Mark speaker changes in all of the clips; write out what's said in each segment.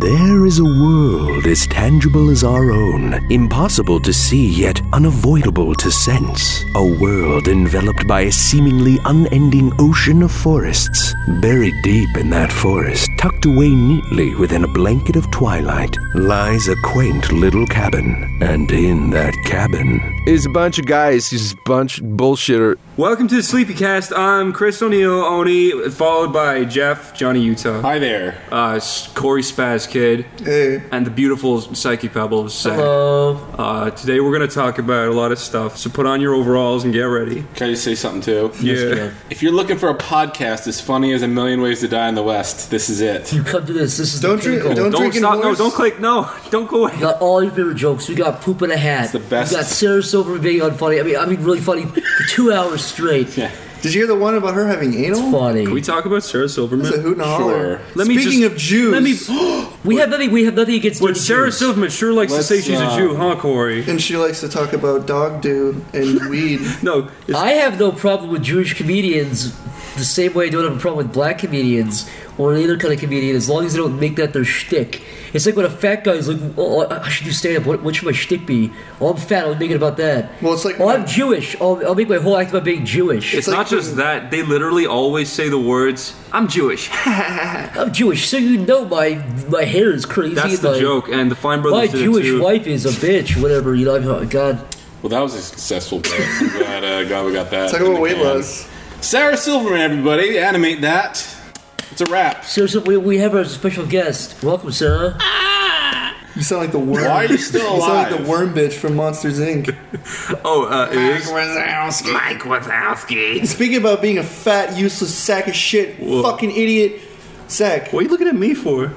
Speaker 1: There is a world as tangible as our own, impossible to see yet unavoidable to sense. A world enveloped by a seemingly unending ocean of forests. Buried deep in that forest, tucked away neatly within a blanket of twilight, lies a quaint little cabin. And in that cabin,
Speaker 2: is a bunch of guys, just bunch bullshitter.
Speaker 3: Welcome to the Sleepy Cast. I'm Chris O'Neill, Oni, followed by Jeff, Johnny Utah,
Speaker 4: Hi there.
Speaker 3: uh, S- Corey Spaz Kid, and the beautiful Psyche Pebble of Sack. Uh, today we're going to talk about a lot of stuff, so put on your overalls and get ready.
Speaker 4: Can I just say something too?
Speaker 3: Yeah.
Speaker 4: If you're looking for a podcast as funny as A Million Ways to Die in the West, this is it.
Speaker 5: You come to this. This is
Speaker 6: Don't
Speaker 5: the
Speaker 6: drink-
Speaker 5: pinnacle.
Speaker 6: don't-
Speaker 3: Don't
Speaker 6: Drinking
Speaker 3: stop. No,
Speaker 6: horse?
Speaker 3: don't click. No, don't go away.
Speaker 5: We got all your favorite jokes. We got poop in a hat. It's
Speaker 4: the best.
Speaker 5: We got Sarah Silverman being unfunny. I mean, I mean, really funny for two hours straight.
Speaker 4: Yeah.
Speaker 6: Did you hear the one about her having anal?
Speaker 5: Funny.
Speaker 3: Can we
Speaker 5: We,
Speaker 3: talk about Sarah Silverman?
Speaker 6: It's a hoot and a holler.
Speaker 4: Sure.
Speaker 3: Let me
Speaker 6: Speaking
Speaker 3: just-
Speaker 6: of Jews,
Speaker 3: Let me.
Speaker 5: have nothing. We have nothing against.
Speaker 3: But
Speaker 5: Jews.
Speaker 3: Sarah Silverman sure likes
Speaker 4: Let's,
Speaker 3: to say she's a
Speaker 4: uh,
Speaker 3: Jew, huh, Corey?
Speaker 6: and she likes to talk about dog do and weed.
Speaker 3: No, it's,
Speaker 5: I have no problem with Jewish comedians, the same way I don't have a problem with black comedians or any other kind of comedian, as long as they don't make that their shtick. It's like when a fat guy's like, "Oh, I I should do stand up. What, what should my shtick be? Oh, I'm fat. I'll make it about that.
Speaker 6: Well, it's like-
Speaker 5: oh, I'm Jewish. I'll, I'll make my whole act about being Jewish.
Speaker 3: it's
Speaker 6: like
Speaker 3: not just that. They literally always say the words, I'm Jewish.
Speaker 5: I'm Jewish, so you know my my hair is crazy.
Speaker 3: That's
Speaker 5: and
Speaker 3: the
Speaker 5: my-
Speaker 3: joke, and the Fine
Speaker 5: My
Speaker 3: Brothers did it
Speaker 5: Jewish
Speaker 3: too.
Speaker 5: wife is a bitch. Whatever you know. I'm- oh, God,
Speaker 4: Well, that was a successful bit. I'm glad, uh, glad we got that.
Speaker 6: Talk
Speaker 4: in
Speaker 6: about
Speaker 4: the
Speaker 6: weight
Speaker 4: can.
Speaker 6: loss.
Speaker 4: Sarah Silverman, everybody. Animate that. It's a wrap.
Speaker 5: seriously, we, we have our special guest. Welcome, Sarah.
Speaker 6: You sound like the worm.
Speaker 4: Why are you still
Speaker 6: You sound like
Speaker 4: alive?
Speaker 6: the worm bitch from Monsters Inc.
Speaker 3: Oh, uh, it is.
Speaker 6: Speaking about being a fat, useless sack of shit, fucking idiot. Sack,
Speaker 3: What are you looking at me for?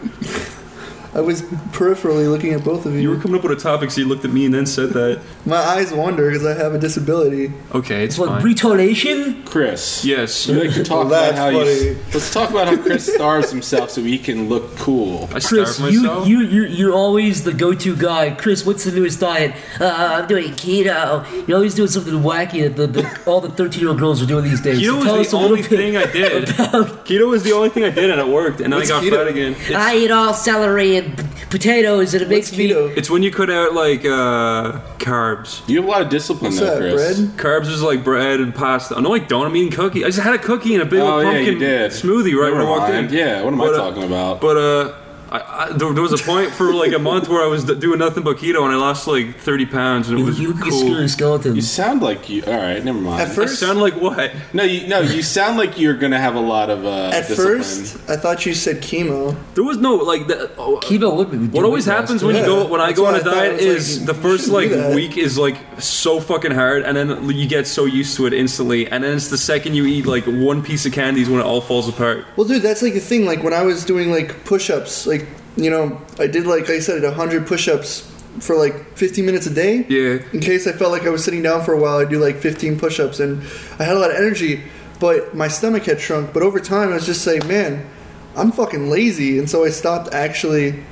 Speaker 6: I was peripherally looking at both of you.
Speaker 3: You were coming up with a topic, so you looked at me and then said that.
Speaker 6: My eyes wander because I have a disability.
Speaker 3: Okay, it's
Speaker 5: What
Speaker 3: fine.
Speaker 5: retardation?
Speaker 4: Chris.
Speaker 3: yes.
Speaker 4: We like to talk
Speaker 6: Well,
Speaker 4: about how
Speaker 6: that's
Speaker 4: you.
Speaker 6: funny.
Speaker 4: Let's talk about how Chris starves himself so he can look cool.
Speaker 3: I
Speaker 5: Chris,
Speaker 3: starved
Speaker 5: you,
Speaker 3: myself.
Speaker 5: you you you're always the go-to guy. Chris, what's the newest diet? Uh, I'm doing keto. You're always doing something wacky that the, the, all the 13-year-old girls are doing these days. So
Speaker 3: Keto
Speaker 5: tell
Speaker 3: was
Speaker 5: us a
Speaker 3: the
Speaker 5: little
Speaker 3: only
Speaker 5: bit.
Speaker 3: thing I did. Keto was the only thing I did, and it worked. And then I
Speaker 6: What's
Speaker 3: got
Speaker 6: keto?
Speaker 3: fat again. It's,
Speaker 5: I eat all celery and p- potatoes, and it
Speaker 6: What's
Speaker 5: makes me.
Speaker 6: keto?
Speaker 3: it's when you cut out like uh, carbs.
Speaker 4: You have a lot of discipline,
Speaker 6: What's
Speaker 4: though,
Speaker 6: that,
Speaker 4: Chris.
Speaker 6: bread?
Speaker 3: Carbs is like bread and pasta. No, I don't. I'm eating cookie. I just had a cookie and a big
Speaker 4: Oh
Speaker 3: old
Speaker 4: yeah,
Speaker 3: pumpkin
Speaker 4: you did.
Speaker 3: smoothie right when
Speaker 4: Never
Speaker 3: I walked in.
Speaker 4: mind. Yeah. What am I
Speaker 3: But, uh,
Speaker 4: talking about?
Speaker 3: But uh, I, I, there, there was a point for like a month where I was d- doing nothing but keto, and I lost like 30 pounds, and it
Speaker 5: You,
Speaker 3: was
Speaker 5: you look like a
Speaker 3: cool.
Speaker 5: scary skeleton.
Speaker 4: You sound like you. All right, never mind.
Speaker 6: At
Speaker 3: I
Speaker 6: first,
Speaker 3: sound like what?
Speaker 4: no, you, no, you sound like you're gonna have a lot of. Uh,
Speaker 6: at
Speaker 4: discipline.
Speaker 6: first, I thought you said chemo.
Speaker 3: There was no like that. Oh,
Speaker 5: Keto would be.
Speaker 3: What always happens when you
Speaker 6: Yeah,
Speaker 3: go when I
Speaker 6: that's
Speaker 3: go
Speaker 6: why
Speaker 3: on
Speaker 6: I
Speaker 3: a
Speaker 6: thought
Speaker 3: diet
Speaker 6: it was
Speaker 3: is
Speaker 6: like,
Speaker 3: the
Speaker 6: you
Speaker 3: first like
Speaker 6: shouldn't do that.
Speaker 3: week is like so fucking hard, and then you get so used to it instantly, and then it's the second you eat like one piece of candies when it all falls apart.
Speaker 6: Well, dude, that's like the thing. Like when I was doing like push-ups, like you know, I did like I said, hundred push-ups for like 15 minutes a day.
Speaker 3: Yeah.
Speaker 6: In case I felt like I was sitting down for a while, I'd do like 15 push-ups, and I had a lot of energy, but my stomach had shrunk. But over time, I was just like, man, I'm fucking lazy, and so I stopped actually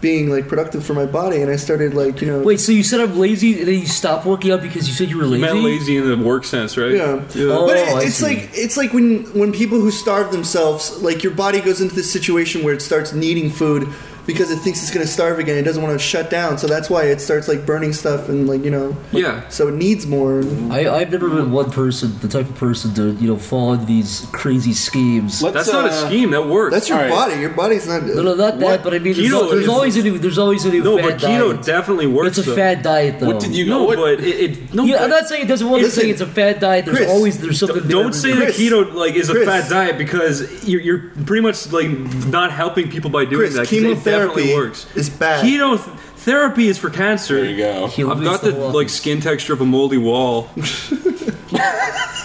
Speaker 6: being like productive for my body, and I started like you know.
Speaker 5: Wait, so you said I'm lazy, and then you stopped working out because you said you were
Speaker 3: You
Speaker 5: lazy?
Speaker 3: meant lazy in the work sense, right?
Speaker 6: Yeah.
Speaker 5: Oh,
Speaker 6: but
Speaker 5: I
Speaker 6: it, it's
Speaker 5: see.
Speaker 6: like it's like when when people who starve themselves, like your body goes into this situation where it starts needing food because it thinks it's going to starve again. It doesn't want to shut down, so that's why it starts like burning stuff and like you know.
Speaker 3: Yeah.
Speaker 6: So it needs more.
Speaker 5: I, I've never been one person, the type of person to you know fall into these crazy schemes.
Speaker 4: Let's,
Speaker 3: That's not a
Speaker 4: uh,
Speaker 3: scheme. That works.
Speaker 6: That's your
Speaker 4: Alright.
Speaker 6: body. Your body's not.
Speaker 5: no, no, not
Speaker 4: What?
Speaker 5: that. But I mean, there's,
Speaker 3: Keto
Speaker 5: al- there's
Speaker 3: is-
Speaker 5: always a new, there's always a new.
Speaker 3: no, but
Speaker 5: fad
Speaker 3: keto
Speaker 5: diet.
Speaker 3: definitely works.
Speaker 5: It's a
Speaker 3: though.
Speaker 5: fad diet, though.
Speaker 4: What did you?
Speaker 3: No,
Speaker 4: what,
Speaker 3: but it, it no.
Speaker 5: Yeah,
Speaker 3: but
Speaker 5: I'm not saying it doesn't work. I'm
Speaker 6: Listen,
Speaker 5: saying it's a fad diet. There's
Speaker 6: Chris,
Speaker 5: always there's something.
Speaker 3: don't,
Speaker 5: new
Speaker 3: don't
Speaker 5: every
Speaker 3: say
Speaker 5: day.
Speaker 3: that
Speaker 6: Chris.
Speaker 3: keto like is a
Speaker 6: Chris.
Speaker 3: fat diet because you're, you're pretty much like not helping people by doing
Speaker 6: Chris,
Speaker 3: that. 'cause it
Speaker 6: chemotherapy
Speaker 3: definitely works.
Speaker 6: is bad.
Speaker 3: Keto th- therapy is for cancer.
Speaker 4: There you go.
Speaker 5: He
Speaker 3: I've
Speaker 5: leaves
Speaker 3: got the
Speaker 5: whole
Speaker 3: like
Speaker 5: office.
Speaker 3: skin texture of a moldy wall. It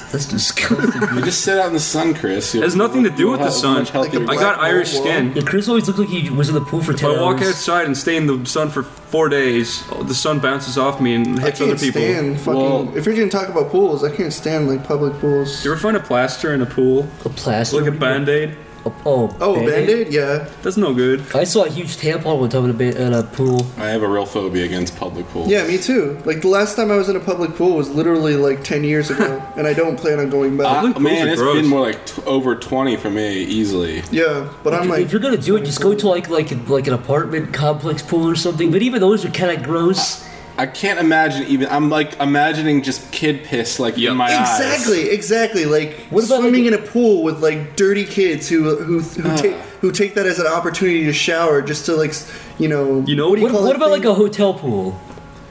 Speaker 5: That's disgusting.
Speaker 4: You just sit out in the sun, Chris. It
Speaker 3: has nothing to do with the sun. I
Speaker 6: black
Speaker 3: got
Speaker 6: hole
Speaker 3: Irish
Speaker 6: wall.
Speaker 3: skin.
Speaker 5: yeah, Chris always looked like he was in the pool for
Speaker 3: If
Speaker 5: ten
Speaker 3: I walk
Speaker 5: hours.
Speaker 3: outside and stay in the sun for four days, oh, the sun bounces off me and
Speaker 6: I
Speaker 3: hits
Speaker 6: can't
Speaker 3: other people.
Speaker 6: stand fucking.
Speaker 4: Well-
Speaker 6: if you're gonna talk about pools, I can't stand like public pools.
Speaker 3: Do you ever find a plaster in a pool?
Speaker 5: a plaster.
Speaker 3: Like a band aid?
Speaker 5: A, oh,
Speaker 6: Oh, a
Speaker 5: Band-Aid?
Speaker 6: band-aid? Yeah.
Speaker 3: That's no good.
Speaker 5: I saw a huge tampon one time in a, ba- in a pool.
Speaker 4: I have a real phobia against public pools.
Speaker 6: Yeah, me too. Like the last time I was in a public pool was literally like ten years ago, and I don't plan on going back.
Speaker 4: Uh,
Speaker 3: Public pools
Speaker 4: man,
Speaker 3: are
Speaker 4: it's
Speaker 3: gross.
Speaker 4: been more like t- over 20 for me easily.
Speaker 6: yeah, but I'm like,
Speaker 5: if you're gonna do it, just go to like like like an apartment complex pool or something. But even those are kind of gross.
Speaker 4: I can't imagine even. I'm like imagining just kid piss like
Speaker 3: Yeah.
Speaker 4: in my eyes.
Speaker 6: exactly, exactly. Like
Speaker 5: What about,
Speaker 6: swimming
Speaker 5: like- Oh.
Speaker 6: in a pool with like dirty kids who who who take who take that as an opportunity to shower just to like s- you know.
Speaker 3: You know what he-
Speaker 5: What, what about like a hotel pool?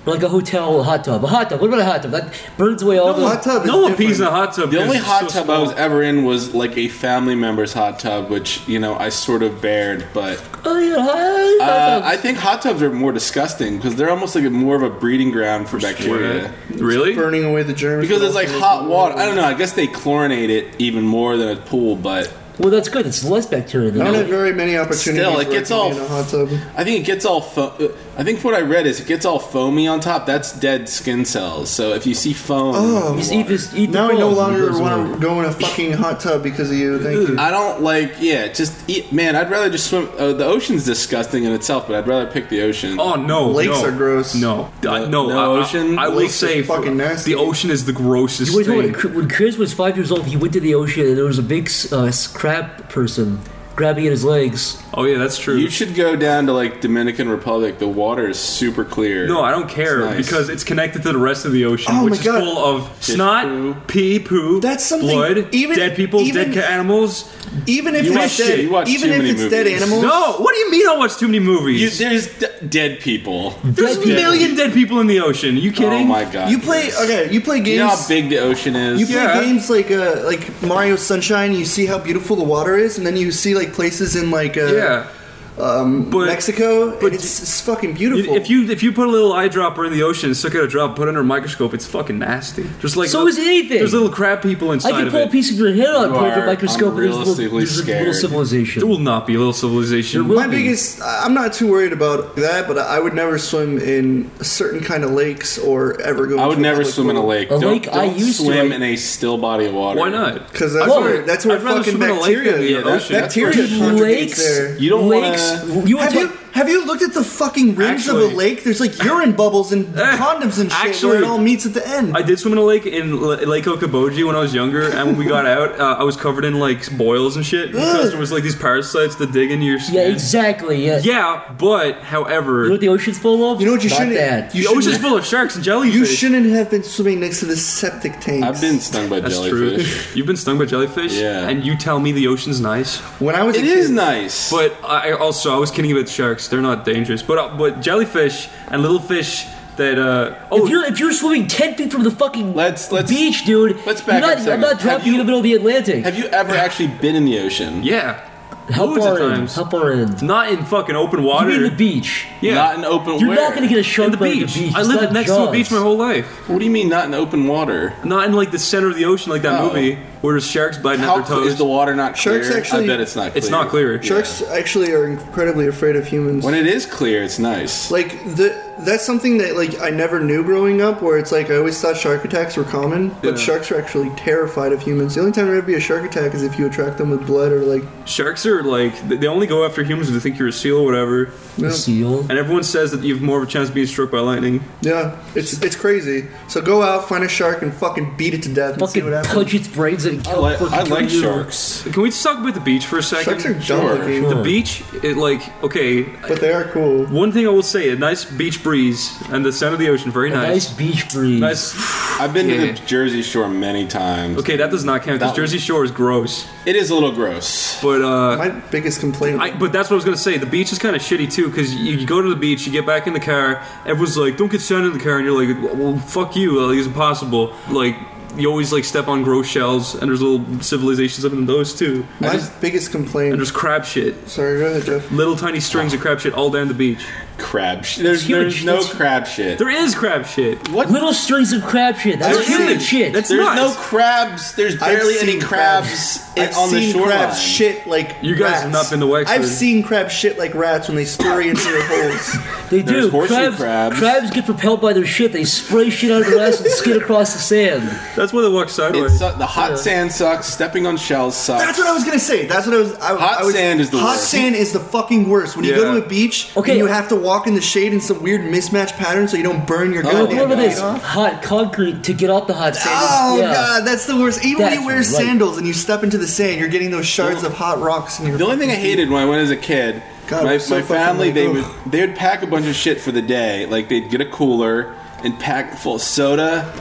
Speaker 5: Or like a hotel hot tub? A hot tub. What about a hot tub? That burns away all the.
Speaker 6: hot tub?
Speaker 3: No one
Speaker 6: is
Speaker 3: pees in a
Speaker 6: different.
Speaker 3: hot tub.
Speaker 4: The only
Speaker 3: It's
Speaker 4: hot
Speaker 3: so
Speaker 4: tub I was
Speaker 3: small.
Speaker 4: ever in was like a family member's hot tub, which you know I sort of bared. But
Speaker 5: Oh yeah, hot,
Speaker 4: uh,
Speaker 5: hot
Speaker 4: I
Speaker 5: tub.
Speaker 4: think hot tubs are more disgusting because they're almost like a, more of a breeding ground for bacteria.
Speaker 3: Really?
Speaker 6: burning away the germs
Speaker 4: Because
Speaker 6: but
Speaker 4: it's like
Speaker 6: also
Speaker 4: hot water. I don't know. I guess they chlorinate it even more than a pool, but
Speaker 5: well, that's good. It's less bacteria
Speaker 6: I
Speaker 5: than
Speaker 6: don't have
Speaker 5: that.
Speaker 6: very many opportunities.
Speaker 4: Still, it
Speaker 6: where I
Speaker 4: gets
Speaker 6: can
Speaker 4: all
Speaker 6: be in a hot tub.
Speaker 4: I think it gets all. Fo- uh, I think what I read is it gets all foamy on top. That's dead skin cells. So if you see foam,
Speaker 6: Oh.
Speaker 5: Just eat this. Eat the
Speaker 6: Now I no
Speaker 5: foam.
Speaker 6: longer
Speaker 5: Burns
Speaker 6: want
Speaker 5: away.
Speaker 6: to go in a fucking hot tub because of you. Thank you.
Speaker 4: I don't like. Yeah, just eat. Man, I'd rather just swim. Uh, the ocean's disgusting in itself, but I'd rather pick the ocean.
Speaker 3: Oh no!
Speaker 6: Lakes
Speaker 3: no.
Speaker 6: are gross.
Speaker 3: No, I- no.
Speaker 4: no
Speaker 3: I- I-
Speaker 4: ocean?
Speaker 3: I, will
Speaker 6: Lakes are
Speaker 3: say, for-
Speaker 6: fucking nasty.
Speaker 3: the ocean is the grossest
Speaker 5: You went
Speaker 3: thing.
Speaker 5: to, when Chris was five years old, he went to the ocean and there was a big uh, crab person grabbing at his legs.
Speaker 3: Oh yeah, that's true.
Speaker 4: You should go down to like Dominican Republic. The water is super clear.
Speaker 3: no, I don't care
Speaker 4: It's nice.
Speaker 3: because it's connected to the rest of the ocean,
Speaker 6: Oh,
Speaker 3: which
Speaker 6: my
Speaker 3: is
Speaker 6: God.
Speaker 3: full of snot,
Speaker 4: poo.
Speaker 3: pee, poo.
Speaker 6: That's something-
Speaker 3: Blood,
Speaker 6: even-
Speaker 3: dead people,
Speaker 6: even-
Speaker 3: dead ca- animals.
Speaker 6: Even if
Speaker 4: You
Speaker 6: it's
Speaker 4: watch
Speaker 6: dead,
Speaker 4: shit. You watch
Speaker 6: even
Speaker 4: too
Speaker 6: if
Speaker 4: many
Speaker 6: it's dead
Speaker 4: movies.
Speaker 6: animals,
Speaker 3: No, what do you mean? I watch too many
Speaker 4: You,
Speaker 3: movies.
Speaker 4: there's d- dead people.
Speaker 3: There's a
Speaker 5: Dead people.
Speaker 3: million dead people in the ocean. Are you kidding?
Speaker 4: Oh my god!
Speaker 6: you play
Speaker 4: Chris.
Speaker 6: okay. You play games.
Speaker 4: You know how big the ocean is.
Speaker 6: You play
Speaker 3: Yeah.
Speaker 6: games like uh, like Mario Sunshine. You see how beautiful the water is, and then you see like places in like uh,
Speaker 3: Yeah. Um, but
Speaker 6: Mexico,
Speaker 3: but
Speaker 6: and it's, it's fucking beautiful.
Speaker 3: if you if you put a little eyedropper in the ocean, suck out a drop, put it under a microscope, it's fucking nasty. Just like
Speaker 5: So
Speaker 3: the-
Speaker 5: is anything.
Speaker 3: There's little crab people
Speaker 5: I
Speaker 3: inside
Speaker 5: could
Speaker 3: of
Speaker 5: pull a
Speaker 3: it.
Speaker 5: piece of your head out,
Speaker 4: You
Speaker 5: put it in a
Speaker 4: are
Speaker 5: microscope, and there's a little,
Speaker 4: unrealistically
Speaker 5: there's a little
Speaker 4: scared.
Speaker 5: civilization.
Speaker 3: There will not be a little civilization.
Speaker 5: There will-
Speaker 6: my biggest, I'm not too worried about that, but I would never swim in certain kind of lakes or ever go.
Speaker 4: I would never swim in a lake.
Speaker 5: A
Speaker 4: don't
Speaker 5: lake I
Speaker 4: don't
Speaker 5: used to,
Speaker 4: swim
Speaker 5: like-
Speaker 4: in a still body of water.
Speaker 3: Why not?
Speaker 6: because that's
Speaker 5: I'd
Speaker 6: where
Speaker 5: rather-
Speaker 6: that's where
Speaker 3: I'd rather
Speaker 6: fucking
Speaker 3: swim in a lake than
Speaker 6: bacteria.
Speaker 3: the
Speaker 4: Yeah, that's-
Speaker 3: ocean.
Speaker 4: that's
Speaker 6: bacteria
Speaker 4: where-
Speaker 6: congregates there.
Speaker 4: You don't
Speaker 5: lakes.
Speaker 4: wanna-
Speaker 5: You want
Speaker 6: Have
Speaker 5: to
Speaker 6: you have you looked at the fucking rims of
Speaker 3: Actually-
Speaker 6: a lake? There's like urine bubbles and condoms and shit where
Speaker 3: actually,
Speaker 6: it all meets at the end.
Speaker 3: I did swim in a lake in L- Lake Okoboji when I was younger, and when we got out, uh, I was covered in like boils and shit because there was like these parasites that dig into your skin.
Speaker 5: Yeah, exactly. Yeah.
Speaker 3: Yeah, but
Speaker 5: You know
Speaker 3: however,
Speaker 5: what the ocean's full of?
Speaker 6: you know what you
Speaker 5: Not
Speaker 6: shouldn't.
Speaker 5: That.
Speaker 3: the
Speaker 6: You shouldn't,
Speaker 3: ocean's full of sharks and jellyfish.
Speaker 6: you shouldn't have been swimming next to the septic tanks.
Speaker 4: I've been stung by
Speaker 3: That's
Speaker 4: jellyfish.
Speaker 3: true. You've been stung by jellyfish,
Speaker 4: Yeah.
Speaker 3: and you tell me the ocean's nice.
Speaker 6: when I was. a
Speaker 4: It
Speaker 6: kid,
Speaker 4: is nice.
Speaker 3: But I I also I was kidding about sharks. They're not dangerous. But uh, but jellyfish and little fish that uh oh
Speaker 5: If you're, if you're swimming 10 feet from the fucking
Speaker 4: Let's- let's-
Speaker 5: beach, dude,
Speaker 4: let's back
Speaker 5: you're not,
Speaker 4: up a second.
Speaker 5: I'm not dropping
Speaker 4: Have you-
Speaker 5: you, in the middle of the Atlantic.
Speaker 4: Have you ever actually been in the ocean?
Speaker 3: yeah,
Speaker 5: how
Speaker 3: loads of
Speaker 5: far in?
Speaker 3: times.
Speaker 5: How far in?
Speaker 3: Not in fucking open
Speaker 5: You
Speaker 3: water.
Speaker 5: mean the beach.
Speaker 3: yeah,
Speaker 4: Not in open.
Speaker 5: You're
Speaker 4: where?
Speaker 5: not going to get a shark
Speaker 3: in the
Speaker 5: bite at
Speaker 3: beach.
Speaker 5: the beach.
Speaker 3: I
Speaker 5: It's
Speaker 3: lived
Speaker 5: not
Speaker 3: next to
Speaker 5: Jaws.
Speaker 3: a beach my whole life.
Speaker 4: What do you mean not in open water?
Speaker 3: Not in like the center of the ocean, like that
Speaker 4: Oh.
Speaker 3: movie where there's sharks biting
Speaker 4: How
Speaker 3: at their
Speaker 4: cl-
Speaker 3: toes.
Speaker 4: is the water not clear?
Speaker 6: Sharks actually-
Speaker 4: I bet it's not. Clear.
Speaker 3: It's not clear.
Speaker 6: Sharks actually are incredibly afraid of humans.
Speaker 4: When it is clear, it's nice.
Speaker 6: like the that's something that like I never knew growing up. Where it's like I always thought shark attacks were common, but
Speaker 3: Yeah.
Speaker 6: sharks are actually terrified of humans. The only time there'd be a shark attack is if you attract them with blood or like
Speaker 3: Sharks are like they they only go after humans if they think you're a seal or whatever.
Speaker 5: The seal.
Speaker 3: And everyone says that you have more of a chance of being struck by lightning.
Speaker 6: yeah, it's it's crazy. So go out, find a shark, and fucking beat it to death. and see
Speaker 5: Fucking
Speaker 6: what happens.
Speaker 5: punch its brains in.
Speaker 4: I like, I like sharks.
Speaker 3: Can we just talk about the beach for a second?
Speaker 6: Sharks are dumb
Speaker 4: Sure,
Speaker 6: looking,
Speaker 5: sure.
Speaker 3: the beach, it like okay.
Speaker 6: but they are cool.
Speaker 3: One thing I will say: a nice beach breeze and the sound of the ocean, very
Speaker 5: A nice
Speaker 3: nice.
Speaker 5: beach breeze.
Speaker 3: Nice.
Speaker 4: I've been
Speaker 3: Yeah.
Speaker 4: to the Jersey Shore many times.
Speaker 3: Okay, that does not count because
Speaker 4: That one.
Speaker 3: Jersey Shore is gross.
Speaker 4: It is a little gross.
Speaker 3: But uh,
Speaker 6: My biggest complaint.
Speaker 3: I, but that's what I was gonna say. The beach is kind of shitty too because you, you go to the beach, you get back in the car, everyone's like, "Don't get sand in the car," and you're like, "Well, fuck you, like, it's impossible." Like you always like step on gross shells, and there's little civilizations up in those too,
Speaker 6: my biggest
Speaker 3: and
Speaker 6: complaint.
Speaker 3: there's crab shit.
Speaker 6: Sorry, go ahead, Jeff.
Speaker 3: Little tiny strings of crab shit all down the beach.
Speaker 4: Crab. Sh- there's
Speaker 5: huge.
Speaker 4: there's no
Speaker 5: It's-
Speaker 4: crab shit.
Speaker 3: There is crab shit.
Speaker 4: what?
Speaker 5: Little strings of crab shit. That's
Speaker 4: They're
Speaker 5: human
Speaker 4: huge.
Speaker 5: shit.
Speaker 3: That's-
Speaker 4: there's
Speaker 3: not.
Speaker 4: no crabs. There's barely
Speaker 6: I've
Speaker 4: any
Speaker 6: seen
Speaker 4: crabs, in-
Speaker 6: I've
Speaker 4: on the
Speaker 6: seen
Speaker 4: shoreline.
Speaker 6: crabs shit like
Speaker 3: You guys
Speaker 6: rats.
Speaker 3: have not been to Wexford.
Speaker 6: I've seen crab shit like rats when they scurry into their holes.
Speaker 5: they do.
Speaker 4: There's horseshoe
Speaker 5: Crabs,
Speaker 4: crabs.
Speaker 5: crabs get propelled by their shit. They spray shit out of their ass and skid across the sand.
Speaker 3: That's That's why they walk sideways.
Speaker 4: It's, uh, the hot sand sucks. Stepping on shells sucks.
Speaker 6: That's what I was gonna say. That's what I was. I,
Speaker 4: Hot
Speaker 6: I was,
Speaker 4: sand is the
Speaker 6: hot
Speaker 4: worst.
Speaker 6: sand is the fucking worst. When you go
Speaker 3: Yeah.
Speaker 6: to a beach,
Speaker 5: Okay.
Speaker 6: and you have to walk in the shade in some weird mismatched pattern so you don't burn your
Speaker 4: Oh,
Speaker 5: Look,
Speaker 6: goddamn
Speaker 5: look at
Speaker 4: yeah.
Speaker 5: this
Speaker 6: feet off.
Speaker 5: hot concrete to get off the hot sand.
Speaker 6: Oh
Speaker 5: yeah.
Speaker 6: god, that's the worst. Even when
Speaker 5: That's
Speaker 6: you wear
Speaker 5: right.
Speaker 6: sandals and you step into the sand, you're getting those shards of hot rocks in your.
Speaker 4: The only thing I hated when I went as a kid,
Speaker 6: God,
Speaker 4: my,
Speaker 6: I'm so
Speaker 4: my
Speaker 6: fucking
Speaker 4: family
Speaker 6: like,
Speaker 4: they
Speaker 6: ugh.
Speaker 4: would they would pack a bunch of shit for the day. Like they'd get a cooler and pack full of soda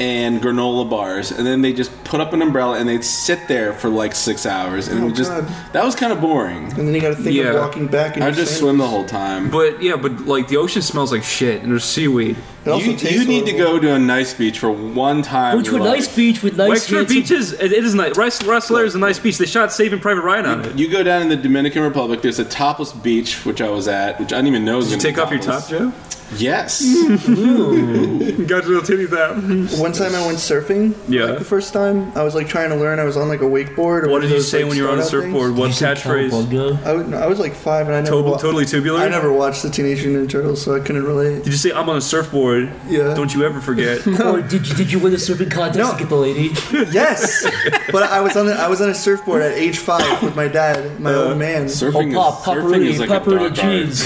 Speaker 4: and granola bars, and then they just put up an umbrella and they'd sit there for like six hours, and it
Speaker 6: Oh,
Speaker 4: would just
Speaker 6: God.
Speaker 4: that was kind of boring.
Speaker 6: And then you got to think
Speaker 3: Yeah.
Speaker 6: of walking back. in
Speaker 4: I
Speaker 6: your
Speaker 4: would just
Speaker 6: sandals.
Speaker 4: swim the whole time.
Speaker 3: but yeah, but like the ocean smells like shit, and there's seaweed.
Speaker 6: It also
Speaker 4: You,
Speaker 6: tastes
Speaker 4: you need to
Speaker 6: horrible.
Speaker 4: go to a nice beach for one time.
Speaker 5: Go to a
Speaker 4: in your
Speaker 5: nice
Speaker 4: life.
Speaker 5: beach with nice
Speaker 3: Wexford
Speaker 5: handsome-
Speaker 3: Beach is it, it is nice. Rice Rice Lair is a nice beach. They shot Saving Private Ryan on it.
Speaker 4: You go down in the Dominican Republic. There's a topless beach which I was at, which I didn't even know. Was
Speaker 3: Did you
Speaker 4: gonna
Speaker 3: take
Speaker 4: be
Speaker 3: off your top,
Speaker 4: topless.
Speaker 3: Joe?
Speaker 4: Yes.
Speaker 5: Hmm.
Speaker 3: Got your little titties out.
Speaker 6: One time I went surfing.
Speaker 3: Yeah.
Speaker 6: Like the first time I was like trying to learn. I was on like a wakeboard. Or
Speaker 3: What
Speaker 6: one of
Speaker 3: did you
Speaker 6: those,
Speaker 3: say
Speaker 6: like,
Speaker 3: when you were on a
Speaker 6: startup things.
Speaker 3: surfboard? What catchphrase?
Speaker 5: Cowabunga.
Speaker 6: I was, no, I was like five, and I never
Speaker 3: Total,
Speaker 6: wa-
Speaker 3: totally tubular.
Speaker 6: I never watched the Teenage Mutant Ninja Turtles, so I couldn't relate.
Speaker 3: Did you say I'm on a surfboard?
Speaker 6: Yeah.
Speaker 3: Don't you ever forget.
Speaker 5: Or did you did you win the surfing contest
Speaker 6: No.
Speaker 5: and get the lady?
Speaker 6: Yes, but I was on the, I was on a surfboard at age five with my dad, my
Speaker 3: Uh,
Speaker 6: old man.
Speaker 4: Surfing,
Speaker 5: oh, pop,
Speaker 4: is, surfing is
Speaker 5: paparoonie,
Speaker 4: like a
Speaker 5: paparoonie
Speaker 4: dark art.
Speaker 5: jeans,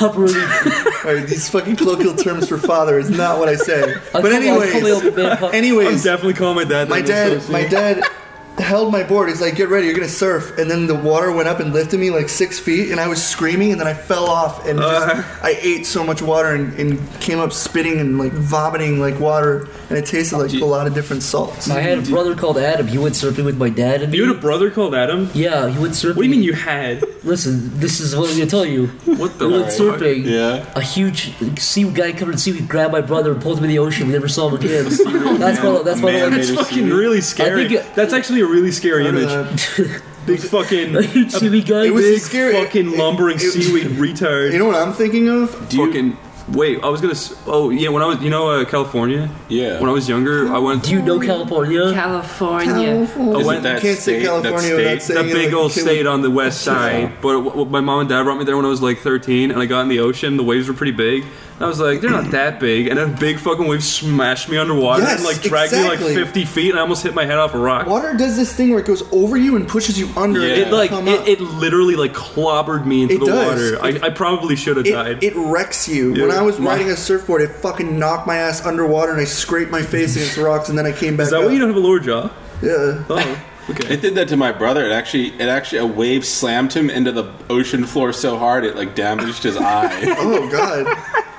Speaker 5: paparoonie.
Speaker 6: All right, these fucking colloquial terms for father is not what I say.
Speaker 5: I'll
Speaker 6: But
Speaker 5: call- I'll call the old
Speaker 6: anyways,
Speaker 5: man pop-
Speaker 3: I'm
Speaker 6: anyways,
Speaker 3: definitely calling my dad.
Speaker 6: my
Speaker 3: that. That's
Speaker 6: dad,
Speaker 3: so
Speaker 6: my
Speaker 3: sweet.
Speaker 6: dad held my board. He's like, "Get ready, you're gonna surf." And then the water went up and lifted me like six feet, and I was screaming, and then I fell off, and just,
Speaker 3: Uh-huh.
Speaker 6: I ate so much water and, and came up spitting and like vomiting like water, and it tasted like a lot of different salts.
Speaker 5: I had a brother called Adam. He went surfing with my dad and me.
Speaker 3: You had a brother called Adam. What
Speaker 5: yeah, he went surfing.
Speaker 3: do you mean you had?
Speaker 5: Listen, this is what I'm gonna tell you.
Speaker 3: What the?
Speaker 5: we went
Speaker 3: fuck?
Speaker 5: surfing.
Speaker 4: Yeah.
Speaker 5: A huge sea guy covered in seaweed grabbed my brother and pulled him in the ocean. We never saw him again. that's what. That's what.
Speaker 4: Man,
Speaker 5: I'm
Speaker 3: That's
Speaker 5: like,
Speaker 4: Maybe
Speaker 3: fucking
Speaker 4: she-
Speaker 3: really scary.
Speaker 5: I think it-
Speaker 3: That's actually a really scary
Speaker 6: Remember
Speaker 3: image.
Speaker 6: that?
Speaker 3: Big fucking
Speaker 5: a huge
Speaker 3: a
Speaker 5: seaweed guy.
Speaker 6: It was
Speaker 5: big-
Speaker 6: a scary.
Speaker 3: fucking
Speaker 6: it-
Speaker 3: lumbering
Speaker 6: it-
Speaker 3: seaweed retard.
Speaker 6: You know what I'm thinking of?
Speaker 4: Do you-
Speaker 3: fucking wait. I was gonna. s- Oh yeah, when I was you know uh, California.
Speaker 4: Yeah.
Speaker 3: When I was younger, I went
Speaker 5: Do you know California?
Speaker 7: California.
Speaker 3: I
Speaker 4: Is it
Speaker 3: went
Speaker 4: that
Speaker 6: You can't say
Speaker 4: state- that
Speaker 6: California
Speaker 4: state?
Speaker 6: without
Speaker 3: the
Speaker 6: saying
Speaker 3: big
Speaker 6: like,
Speaker 3: old
Speaker 6: can we-
Speaker 3: state on the west side. But w- w- my mom and dad brought me there when I was like 13, and I got in the ocean. The waves were pretty big. And I was like, they're not that big. And then big fucking waves smashed me underwater
Speaker 6: Yes,
Speaker 3: and like dragged me
Speaker 6: exactly.
Speaker 3: like 50 feet, and I almost hit my head off a rock.
Speaker 6: Water does this thing where it goes over you and pushes you under.
Speaker 4: Yeah.
Speaker 6: and
Speaker 3: It
Speaker 6: you
Speaker 3: like
Speaker 6: come
Speaker 3: it,
Speaker 6: up.
Speaker 3: it literally like clobbered me into
Speaker 6: It
Speaker 3: the
Speaker 6: does.
Speaker 3: water. I, I probably should have
Speaker 6: It,
Speaker 3: died.
Speaker 6: it wrecks you.
Speaker 3: Yeah.
Speaker 6: When I was
Speaker 3: My-
Speaker 6: riding a surfboard, it fucking knocked my ass underwater and I scraped my face against rocks and then I came back
Speaker 3: Is that
Speaker 6: up.
Speaker 3: why you don't have a lower jaw?
Speaker 6: yeah.
Speaker 3: Oh, okay.
Speaker 4: It did that to my brother. It actually, it actually, a wave slammed him into the ocean floor so hard it like damaged his eye.
Speaker 6: Oh god.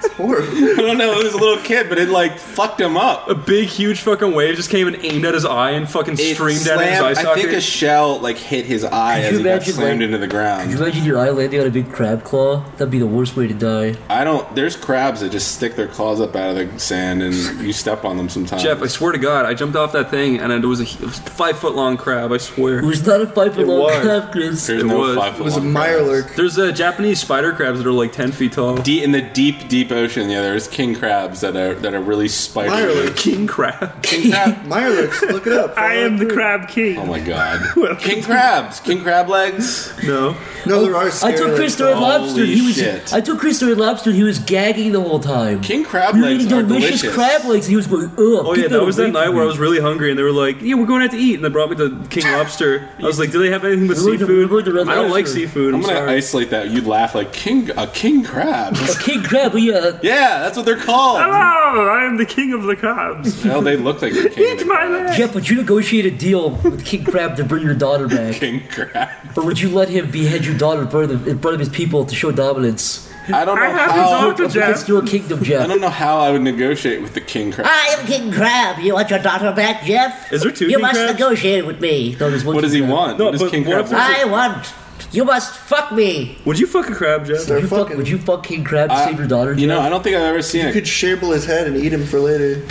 Speaker 6: It's horrible.
Speaker 4: I don't know. It was a little kid, but it like fucked him up.
Speaker 3: a big, huge fucking wave just came and aimed at his eye and fucking
Speaker 4: It
Speaker 3: streamed down his eye
Speaker 4: slammed- I
Speaker 3: socket.
Speaker 4: think a shell like hit his eye
Speaker 5: Could
Speaker 4: as
Speaker 5: you
Speaker 4: he got
Speaker 5: imagine,
Speaker 4: slammed
Speaker 5: like-
Speaker 4: into the
Speaker 5: Could you
Speaker 4: ground.
Speaker 5: imagine your eye landing on a big crab claw? That'd be the worst way to die.
Speaker 4: I don't. There's crabs that just stick their claws up out of the sand, and you step on them sometimes.
Speaker 3: Jeff, I swear to God, I jumped off that thing and it was a five foot long crab. I swear.
Speaker 5: It was not a five foot
Speaker 3: It
Speaker 5: long
Speaker 3: was.
Speaker 5: crab, Chris.
Speaker 4: there's
Speaker 3: it
Speaker 4: no
Speaker 3: was-
Speaker 4: five
Speaker 6: It was a mire lurk.
Speaker 3: There's uh, Japanese spider crabs that are like ten feet tall.
Speaker 4: Deep in the deep, deep ocean. Yeah, there's king crabs that are that are really
Speaker 6: Mire
Speaker 4: spidery.
Speaker 6: lurk.
Speaker 3: King crab.
Speaker 4: King crab.
Speaker 6: Mire lurks, look it up.
Speaker 3: I am the crab
Speaker 4: Oh
Speaker 3: king.
Speaker 4: my god. king crabs. King crab legs.
Speaker 3: No,
Speaker 6: No, there are
Speaker 5: I
Speaker 6: scary
Speaker 5: took Chris
Speaker 6: lurks.
Speaker 5: to Red Lobster. and He
Speaker 4: Holy
Speaker 5: was.
Speaker 4: shit.
Speaker 5: I took Chris to Red Lobster. and He was gagging the whole time.
Speaker 4: King crab
Speaker 5: you were
Speaker 4: legs
Speaker 5: eating
Speaker 4: are
Speaker 5: delicious
Speaker 4: delicious.
Speaker 5: crab legs. and He was going. Ugh,
Speaker 3: Oh yeah, that was that night where I was really hungry, and they were like, "Yeah, we're going out to eat," and they brought me to King Lobster. I was like, "Do they have anything but
Speaker 5: We were to- we
Speaker 3: seafood?"
Speaker 5: were to Red
Speaker 3: I don't like
Speaker 5: Lobster.
Speaker 3: seafood. I'm,
Speaker 4: I'm gonna
Speaker 3: sorry.
Speaker 4: isolate that. You'd laugh like king a king crab.
Speaker 5: a king crab. Yeah, uh,
Speaker 4: yeah, that's what they're called.
Speaker 3: Oh, I am the king of the crabs.
Speaker 4: Well, they look like the king. of the
Speaker 3: my
Speaker 4: crabs.
Speaker 3: leg.
Speaker 5: Jeff, would you negotiate a deal with King Crab to bring your daughter back,
Speaker 4: King crab.
Speaker 5: or would you let him behead your daughter in front of, in front of his people to show dominance?
Speaker 4: I Oh. don't know how.
Speaker 5: That's your kingdom,
Speaker 4: I
Speaker 5: Jeff.
Speaker 4: don't know how I would negotiate with the king crab.
Speaker 8: I am King Crab. You want your daughter back, Jeff?
Speaker 3: Is there two
Speaker 8: You
Speaker 3: King
Speaker 8: must
Speaker 3: Crabs?
Speaker 8: negotiate with me.
Speaker 5: No, there's one
Speaker 4: What does he
Speaker 5: King Crab.
Speaker 4: want?
Speaker 3: No,
Speaker 4: what does
Speaker 3: but
Speaker 4: king
Speaker 3: what
Speaker 4: crab
Speaker 3: if
Speaker 4: want?
Speaker 8: I want. You must fuck me.
Speaker 3: Would you fuck a crab, Jeff?
Speaker 6: They're
Speaker 5: Would you fuck-
Speaker 6: fucking-
Speaker 5: would you fuck King Crab to
Speaker 4: I-
Speaker 5: save your daughter?
Speaker 4: You know,
Speaker 5: Jeff?
Speaker 4: I don't think I've ever seen
Speaker 6: You
Speaker 4: it.
Speaker 6: could shamble his head and eat him for later.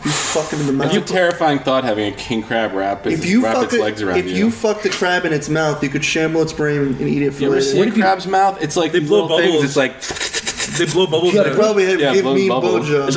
Speaker 6: If you fuck him in the mouth.
Speaker 4: It's a terrifying thought having a king crab wrap, its,
Speaker 6: if you
Speaker 4: wrap
Speaker 6: fuck
Speaker 4: its
Speaker 6: a,
Speaker 4: legs around
Speaker 6: if
Speaker 4: you.
Speaker 6: you. fucked a crab in its mouth, you could shamble its brain and eat it for
Speaker 4: You ever
Speaker 6: later.
Speaker 4: see a crab's mouth? It's like
Speaker 3: They
Speaker 4: these
Speaker 3: blow
Speaker 4: little things.
Speaker 3: bubbles.
Speaker 4: It's like
Speaker 3: They blow bubbles
Speaker 5: Yeah,
Speaker 3: out.
Speaker 6: Probably have
Speaker 4: Yeah,
Speaker 6: give
Speaker 4: blown
Speaker 6: me
Speaker 4: bubble.
Speaker 3: It's
Speaker 6: blowjobs.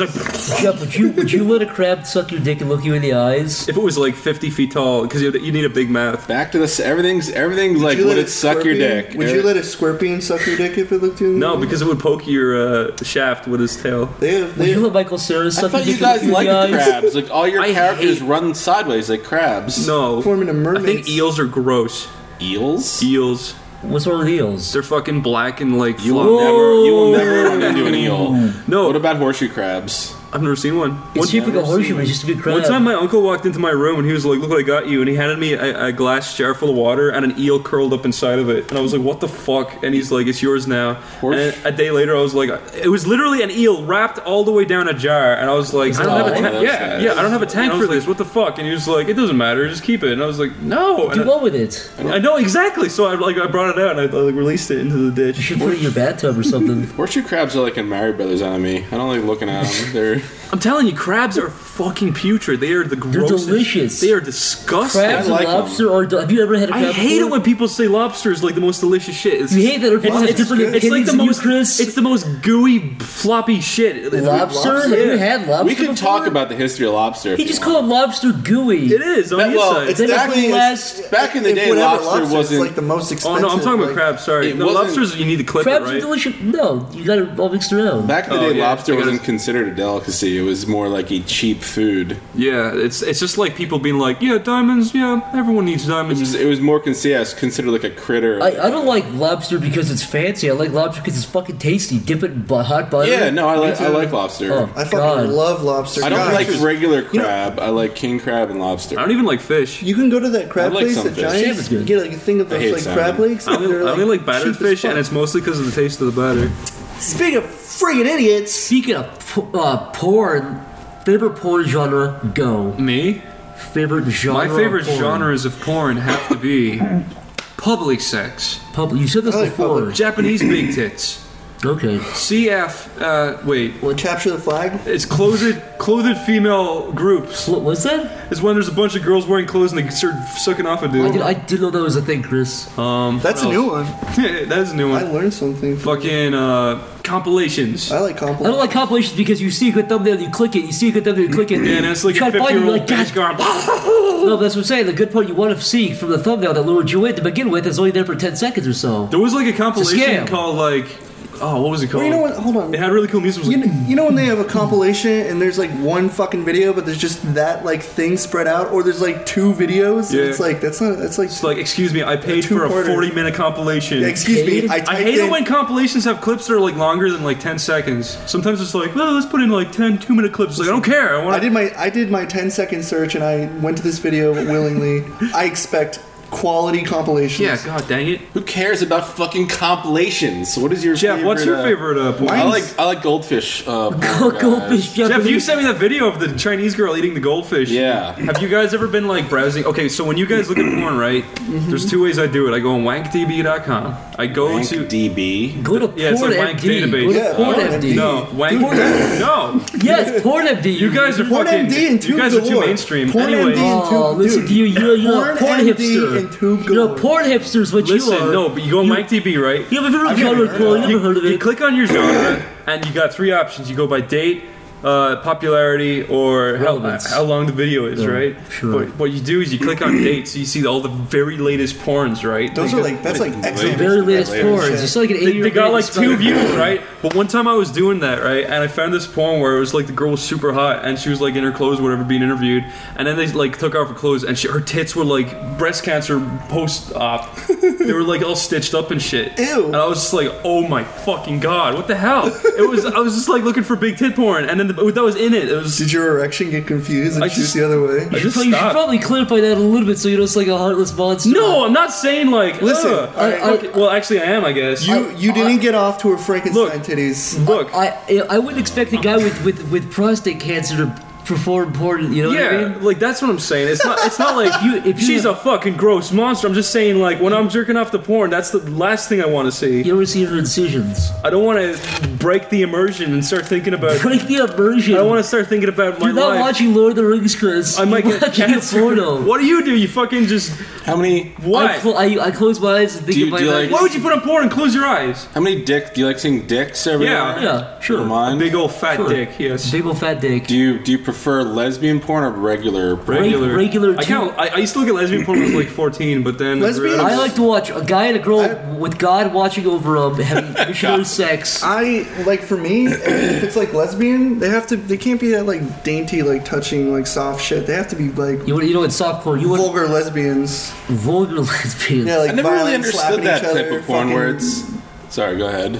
Speaker 3: like
Speaker 5: Jeff, would you would you let a crab suck your dick and look you in the eyes?
Speaker 3: if it was like 50 feet tall, because you, you need a big mouth.
Speaker 4: Back to the s- everything's everything's
Speaker 6: Would
Speaker 4: like
Speaker 6: you let
Speaker 4: would
Speaker 6: a
Speaker 4: it suck your
Speaker 6: scorpion-
Speaker 4: dick?
Speaker 6: Would you let a scorpion suck your dick if it looked you? in the
Speaker 3: No,
Speaker 6: eye?
Speaker 3: because it would poke your uh, shaft with his tail.
Speaker 6: they
Speaker 5: Would
Speaker 6: have. They
Speaker 5: you let Michael Sarah
Speaker 4: I
Speaker 5: suck your
Speaker 4: thought you
Speaker 5: dick
Speaker 4: guys
Speaker 5: and look
Speaker 4: liked
Speaker 5: you in the eyes?
Speaker 4: crabs. Like all your
Speaker 3: I
Speaker 4: characters
Speaker 3: hate-
Speaker 4: run sideways like crabs.
Speaker 3: No.
Speaker 6: forming a mermaid.
Speaker 3: I think eels are gross.
Speaker 4: eels.
Speaker 3: Eels.
Speaker 5: What's wrong with eels?
Speaker 3: They're fucking black and like
Speaker 4: You will
Speaker 3: floppy.
Speaker 4: never, you will never run into an eel.
Speaker 3: No.
Speaker 4: What about horseshoe crabs?
Speaker 3: I've never seen one.
Speaker 5: It's cheap like a horseshoe, but it's just a big crab.
Speaker 3: One time, my uncle walked into my room and he was like, "Look what I got you!" And he handed me a, a glass jar full of water and an eel curled up inside of it. And I was like, "What the fuck?" And he's like, "It's yours now."
Speaker 4: Horse-
Speaker 3: And a day later, I was like, "It was literally an eel wrapped all the way down a jar." And I was like, "I don't
Speaker 4: not
Speaker 3: have a
Speaker 4: one of
Speaker 3: tank.
Speaker 4: those
Speaker 3: Yeah,
Speaker 4: things.
Speaker 3: yeah, I don't have a tank for this. What the fuck?" And he was like, "It doesn't matter. Just keep it." And I was like, "No."
Speaker 5: Do
Speaker 3: And I,
Speaker 5: what with it?
Speaker 3: I know exactly. So I like I brought it out and I, like released it into the
Speaker 5: You
Speaker 3: ditch.
Speaker 5: should put it in your bathtub or something.
Speaker 4: Horseshoe crabs are like in Mario Brothers enemy. I don't like looking at them. They're
Speaker 3: I'm telling you, crabs are fucking putrid. They are the grossest.
Speaker 5: delicious.
Speaker 3: They are disgusting.
Speaker 5: Crabs
Speaker 4: like
Speaker 5: and
Speaker 4: 'em.
Speaker 5: lobster or do- have you ever had a crab?
Speaker 3: I hate
Speaker 5: before?
Speaker 3: it when people say lobster is like the most delicious shit. It's,
Speaker 5: You hate that when people
Speaker 3: It's, it's,
Speaker 5: have different
Speaker 3: it's like
Speaker 5: opinions
Speaker 3: the
Speaker 5: than you,
Speaker 3: most
Speaker 5: Chris.
Speaker 3: It's the most gooey, floppy shit.
Speaker 5: lobster. Have you had lobster?
Speaker 4: we could talk
Speaker 5: before?
Speaker 4: about the history of lobster. if
Speaker 5: He
Speaker 4: you
Speaker 5: just
Speaker 4: want.
Speaker 5: called lobster gooey.
Speaker 3: It is on
Speaker 4: That-
Speaker 3: your
Speaker 4: well,
Speaker 3: side.
Speaker 4: it's
Speaker 5: Then it's
Speaker 4: back,
Speaker 5: the
Speaker 4: it's-
Speaker 5: last-
Speaker 4: back in the
Speaker 6: if
Speaker 4: day,
Speaker 6: whatever
Speaker 4: lobster,
Speaker 6: lobster, it's
Speaker 4: wasn't.
Speaker 6: like the most
Speaker 3: Oh
Speaker 6: expensive.
Speaker 3: no, I'm talking about
Speaker 6: like-
Speaker 3: crabs. Sorry,
Speaker 4: It
Speaker 3: no,
Speaker 4: wasn't-
Speaker 3: lobsters you need to clip
Speaker 5: Crabs
Speaker 3: it,
Speaker 5: are
Speaker 3: right?
Speaker 5: delicious. No, you got it all mixed around.
Speaker 4: Back in the
Speaker 3: Oh,
Speaker 4: day,
Speaker 3: yeah,
Speaker 4: lobster
Speaker 3: I gotta-
Speaker 4: wasn't considered a delicacy. It was more like a cheap food.
Speaker 3: yeah, it's it's just like people being like, yeah, diamonds. Yeah, everyone needs
Speaker 4: It
Speaker 3: diamonds.
Speaker 4: was, it was more con- yeah, it's considered like a critter.
Speaker 5: I, I don't like lobster because it's fancy. I like lobster because it's fucking tasty. Dip it in bu- hot butter.
Speaker 4: yeah, no, I like I like lobster.
Speaker 5: Oh,
Speaker 6: I fucking
Speaker 5: God.
Speaker 6: love lobster.
Speaker 4: I don't
Speaker 6: Guys,
Speaker 4: like regular
Speaker 6: know-
Speaker 4: crab. I like king crab and lobster.
Speaker 3: I don't even like fish.
Speaker 6: You can go to that crab
Speaker 4: I like
Speaker 6: place
Speaker 4: some
Speaker 6: at
Speaker 4: fish.
Speaker 5: Salmon's
Speaker 6: Giants.
Speaker 5: good.
Speaker 6: You get like a thing of
Speaker 4: hate
Speaker 6: those like
Speaker 4: salmon.
Speaker 6: crab legs.
Speaker 3: I only,
Speaker 6: they're,
Speaker 3: I only like battered
Speaker 6: cheap as
Speaker 3: fish,
Speaker 6: fuck.
Speaker 3: and it's mostly because of the taste of the batter.
Speaker 6: speaking of friggin' idiots.
Speaker 5: Speaking of p- uh, porn, favorite porn genre, go.
Speaker 3: Me,
Speaker 5: Favorite genre.
Speaker 3: my favorite
Speaker 5: of porn.
Speaker 3: genres of porn have to be public sex,
Speaker 5: Public. You said this
Speaker 6: I like
Speaker 5: before.
Speaker 3: Japanese big tits,
Speaker 5: Okay.
Speaker 3: CF. Uh, wait,
Speaker 6: Well, capture the flag.
Speaker 3: It's clothed, clothed female groups.
Speaker 5: What was that?
Speaker 3: It's when there's a bunch of girls wearing clothes and they start sucking off a
Speaker 5: I did,
Speaker 3: dude.
Speaker 5: I did know that was a thing, Chris.
Speaker 3: Um,
Speaker 6: That's a
Speaker 3: what
Speaker 6: new one.
Speaker 3: else? That's a new
Speaker 6: I
Speaker 3: one.
Speaker 6: learned something.
Speaker 3: Fucking uh, compilations.
Speaker 6: I like
Speaker 5: I don't
Speaker 6: compliments.
Speaker 5: like compilations because you see a good thumbnail, you click it. You see a good thumbnail, you click it.
Speaker 3: Yeah, and it's like
Speaker 5: you
Speaker 3: a
Speaker 5: try to find it, you're
Speaker 3: 50-year-old
Speaker 5: like,
Speaker 3: bitch
Speaker 5: God,
Speaker 3: going.
Speaker 5: no, but that's what I'm saying. The good part you want to see from the thumbnail that lured you in to begin with is only there for 10 seconds or so.
Speaker 3: there was like a compilation
Speaker 5: scam.
Speaker 3: called like, oh, what was it called?
Speaker 6: Well, you know what? Hold on.
Speaker 3: It had really cool music. It was
Speaker 6: You
Speaker 3: like,
Speaker 6: know, you know when they have a compilation and there's like one fucking video, but there's just that like thing spread out, or there's like two videos. and
Speaker 3: Yeah.
Speaker 6: It's like that's not. That's like.
Speaker 3: it's like, excuse me, I paid for a
Speaker 6: two-parter.
Speaker 3: 40 minute compilation.
Speaker 6: Yeah, excuse me. I, typed
Speaker 3: I hate
Speaker 6: in,
Speaker 3: it when compilations have clips that are like longer than like 10 seconds. Sometimes it's like, well, let's put in like 10 two minute clips. It's like, I don't care. I
Speaker 6: I
Speaker 3: want
Speaker 6: did my I did my 10 second search and I went to this video willingly. I expect quality compilations.
Speaker 3: Yeah, god dang it.
Speaker 4: Who cares about fucking compilations? What is your
Speaker 3: Jeff,
Speaker 4: favorite,
Speaker 3: what's your
Speaker 4: uh,
Speaker 3: favorite Oh, uh, porn?
Speaker 4: I like I like goldfish. Uh, porn,
Speaker 5: Goldfish
Speaker 4: guys.
Speaker 3: Jeff,
Speaker 5: Japanese-
Speaker 3: you sent me that video of the Chinese girl eating the goldfish.
Speaker 4: Yeah.
Speaker 3: Have you guys ever been like browsing? Okay, so when you guys look at porn, right?
Speaker 6: Mm-hmm.
Speaker 3: There's two ways I do it. I go on wankdb.com. I go
Speaker 4: Rank
Speaker 3: to
Speaker 4: DB.
Speaker 5: Go to
Speaker 3: yeah, it's a wank
Speaker 5: PornMD.
Speaker 3: database.
Speaker 5: Go to
Speaker 6: Yeah,
Speaker 5: PornMD.
Speaker 3: no wank. no,
Speaker 5: Yes, PornMD.
Speaker 3: you guys are fucking.
Speaker 6: PornMD and
Speaker 3: you
Speaker 6: Tube
Speaker 3: guys are too
Speaker 6: galore.
Speaker 3: mainstream.
Speaker 6: PornMD
Speaker 3: anyway,
Speaker 6: and
Speaker 5: Oh,
Speaker 6: Dude,
Speaker 5: listen to you. You're, you're a
Speaker 6: Porn
Speaker 5: porn
Speaker 6: MD
Speaker 5: hipster.
Speaker 6: and Tube
Speaker 5: you're a
Speaker 6: Galore.
Speaker 5: porn hipster is what you
Speaker 3: listen,
Speaker 5: are.
Speaker 3: no, but you go on wankdb, right?
Speaker 5: You have a favorite genre of porn. You never heard of
Speaker 3: you
Speaker 5: it.
Speaker 3: click on your genre, and you got three options. You go by date, uh, popularity, or how, uh,
Speaker 5: Relevance.
Speaker 3: how long the video is,
Speaker 5: Yeah,
Speaker 3: right?
Speaker 5: sure.
Speaker 3: But what you do is you click on date, so you see all the very latest porns, right?
Speaker 6: Those
Speaker 3: They
Speaker 6: are
Speaker 3: got-
Speaker 6: like that's like
Speaker 5: The
Speaker 6: excellent.
Speaker 5: very latest
Speaker 4: Latest.
Speaker 5: porn. It's like an
Speaker 3: They,
Speaker 5: eight-year.
Speaker 3: they got like two views, right? But one time I was doing that, right, and I found this porn where it was like the girl was super hot and she was like in her clothes, whatever, being interviewed, and then they like took off her clothes and she, her tits were like breast cancer post-op. they were like all stitched up and shit.
Speaker 6: Ew.
Speaker 3: And I was just like, oh my fucking god, what the hell? It was I was just like looking for big tit porn, and then the, that was in it. It was.
Speaker 6: Did your erection get confused and
Speaker 3: I
Speaker 6: shoot
Speaker 3: just-
Speaker 6: the other way?
Speaker 3: I
Speaker 5: You
Speaker 3: just
Speaker 5: should
Speaker 3: stopped.
Speaker 5: probably clarify that a little bit so you know it's like a heartless monster.
Speaker 3: No, I'm not saying like.
Speaker 6: Listen,
Speaker 3: ugh.
Speaker 6: all right.
Speaker 3: Okay, well, actually, I am. I guess
Speaker 6: You you didn't get off to a Frankenstein
Speaker 3: Look.
Speaker 6: titties.
Speaker 3: look.
Speaker 5: I I wouldn't expect a guy with with with prostate cancer to perform porn. You know what I
Speaker 3: Yeah,
Speaker 5: mean?
Speaker 3: like that's what I'm saying. It's not. It's not like you. If
Speaker 5: you-
Speaker 3: she's a fucking gross monster, I'm just saying like when I'm jerking off the porn, that's the last thing I want to see.
Speaker 5: You don't want to see her incisions.
Speaker 3: I don't want to break the immersion and start thinking about. I
Speaker 5: Break the immersion.
Speaker 3: don't want to start thinking about my
Speaker 5: You're not
Speaker 3: life.
Speaker 5: watching Lord of the Rings, Chris.
Speaker 3: I might
Speaker 5: You're
Speaker 3: get
Speaker 5: watching a
Speaker 3: cancer.
Speaker 5: porno.
Speaker 3: What do you do? You fucking just
Speaker 4: How many?
Speaker 3: what?
Speaker 5: I, cl- I, I close my eyes and think
Speaker 4: Do you-
Speaker 5: of my
Speaker 4: do you like-
Speaker 5: imagination.
Speaker 3: Why would you put on porn and close your eyes?
Speaker 4: How many dick? Do you like seeing dicks every
Speaker 3: Yeah.
Speaker 4: now?
Speaker 5: Yeah, sure.
Speaker 4: Or mine?
Speaker 3: Big old fat
Speaker 5: Sure.
Speaker 3: dick. Yes.
Speaker 5: Big old fat dick.
Speaker 4: Do you do you prefer lesbian porn or regular? porn?
Speaker 3: Regular.
Speaker 5: regular
Speaker 3: I, count, I, I used to look at lesbian porn when I was like 14, but then
Speaker 6: Lesbian-
Speaker 5: I like to watch a guy and a girl with God watching over them having missionary sex.
Speaker 6: I like for me, if it's like lesbian, they have to. They can't be that like dainty, like touching, like soft shit. They have to be like
Speaker 5: You want, you know, in softcore, you want
Speaker 6: vulgar lesbians.
Speaker 5: vulgar lesbians.
Speaker 6: Yeah, like
Speaker 4: I never really
Speaker 6: violent,
Speaker 4: understood
Speaker 6: slapping
Speaker 4: that
Speaker 6: each other,
Speaker 4: type of porn
Speaker 6: fucking-
Speaker 4: where it's. Sorry, go ahead.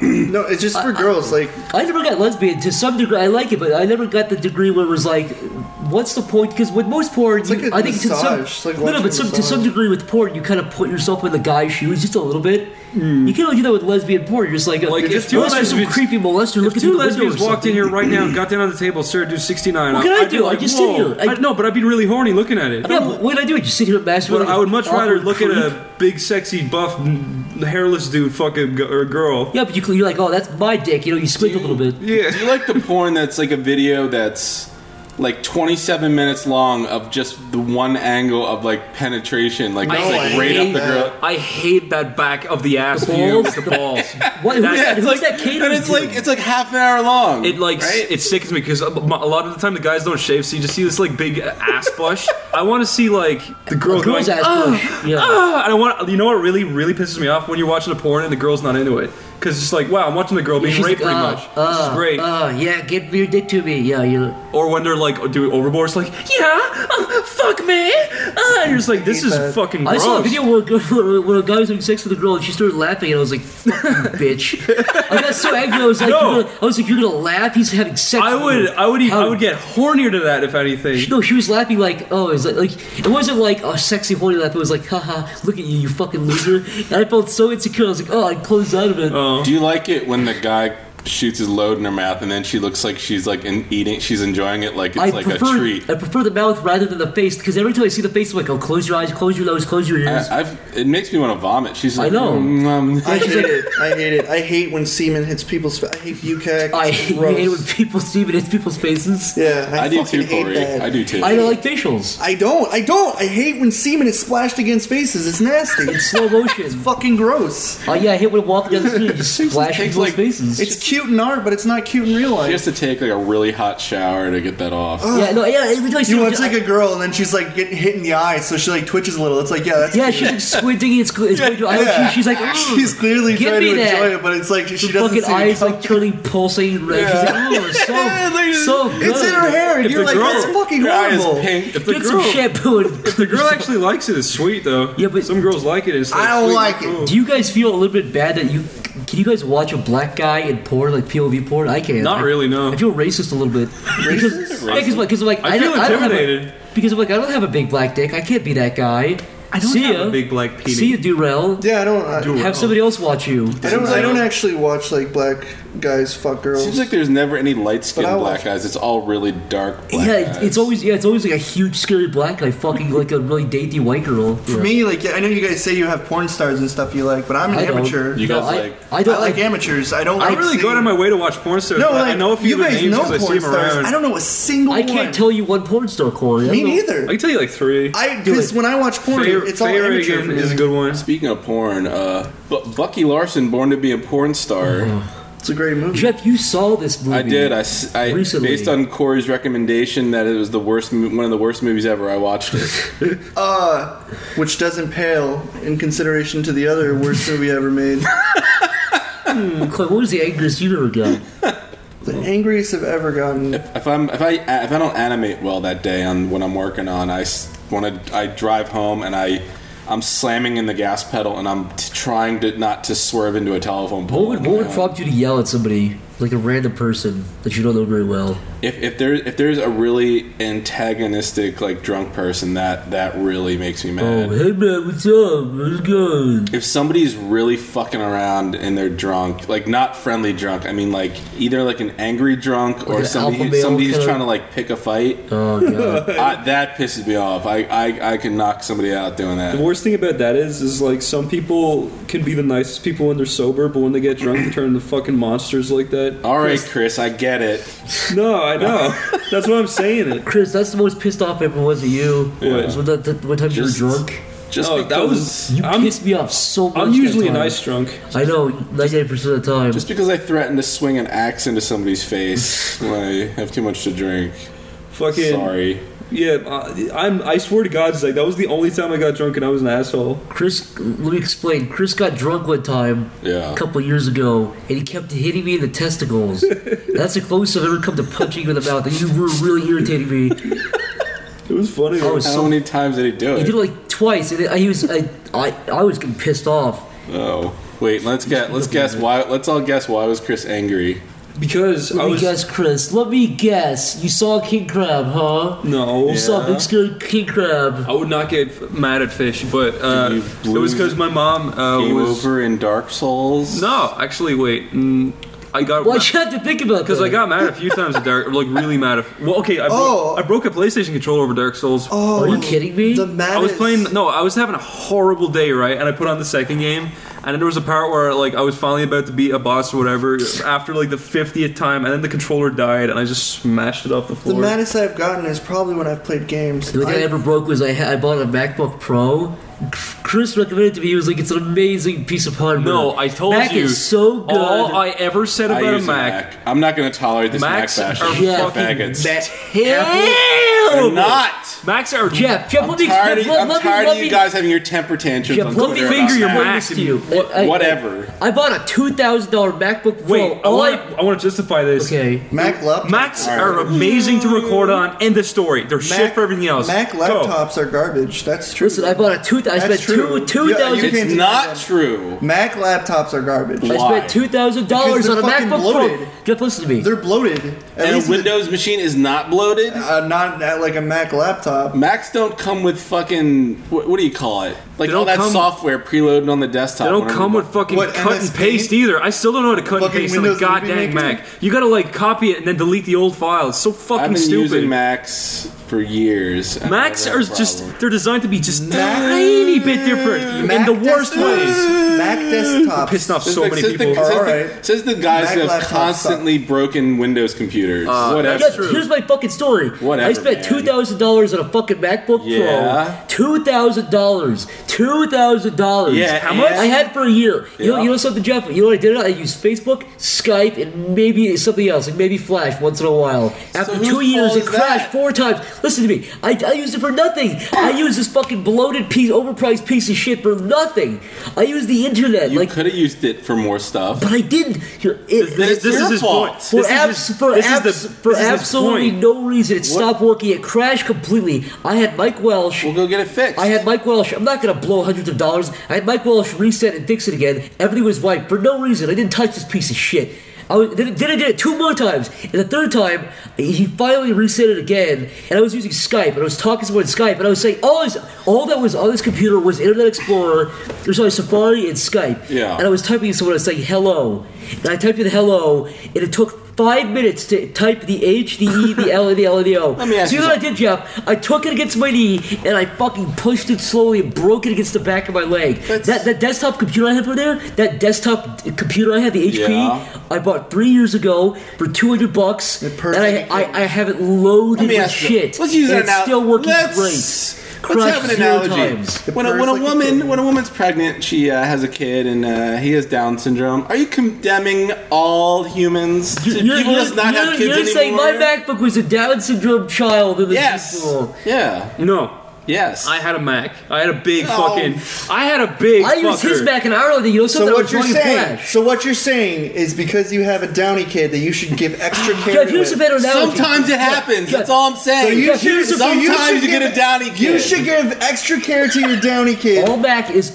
Speaker 6: No, it's just for girls. Like
Speaker 5: I never got lesbian to some degree. I like it, but I never got the degree where it was like, what's the point? Because with most porn,
Speaker 6: like
Speaker 5: you-
Speaker 6: a
Speaker 5: I think to some,
Speaker 6: massage. It's like
Speaker 5: no, no,
Speaker 6: watching
Speaker 5: but some, to some
Speaker 6: massage.
Speaker 5: degree with porn, you kind of put yourself in the guy's shoes just a little bit. You can only do that with lesbian porn. You're just like,
Speaker 3: Hmm. Like,
Speaker 5: you're
Speaker 3: if
Speaker 5: just
Speaker 3: two
Speaker 5: unless you're some
Speaker 3: lesbians-
Speaker 5: creepy molester
Speaker 3: If two
Speaker 5: looking through the window
Speaker 3: lesbians
Speaker 5: or
Speaker 3: walked in
Speaker 5: something.
Speaker 3: here right now, and got down on the table, sir, do 69.
Speaker 5: What can I
Speaker 3: I'd be
Speaker 5: do? I
Speaker 3: Like,
Speaker 5: just
Speaker 3: Whoa.
Speaker 5: sit here. I-
Speaker 3: I, no, but I'd be really horny looking at it.
Speaker 5: Yeah, but what did I do? Just sit here and masturbate.
Speaker 3: But
Speaker 5: like
Speaker 3: I would much rather
Speaker 5: awkward
Speaker 3: look at
Speaker 5: creep?
Speaker 3: a big, sexy, buff, n- hairless dude, fucking g- or girl.
Speaker 5: Yeah, but you, you're like, oh, that's my dick. You know, you squint a little bit.
Speaker 4: Do you like the porn that's like a video that's like 27 minutes long of just the one angle of like penetration, like it's like right up
Speaker 5: hate
Speaker 4: the girl?
Speaker 3: I hate that back of the ass
Speaker 5: The
Speaker 3: view.
Speaker 5: balls?
Speaker 3: The balls.
Speaker 5: What, who's
Speaker 3: That's-
Speaker 4: It's
Speaker 5: that, who's
Speaker 4: like,
Speaker 5: that catering
Speaker 4: and it's
Speaker 5: to?
Speaker 4: like it's like half an hour long.
Speaker 3: It like s
Speaker 4: right?
Speaker 3: it sickens me because a a lot of the time the guys don't shave, so you just see this like big ass bush. I want to see like the girl
Speaker 5: A girl's
Speaker 3: going,
Speaker 5: ass bush. Yeah.
Speaker 3: "Ah," and I want you know what really really pisses me off when you're watching a porn and the girl's not into it because it's like wow I'm watching the girl being
Speaker 5: She's
Speaker 3: raped
Speaker 5: like,
Speaker 3: pretty
Speaker 5: uh,
Speaker 3: much.
Speaker 5: Uh,
Speaker 3: this is great.
Speaker 5: Uh, yeah, give your dick to me. Yeah, you.
Speaker 3: or when they're like do it overboard, it's like yeah, uh, fuck me. Uh, and you're just like this is
Speaker 6: that.
Speaker 3: fucking
Speaker 5: I
Speaker 3: gross.
Speaker 5: saw a video where a, girl, where, where a guy was having sex with a girl and she started laughing and I was like, "Fuck you, bitch!" I got so angry. I was like,
Speaker 3: No.
Speaker 5: you're gonna, I was like, you're gonna laugh? He's having sex.
Speaker 3: I
Speaker 5: with
Speaker 3: would
Speaker 5: her."
Speaker 3: I would even, I
Speaker 5: How-
Speaker 3: would get hornier to that if anything.
Speaker 5: No, she was laughing like, oh, is that like? It wasn't like a sexy horny laugh. It was like, haha, look at you, you fucking loser. And I felt so insecure. I was like, oh, I closed out of it.
Speaker 4: Do you like it when the guy shoots his load in her mouth and then she looks like she's like in, eating, she's enjoying it like it's
Speaker 5: I
Speaker 4: like
Speaker 5: prefer
Speaker 4: a treat?
Speaker 5: I prefer the mouth rather than the face because every time I see the face, I'm like, oh, close your eyes, close your nose, close your ears.
Speaker 4: I, I've, it makes me want to vomit. She's like,
Speaker 5: know.
Speaker 4: "Mm, um,
Speaker 6: I hate it. I hate it. I hate when semen hits people's. Fa- I hate bucac.
Speaker 5: I
Speaker 6: It's
Speaker 5: hate
Speaker 6: gross.
Speaker 5: when people see it in people's faces.
Speaker 6: Yeah, I,
Speaker 4: I do
Speaker 6: fucking
Speaker 4: too,
Speaker 6: hate
Speaker 4: Corey.
Speaker 6: that.
Speaker 4: I do too.
Speaker 5: I don't like facials.
Speaker 6: I don't. I don't. I hate when semen is splashed against faces. It's nasty. It's
Speaker 5: Slow motion.
Speaker 6: fucking gross.
Speaker 5: Oh yeah, I hate when walking down the street, and just splash
Speaker 4: takes,
Speaker 5: people's
Speaker 4: like-
Speaker 5: faces.
Speaker 6: It's cute in art, but it's not cute in real
Speaker 4: She
Speaker 6: life.
Speaker 4: has to take like a really hot shower to get that off.
Speaker 5: yeah, no, yeah. Every time I see
Speaker 6: You
Speaker 5: it,
Speaker 6: watch like
Speaker 5: I-
Speaker 6: a girl, and then she's like getting hit in the eye, so she like twitches a little. It's like, yeah, that's
Speaker 5: yeah, she's like squinting. It's, gl- it's going to. I don't,
Speaker 6: Yeah.
Speaker 5: she, she's like, "Ugh."
Speaker 6: She's clearly
Speaker 5: Give
Speaker 6: trying
Speaker 5: me
Speaker 6: to
Speaker 5: that.
Speaker 6: enjoy it, but it's like she, she
Speaker 5: Her
Speaker 6: doesn't
Speaker 5: fucking
Speaker 6: see it
Speaker 5: eyes
Speaker 6: coming.
Speaker 5: like turning pulsating red. She's like, oh, so, so good.
Speaker 6: It's in her hair, and
Speaker 3: If
Speaker 6: you're
Speaker 3: the
Speaker 6: like,
Speaker 3: girl-
Speaker 6: that's fucking
Speaker 4: Her eye is
Speaker 6: horrible.
Speaker 4: pink.
Speaker 3: If the
Speaker 5: Get
Speaker 3: girl
Speaker 5: some shampoo. And
Speaker 3: if the girl actually likes it, it's sweet though.
Speaker 5: Yeah, but-
Speaker 3: some girls like it. It's like,
Speaker 6: I don't
Speaker 3: sweet,
Speaker 6: like it.
Speaker 3: cool.
Speaker 5: Do you guys feel a little bit bad that you can you guys watch a black guy in porn like POV porn? I can't.
Speaker 3: Not
Speaker 5: I-
Speaker 3: really, no.
Speaker 5: I feel racist a little bit. Because yeah, 'cause, like, 'cause, like
Speaker 3: I feel
Speaker 5: don't- don't have a-
Speaker 3: intimidated.
Speaker 5: because I'm like I don't have a big black dick. I can't be that guy.
Speaker 3: I don't
Speaker 5: See
Speaker 3: have
Speaker 5: ya.
Speaker 3: a big black penis.
Speaker 5: See you, Durrell.
Speaker 6: Yeah, I don't. I,
Speaker 5: Have somebody else watch you.
Speaker 6: I don't. I don't actually watch like black guys fuck girls.
Speaker 4: Seems like there's never any light skinned
Speaker 6: But I
Speaker 4: black
Speaker 6: watch-
Speaker 4: guys. It's all really dark black
Speaker 5: yeah,
Speaker 4: guys.
Speaker 5: it's always yeah, it's always like a huge scary black guy fucking like a really dainty white girl.
Speaker 6: For me, like yeah, I know you guys say you have porn stars and stuff you like, but I'm an
Speaker 5: I don't.
Speaker 6: amateur.
Speaker 4: You
Speaker 5: No,
Speaker 4: guys
Speaker 5: I,
Speaker 4: like-
Speaker 5: I don't
Speaker 6: I like amateurs. I don't.
Speaker 3: I
Speaker 6: like
Speaker 3: don't really
Speaker 6: seeing-
Speaker 3: go out of my way to watch porn stars.
Speaker 6: No,
Speaker 3: but I
Speaker 6: like
Speaker 3: know a few
Speaker 6: you
Speaker 3: of their
Speaker 6: guys
Speaker 3: names
Speaker 6: know
Speaker 3: 'cause I see
Speaker 6: porn
Speaker 3: them
Speaker 6: stars.
Speaker 3: around.
Speaker 6: I don't know a single.
Speaker 5: I can't
Speaker 6: one.
Speaker 5: tell you one porn star, Corey. I
Speaker 6: Me
Speaker 5: don't-
Speaker 6: neither.
Speaker 3: I can tell you like three.
Speaker 6: I
Speaker 5: do
Speaker 6: because
Speaker 5: it.
Speaker 6: when I watch porn,
Speaker 3: Faye-
Speaker 6: it's all
Speaker 3: Faye
Speaker 6: amateur.
Speaker 3: Reagan
Speaker 6: for
Speaker 3: is a
Speaker 6: me.
Speaker 3: good one.
Speaker 4: Speaking of porn, uh, Bu- Bucky Larson, Born to be a Porn Star.
Speaker 6: It's a great movie.
Speaker 5: Jeff, Oh, you saw this movie.
Speaker 4: I did. I, s- I-
Speaker 5: Recently.
Speaker 4: based on Corey's recommendation that it was the worst, mo- one of the worst movies ever. I watched it.
Speaker 6: Uh, which doesn't pale in consideration to the other worst movie ever made.
Speaker 5: Corey, what was the angriest you ever got?
Speaker 6: The angriest I've ever gotten.
Speaker 4: if I'm if I if I don't animate well that day on what I'm working on, I want to. I drive home and I. I'm slamming in the gas pedal and I'm t- trying to not to swerve into a telephone pole.
Speaker 5: What would, what would prompt you to yell at somebody? like a random person that you don't know very well.
Speaker 4: If, if there if there's a really antagonistic like drunk person that that really makes me
Speaker 5: Oh,
Speaker 4: mad.
Speaker 5: hey man, what's up? How's it going?
Speaker 4: If somebody's really fucking around and they're drunk, like not friendly drunk, I mean like either like an angry drunk or
Speaker 5: an
Speaker 4: somebody
Speaker 5: alpha
Speaker 4: who,
Speaker 5: male
Speaker 4: somebody's
Speaker 5: killer.
Speaker 4: trying to like pick a fight.
Speaker 5: Oh god.
Speaker 4: I, that pisses me off. I, I I can knock somebody out doing
Speaker 3: The
Speaker 4: that.
Speaker 3: worst thing about that is, is like some people can be the nicest people when they're sober, but when they get drunk, they turn into fucking monsters like that.
Speaker 4: All right, Chris, I get it.
Speaker 3: No, I know. That's what I'm saying. It.
Speaker 5: Chris, that's the most pissed off I ever was at you.
Speaker 4: Yeah.
Speaker 5: Was when that, that one time
Speaker 4: Just-
Speaker 5: you were drunk.
Speaker 4: Just
Speaker 3: Oh,
Speaker 4: because
Speaker 3: that was.
Speaker 5: You
Speaker 3: I'm,
Speaker 5: pissed me off so much.
Speaker 3: I'm usually
Speaker 5: that
Speaker 3: a
Speaker 5: time.
Speaker 3: nice drunk.
Speaker 5: I know, ninety-eight percent of the time.
Speaker 4: just because I threatened to swing an axe into somebody's face when I have too much to drink.
Speaker 3: Fucking.
Speaker 4: Sorry.
Speaker 3: Yeah, I- I'm. I swear to God, it's like that was the only time I got drunk and I was an asshole.
Speaker 5: Chris, let me explain. Chris got drunk one time
Speaker 4: Yeah.
Speaker 5: a couple years ago, and he kept hitting me in the testicles. That's the closest I've ever come to punching you in the mouth. And you were really irritating me.
Speaker 3: It was funny.
Speaker 5: I was
Speaker 4: How
Speaker 5: so
Speaker 4: many times did he do
Speaker 5: He
Speaker 4: it?
Speaker 5: did it like twice, and I- he was I, I I was getting pissed off.
Speaker 4: oh, wait. Let's get. Let's guess why. Let's all guess why was Chris angry?
Speaker 3: because
Speaker 5: Let
Speaker 3: I
Speaker 5: me
Speaker 3: was
Speaker 5: guess, Chris. Let me guess. You saw King Crab, huh?
Speaker 3: no.
Speaker 5: You saw Big Scary King Crab.
Speaker 3: I would not get mad at fish, but uh,
Speaker 4: Did
Speaker 3: it
Speaker 4: you
Speaker 3: was because
Speaker 4: lose
Speaker 3: my mom uh,
Speaker 4: Game
Speaker 3: was.
Speaker 4: Oh, over in Dark Souls.
Speaker 3: No, actually, wait. Mm, I got.
Speaker 5: Why'd you have to think about
Speaker 3: Because
Speaker 5: that?
Speaker 3: I got mad a few times at Dark, like really mad. At, well, okay, I,
Speaker 6: Oh.
Speaker 3: broke, I broke a PlayStation controller over Dark Souls.
Speaker 6: Oh,
Speaker 5: Are you kidding me?
Speaker 6: The maddest.
Speaker 3: I was playing. No, I was having a horrible day, right? And I put on the second game, and there was a part where like I was finally about to beat a boss or whatever after like the fiftieth time, and then the controller died, and I just smashed it off the
Speaker 6: The
Speaker 3: floor.
Speaker 6: maddest I've gotten is probably when I've played games.
Speaker 5: The only thing I ever broke was I, ha- I bought a MacBook Pro. Chris recommended it to me. He was like, "It's an amazing piece of hardware."
Speaker 3: no, I told
Speaker 5: Mac
Speaker 3: you.
Speaker 5: is so good.
Speaker 3: All I ever said
Speaker 4: I
Speaker 3: about a
Speaker 4: use a
Speaker 3: Mac.
Speaker 4: Mac. I'm not going to tolerate this
Speaker 3: Macs
Speaker 4: Mac
Speaker 3: are
Speaker 4: bashing.
Speaker 5: Yeah.
Speaker 3: fucking
Speaker 4: faggots.
Speaker 5: Damn!
Speaker 4: They're not.
Speaker 3: Macs are
Speaker 5: Jeff, Jeff,
Speaker 4: I'm
Speaker 5: let me
Speaker 4: tired, of,
Speaker 5: let,
Speaker 4: I'm
Speaker 5: let me-
Speaker 4: tired
Speaker 5: let
Speaker 4: of
Speaker 5: me-
Speaker 4: you guys having your temper tantrums
Speaker 5: Jeff,
Speaker 4: on
Speaker 5: let me
Speaker 4: Twitter.
Speaker 3: finger
Speaker 4: about
Speaker 3: your
Speaker 4: Mac.
Speaker 5: explain
Speaker 3: Mac
Speaker 5: this to you.
Speaker 3: What-
Speaker 5: I- I-
Speaker 4: Whatever.
Speaker 5: I bought a two thousand dollar MacBook Pro.
Speaker 3: Wait, I
Speaker 5: All
Speaker 3: want, to I want to justify this.
Speaker 5: okay.
Speaker 6: Mac laptops.
Speaker 3: Macs
Speaker 4: All right.
Speaker 3: are amazing to record on. End the story. They're shit for everything else.
Speaker 6: Mac
Speaker 3: Go.
Speaker 6: laptops are garbage. That's true.
Speaker 5: Listen, I bought a two. I
Speaker 6: That's
Speaker 5: spent
Speaker 6: true.
Speaker 5: two two
Speaker 6: Yeah,
Speaker 5: thousand.
Speaker 6: you
Speaker 4: It's
Speaker 6: can't-
Speaker 4: not true.
Speaker 6: Mac laptops are garbage.
Speaker 5: I
Speaker 4: Why?
Speaker 5: spent two thousand dollars
Speaker 6: Because
Speaker 5: on
Speaker 6: they're
Speaker 5: a
Speaker 6: fucking
Speaker 5: MacBook Pro.
Speaker 6: bloated.
Speaker 5: Jeff, listen to me.
Speaker 6: They're bloated. At
Speaker 4: And
Speaker 6: least
Speaker 4: a Windows machine is not bloated.
Speaker 6: with- uh, not at like a Mac laptop.
Speaker 4: Macs don't come with fucking what, what do you call it? Like
Speaker 3: They
Speaker 4: all
Speaker 3: don't
Speaker 4: that
Speaker 3: come-
Speaker 4: software preloaded on the desktop.
Speaker 3: They don't
Speaker 4: whenever
Speaker 3: come
Speaker 4: you
Speaker 3: with fucking
Speaker 6: What,
Speaker 3: cut and
Speaker 6: MSP?
Speaker 3: paste either. I still don't know how to cut and
Speaker 6: Fucking
Speaker 3: paste on a
Speaker 6: Windows Movie
Speaker 3: goddamn
Speaker 6: Maker?
Speaker 3: Mac. You gotta like copy it and then delete the old file. It's so fucking
Speaker 4: I've been
Speaker 3: stupid.
Speaker 4: using Macs for years. and
Speaker 3: Macs
Speaker 4: I've never
Speaker 3: are
Speaker 4: had a problem.
Speaker 3: just—they're designed to be just
Speaker 6: Mac-
Speaker 3: tiny bit different in
Speaker 6: Mac
Speaker 3: the worst
Speaker 6: desktops.
Speaker 3: ways.
Speaker 6: Mac desktops.
Speaker 3: Pissed off
Speaker 4: Says
Speaker 3: so
Speaker 4: the-
Speaker 3: many
Speaker 4: says the-
Speaker 3: people.
Speaker 4: says,
Speaker 6: All
Speaker 4: the,
Speaker 6: right.
Speaker 4: says the guys
Speaker 6: Mac
Speaker 4: who have
Speaker 6: laptops
Speaker 4: constantly broken Windows computers. Whatever.
Speaker 5: Jeff, here's my fucking story.
Speaker 4: Whatever,
Speaker 5: I spent
Speaker 4: man.
Speaker 5: two thousand dollars on a fucking MacBook
Speaker 4: Yeah.
Speaker 5: Pro. Two thousand dollars. Two thousand dollars.
Speaker 4: Yeah, how much?
Speaker 5: I had for a year. You know,
Speaker 4: Yeah.
Speaker 5: you know something, Jeff? You know what I did? I used Facebook, Skype, and maybe something else, like maybe Flash once in a while. After
Speaker 4: whose
Speaker 5: two years,
Speaker 4: fault
Speaker 5: it
Speaker 4: is
Speaker 5: crashed
Speaker 4: that?
Speaker 5: four times. Listen to me. I, I used it for nothing. I used this fucking bloated piece, overpriced piece of shit for nothing. I used the internet,
Speaker 4: you
Speaker 5: like,
Speaker 4: could have used it for more stuff.
Speaker 5: but I didn't. You know, it-
Speaker 4: Then
Speaker 3: This,
Speaker 4: it's
Speaker 3: this
Speaker 4: your
Speaker 3: is his
Speaker 4: fault.
Speaker 3: point. This
Speaker 5: for,
Speaker 3: is
Speaker 5: abs-
Speaker 3: his,
Speaker 5: for,
Speaker 3: this is
Speaker 5: abs-
Speaker 3: the-
Speaker 5: for
Speaker 3: this is his
Speaker 5: absolutely
Speaker 3: point.
Speaker 5: no reason. It
Speaker 4: What-
Speaker 5: stopped working. It crashed completely. I had Mike Welsh.
Speaker 4: We'll go get it fixed.
Speaker 5: I had Mike Welsh. I'm not going to blow hundreds of dollars. I had Mike Welsh reset and fix it again. Everything was wiped for no reason. I didn't touch this piece of shit. I was, then, then I did it two more times. And the third time, he finally reset it again. And I was using Skype. And I was talking to someone on Skype. And I was saying, all, this, all that was on this computer was Internet Explorer, or sorry, Safari and Skype.
Speaker 4: Yeah.
Speaker 5: And I was typing to someone. I was saying, hello. And I typed in hello. And it took five minutes to type the H, the E, the L, and the L, and the O.
Speaker 4: Let me ask
Speaker 5: So
Speaker 4: you
Speaker 5: know what I
Speaker 4: something.
Speaker 5: did, Jeff? I took it against my knee and I fucking pushed it slowly and broke it against the back of my leg.
Speaker 4: That's-
Speaker 5: That that desktop computer I have over there, that desktop d- computer I have, the HP,
Speaker 4: Yeah.
Speaker 5: I bought three years ago for two hundred bucks, and
Speaker 6: perfect
Speaker 5: I, I I have it loaded
Speaker 4: Let me
Speaker 5: with
Speaker 4: ask you-
Speaker 5: shit.
Speaker 4: Let's use an
Speaker 5: and it's
Speaker 4: analogy.
Speaker 5: still working
Speaker 4: let's,
Speaker 5: great.
Speaker 4: Let's
Speaker 5: Crashed
Speaker 4: have an
Speaker 5: zero
Speaker 4: analogy.
Speaker 5: times.
Speaker 4: When a, when a
Speaker 6: Like a
Speaker 4: woman
Speaker 6: kid.
Speaker 4: when a woman's pregnant, she uh, has a kid, and uh, he has Down syndrome. Are you condemning all humans? to
Speaker 5: You're,
Speaker 4: people
Speaker 5: you're-
Speaker 4: does not have
Speaker 5: you're-
Speaker 4: kids
Speaker 5: you're saying
Speaker 4: anymore?
Speaker 5: my MacBook was a Down syndrome child in the
Speaker 4: Yes.
Speaker 5: people.
Speaker 4: Yeah.
Speaker 3: No,
Speaker 4: Yes.
Speaker 3: I had a Mac. I had a big
Speaker 4: Oh.
Speaker 3: fucking. I had a big.
Speaker 5: I used his
Speaker 3: fucker.
Speaker 5: back in Ireland. and You know
Speaker 6: So
Speaker 5: something? I
Speaker 6: what
Speaker 5: was
Speaker 6: you're
Speaker 5: running
Speaker 6: saying?
Speaker 5: Flash.
Speaker 6: So what you're saying is because you have a downy kid that you should give extra care.
Speaker 5: Jeff, here's
Speaker 6: to.
Speaker 5: a better analogy.
Speaker 4: Sometimes it happens.
Speaker 5: Jeff,
Speaker 4: That's all I'm saying.
Speaker 6: So you
Speaker 5: Jeff,
Speaker 6: should,
Speaker 5: here's the-
Speaker 6: so
Speaker 4: sometimes you,
Speaker 6: should
Speaker 4: get
Speaker 6: give-
Speaker 4: a downy kid.
Speaker 3: Oh.
Speaker 6: You should give extra care to your downy kid.
Speaker 5: All Mac is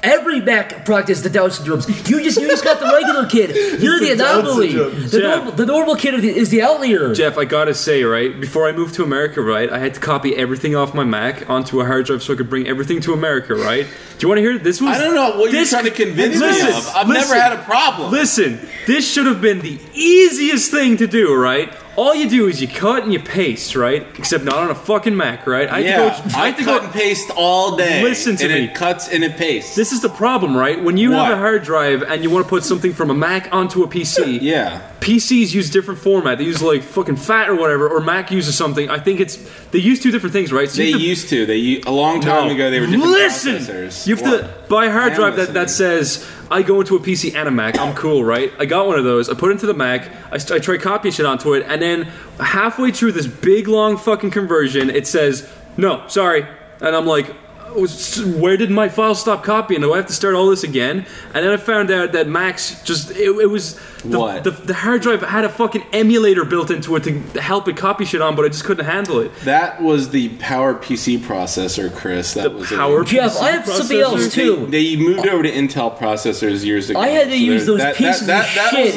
Speaker 5: Every Mac practiced the Down syndromes. You just you just got the regular kid. You're the
Speaker 6: the Down
Speaker 5: anomaly.
Speaker 6: syndrome.
Speaker 5: The
Speaker 3: Jeff.
Speaker 5: normal, the normal kid are the- is the outlier.
Speaker 3: Jeff, I gotta say, right, before I moved to America, right, I had to copy everything off my Mac onto a hard drive so I could bring everything to America, right? Do you wanna hear this was
Speaker 4: I don't know what you're
Speaker 3: this-
Speaker 4: trying to convince me of. I've never
Speaker 3: listen.
Speaker 4: had a problem.
Speaker 3: Listen, this should have been the easiest thing to do, right? All you do is you cut and you paste, right? Except not on a fucking Mac, right? I had
Speaker 4: yeah,
Speaker 3: to go, I
Speaker 4: I
Speaker 3: had to
Speaker 4: cut
Speaker 3: go
Speaker 4: and paste all day.
Speaker 3: Listen to
Speaker 4: and
Speaker 3: me.
Speaker 4: It cuts and it pastes.
Speaker 3: This is the problem, right? When you have
Speaker 4: What?
Speaker 3: a hard drive and you want to put something from a Mac onto a PC,
Speaker 4: yeah.
Speaker 3: PCs use different format. They use like fucking fat or whatever, or Mac uses something. I think it's they use two different things, right? So
Speaker 4: They
Speaker 3: you have to-
Speaker 4: used to. They u- a long time
Speaker 3: No.
Speaker 4: ago. They were different
Speaker 3: Listen,
Speaker 4: processors.
Speaker 3: you have to
Speaker 4: What?
Speaker 3: buy a hard
Speaker 4: I am
Speaker 3: drive that, that
Speaker 4: listening.
Speaker 3: says I go into a PC and a Mac. I'm cool, right? I got one of those. I put it into the Mac. I, st- I try copying shit onto it, and then halfway through this big long fucking conversion, it says no, sorry, and I'm like. "Oh, s- Where did my file stop copying? Do I have to start all this again? And then I found out that Max just it, it was the,
Speaker 4: What?
Speaker 3: The, the hard drive had a fucking emulator built into it to help it copy shit on, but I just couldn't handle it.
Speaker 4: That was the Power PC processor, Chris. That
Speaker 3: The
Speaker 4: was
Speaker 3: power.
Speaker 4: It.
Speaker 5: Jeff, I have something
Speaker 3: processor?
Speaker 5: else too.
Speaker 4: They moved over to Intel processors years ago.
Speaker 5: I had to use
Speaker 4: there's-
Speaker 5: those pieces of shit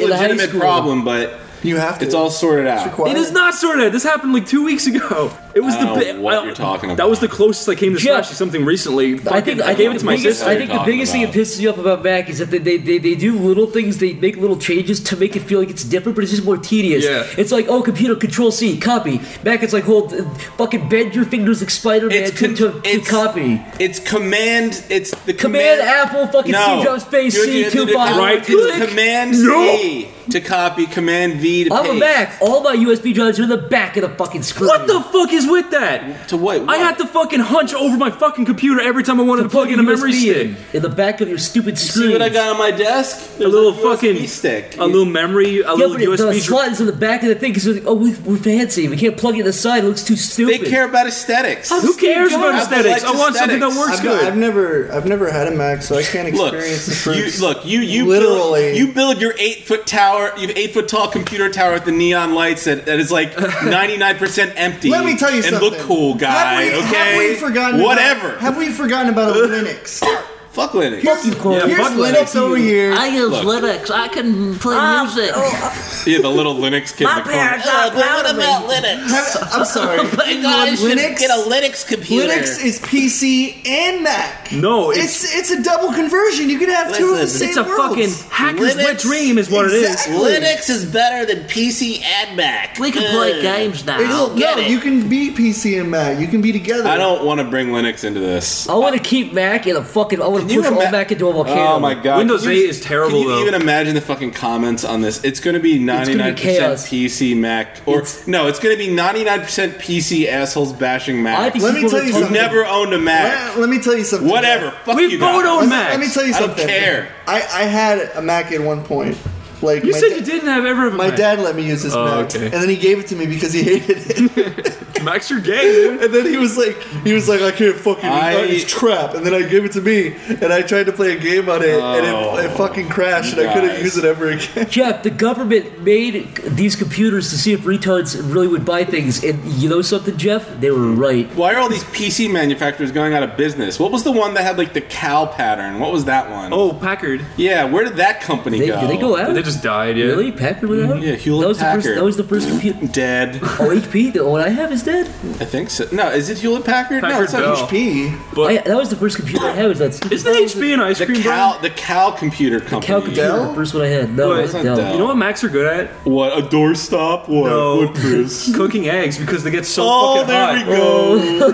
Speaker 4: was a
Speaker 5: in high
Speaker 4: legitimate
Speaker 5: school.
Speaker 4: problem, but
Speaker 6: You have to.
Speaker 4: it's all sorted out.
Speaker 6: required.
Speaker 3: It is not sorted out. This happened like two weeks ago. It was
Speaker 4: I don't
Speaker 3: the
Speaker 4: know what you're talking
Speaker 3: That
Speaker 4: about.
Speaker 3: was the closest I came to
Speaker 5: Jeff,
Speaker 3: slashing something recently.
Speaker 5: I think
Speaker 3: Fucking-
Speaker 5: I
Speaker 3: gave
Speaker 5: think
Speaker 3: it to
Speaker 5: the
Speaker 3: my
Speaker 5: biggest,
Speaker 3: sister.
Speaker 5: I think the
Speaker 4: Talking
Speaker 5: biggest thing that
Speaker 4: about.
Speaker 5: pisses you off about Mac is that they, they, they, they do little things, they make little changes to make it feel like it's different, but it's just more tedious.
Speaker 3: Yeah.
Speaker 5: It's like, oh, computer, control C, copy. Mac, it's like, hold, uh, fucking bend your fingers like Spider Man
Speaker 4: It's
Speaker 5: to,
Speaker 4: con-
Speaker 5: to, to
Speaker 4: it's-
Speaker 5: copy.
Speaker 4: It's command. It's the
Speaker 5: Command Apple, fucking Steve Jobs, space,
Speaker 4: Dude,
Speaker 5: C,
Speaker 4: you have to
Speaker 5: two
Speaker 4: do-
Speaker 5: buttons,
Speaker 4: Right,
Speaker 5: click.
Speaker 4: it's command C to copy, command V to
Speaker 5: I'm
Speaker 4: paste.
Speaker 5: a Mac. All my USB drives are in the back of the fucking screen.
Speaker 3: What the fuck is with that?
Speaker 4: To what?
Speaker 3: I had to fucking hunch over my fucking computer every time I wanted to plug in a memory
Speaker 5: USB
Speaker 3: stick.
Speaker 5: in, in the back of your stupid screen.
Speaker 4: See what I got on my desk?
Speaker 3: A little
Speaker 4: There's a USB
Speaker 3: fucking
Speaker 4: stick.
Speaker 3: a little memory, a
Speaker 5: Yeah,
Speaker 3: little
Speaker 5: but it, the
Speaker 3: USB. dri-
Speaker 5: slot is in the back of the thing because like, oh, we, we're fancy. We can't plug it in the side. It looks too
Speaker 4: They
Speaker 5: stupid.
Speaker 4: care about aesthetics.
Speaker 5: I'm
Speaker 3: Who cares about
Speaker 5: Apple
Speaker 3: aesthetics?
Speaker 4: likes
Speaker 3: I want something that
Speaker 4: aesthetics.
Speaker 3: works
Speaker 6: I've, not- I've
Speaker 3: good.
Speaker 6: never, I've never had a Mac, so I can't
Speaker 4: Look,
Speaker 6: experience the
Speaker 4: you,
Speaker 6: fruits.
Speaker 4: look, you you
Speaker 6: Literally.
Speaker 4: build, you build your eight foot tower, you have eight foot tall computer tower with the neon lights that, that is like ninety nine percent empty.
Speaker 6: Let me tell you
Speaker 4: and
Speaker 6: something.
Speaker 4: look cool, guy.
Speaker 6: Have we,
Speaker 4: okay,
Speaker 6: have we forgotten?
Speaker 4: Whatever.
Speaker 6: About, have we forgotten about a Linux?
Speaker 4: Fuck Linux.
Speaker 5: Fuck you, Corey.
Speaker 6: Here's
Speaker 3: fuck
Speaker 6: Linux
Speaker 3: Linux.
Speaker 6: over here.
Speaker 8: I use
Speaker 4: Look.
Speaker 8: Linux. I can play
Speaker 5: Ah,
Speaker 8: music.
Speaker 5: oh,
Speaker 4: Yeah, the little Linux kid.
Speaker 8: My
Speaker 4: in the corner.
Speaker 8: parents are proud of me.
Speaker 6: Have- I'm
Speaker 3: Oh
Speaker 6: sorry.
Speaker 8: But guys should
Speaker 6: Mm, Linux?
Speaker 8: get a Linux computer.
Speaker 6: Linux is PC and Mac.
Speaker 3: No, it's-
Speaker 6: it's it's a double conversion. You can have two of the
Speaker 8: Listen,
Speaker 6: same
Speaker 3: It's a fucking
Speaker 6: worlds.
Speaker 3: hacker's wet
Speaker 8: Linux-
Speaker 3: dream, is what it is.
Speaker 6: Exactly.
Speaker 7: Linux is better than PC and Mac.
Speaker 8: we can play
Speaker 7: Ugh.
Speaker 8: games now.
Speaker 6: It's-
Speaker 7: get
Speaker 6: no,
Speaker 7: it.
Speaker 6: you can be PC and Mac. You can be together.
Speaker 4: I don't want to bring Linux into this.
Speaker 5: I want to keep Mac in a fucking. I want to
Speaker 4: Can you
Speaker 5: push all
Speaker 4: ima-
Speaker 5: Mac into a volcano.
Speaker 4: Oh my god!
Speaker 3: Windows
Speaker 4: Can
Speaker 3: 8 is terrible,
Speaker 4: Can you
Speaker 3: though.
Speaker 4: even imagine the fucking comments on this? It's going to be ninety
Speaker 5: gonna
Speaker 4: nine
Speaker 5: be
Speaker 4: percent
Speaker 5: chaos.
Speaker 4: PC Mac, or no, it's going to be ninety nine percent PC assholes bashing
Speaker 5: I
Speaker 4: Mac.
Speaker 5: think
Speaker 6: Let me
Speaker 5: people
Speaker 6: tell
Speaker 5: are
Speaker 6: you
Speaker 5: talking-
Speaker 4: You've never owned a Mac.
Speaker 6: Let, let me tell you something.
Speaker 4: Whatever. Fuck
Speaker 3: We've
Speaker 4: you
Speaker 3: both
Speaker 4: guys.
Speaker 3: owned
Speaker 6: Let,
Speaker 3: Macs.
Speaker 6: let me tell you
Speaker 4: I don't
Speaker 6: something.
Speaker 4: care.
Speaker 6: I, I had a Mac at one point. Like
Speaker 3: You
Speaker 6: my
Speaker 3: said
Speaker 6: da-
Speaker 3: you didn't have ever.
Speaker 6: My dad let me use his
Speaker 3: Oh,
Speaker 6: Mac,
Speaker 3: okay.
Speaker 6: and then he gave it to me because he hated it.
Speaker 3: Max, you're gay, dude.
Speaker 6: and then he was like, he was like, I can't fucking,
Speaker 4: I-
Speaker 6: it's crap. And then I gave it to me, and I tried to play a game on it,
Speaker 4: Oh,
Speaker 6: and it, it fucking crashed, and I couldn't
Speaker 4: guys.
Speaker 6: use it ever again.
Speaker 5: Jeff, the government made these computers to see if retards really would buy things, and you know something, Jeff? They were right.
Speaker 4: Why are all these PC manufacturers going out of business? What was the one that had like the cow pattern? What was that one?
Speaker 3: Oh, Packard.
Speaker 4: yeah. Where did that company
Speaker 5: They,
Speaker 4: go?
Speaker 5: Did they go out?
Speaker 3: They just died. Yeah.
Speaker 5: Really? Packard went out?
Speaker 4: Yeah, Hewlett
Speaker 5: that was The first,
Speaker 4: Packard.
Speaker 5: that was the first computer.
Speaker 4: Dead.
Speaker 5: Oh, HP, the one I have is dead.
Speaker 4: I think so. No, is it Hewlett Packard? no,
Speaker 3: Packard
Speaker 4: it's not.
Speaker 3: Bell.
Speaker 6: HP.
Speaker 5: I, that was the first computer I had. Was that
Speaker 3: Is the HP an ice
Speaker 4: The
Speaker 3: cream
Speaker 4: cow,
Speaker 3: brand?
Speaker 4: the cow computer company.
Speaker 5: Cal computer?
Speaker 6: Dell?
Speaker 5: The first one I had. No,
Speaker 3: Wait,
Speaker 5: it
Speaker 3: it's
Speaker 5: wasn't
Speaker 4: not
Speaker 5: Dell.
Speaker 4: Dell.
Speaker 3: You know what Macs are good at?
Speaker 4: What a doorstop! What?
Speaker 3: No.
Speaker 4: What, Chris?
Speaker 3: Cooking eggs because they get so
Speaker 4: oh,
Speaker 3: fucking
Speaker 4: there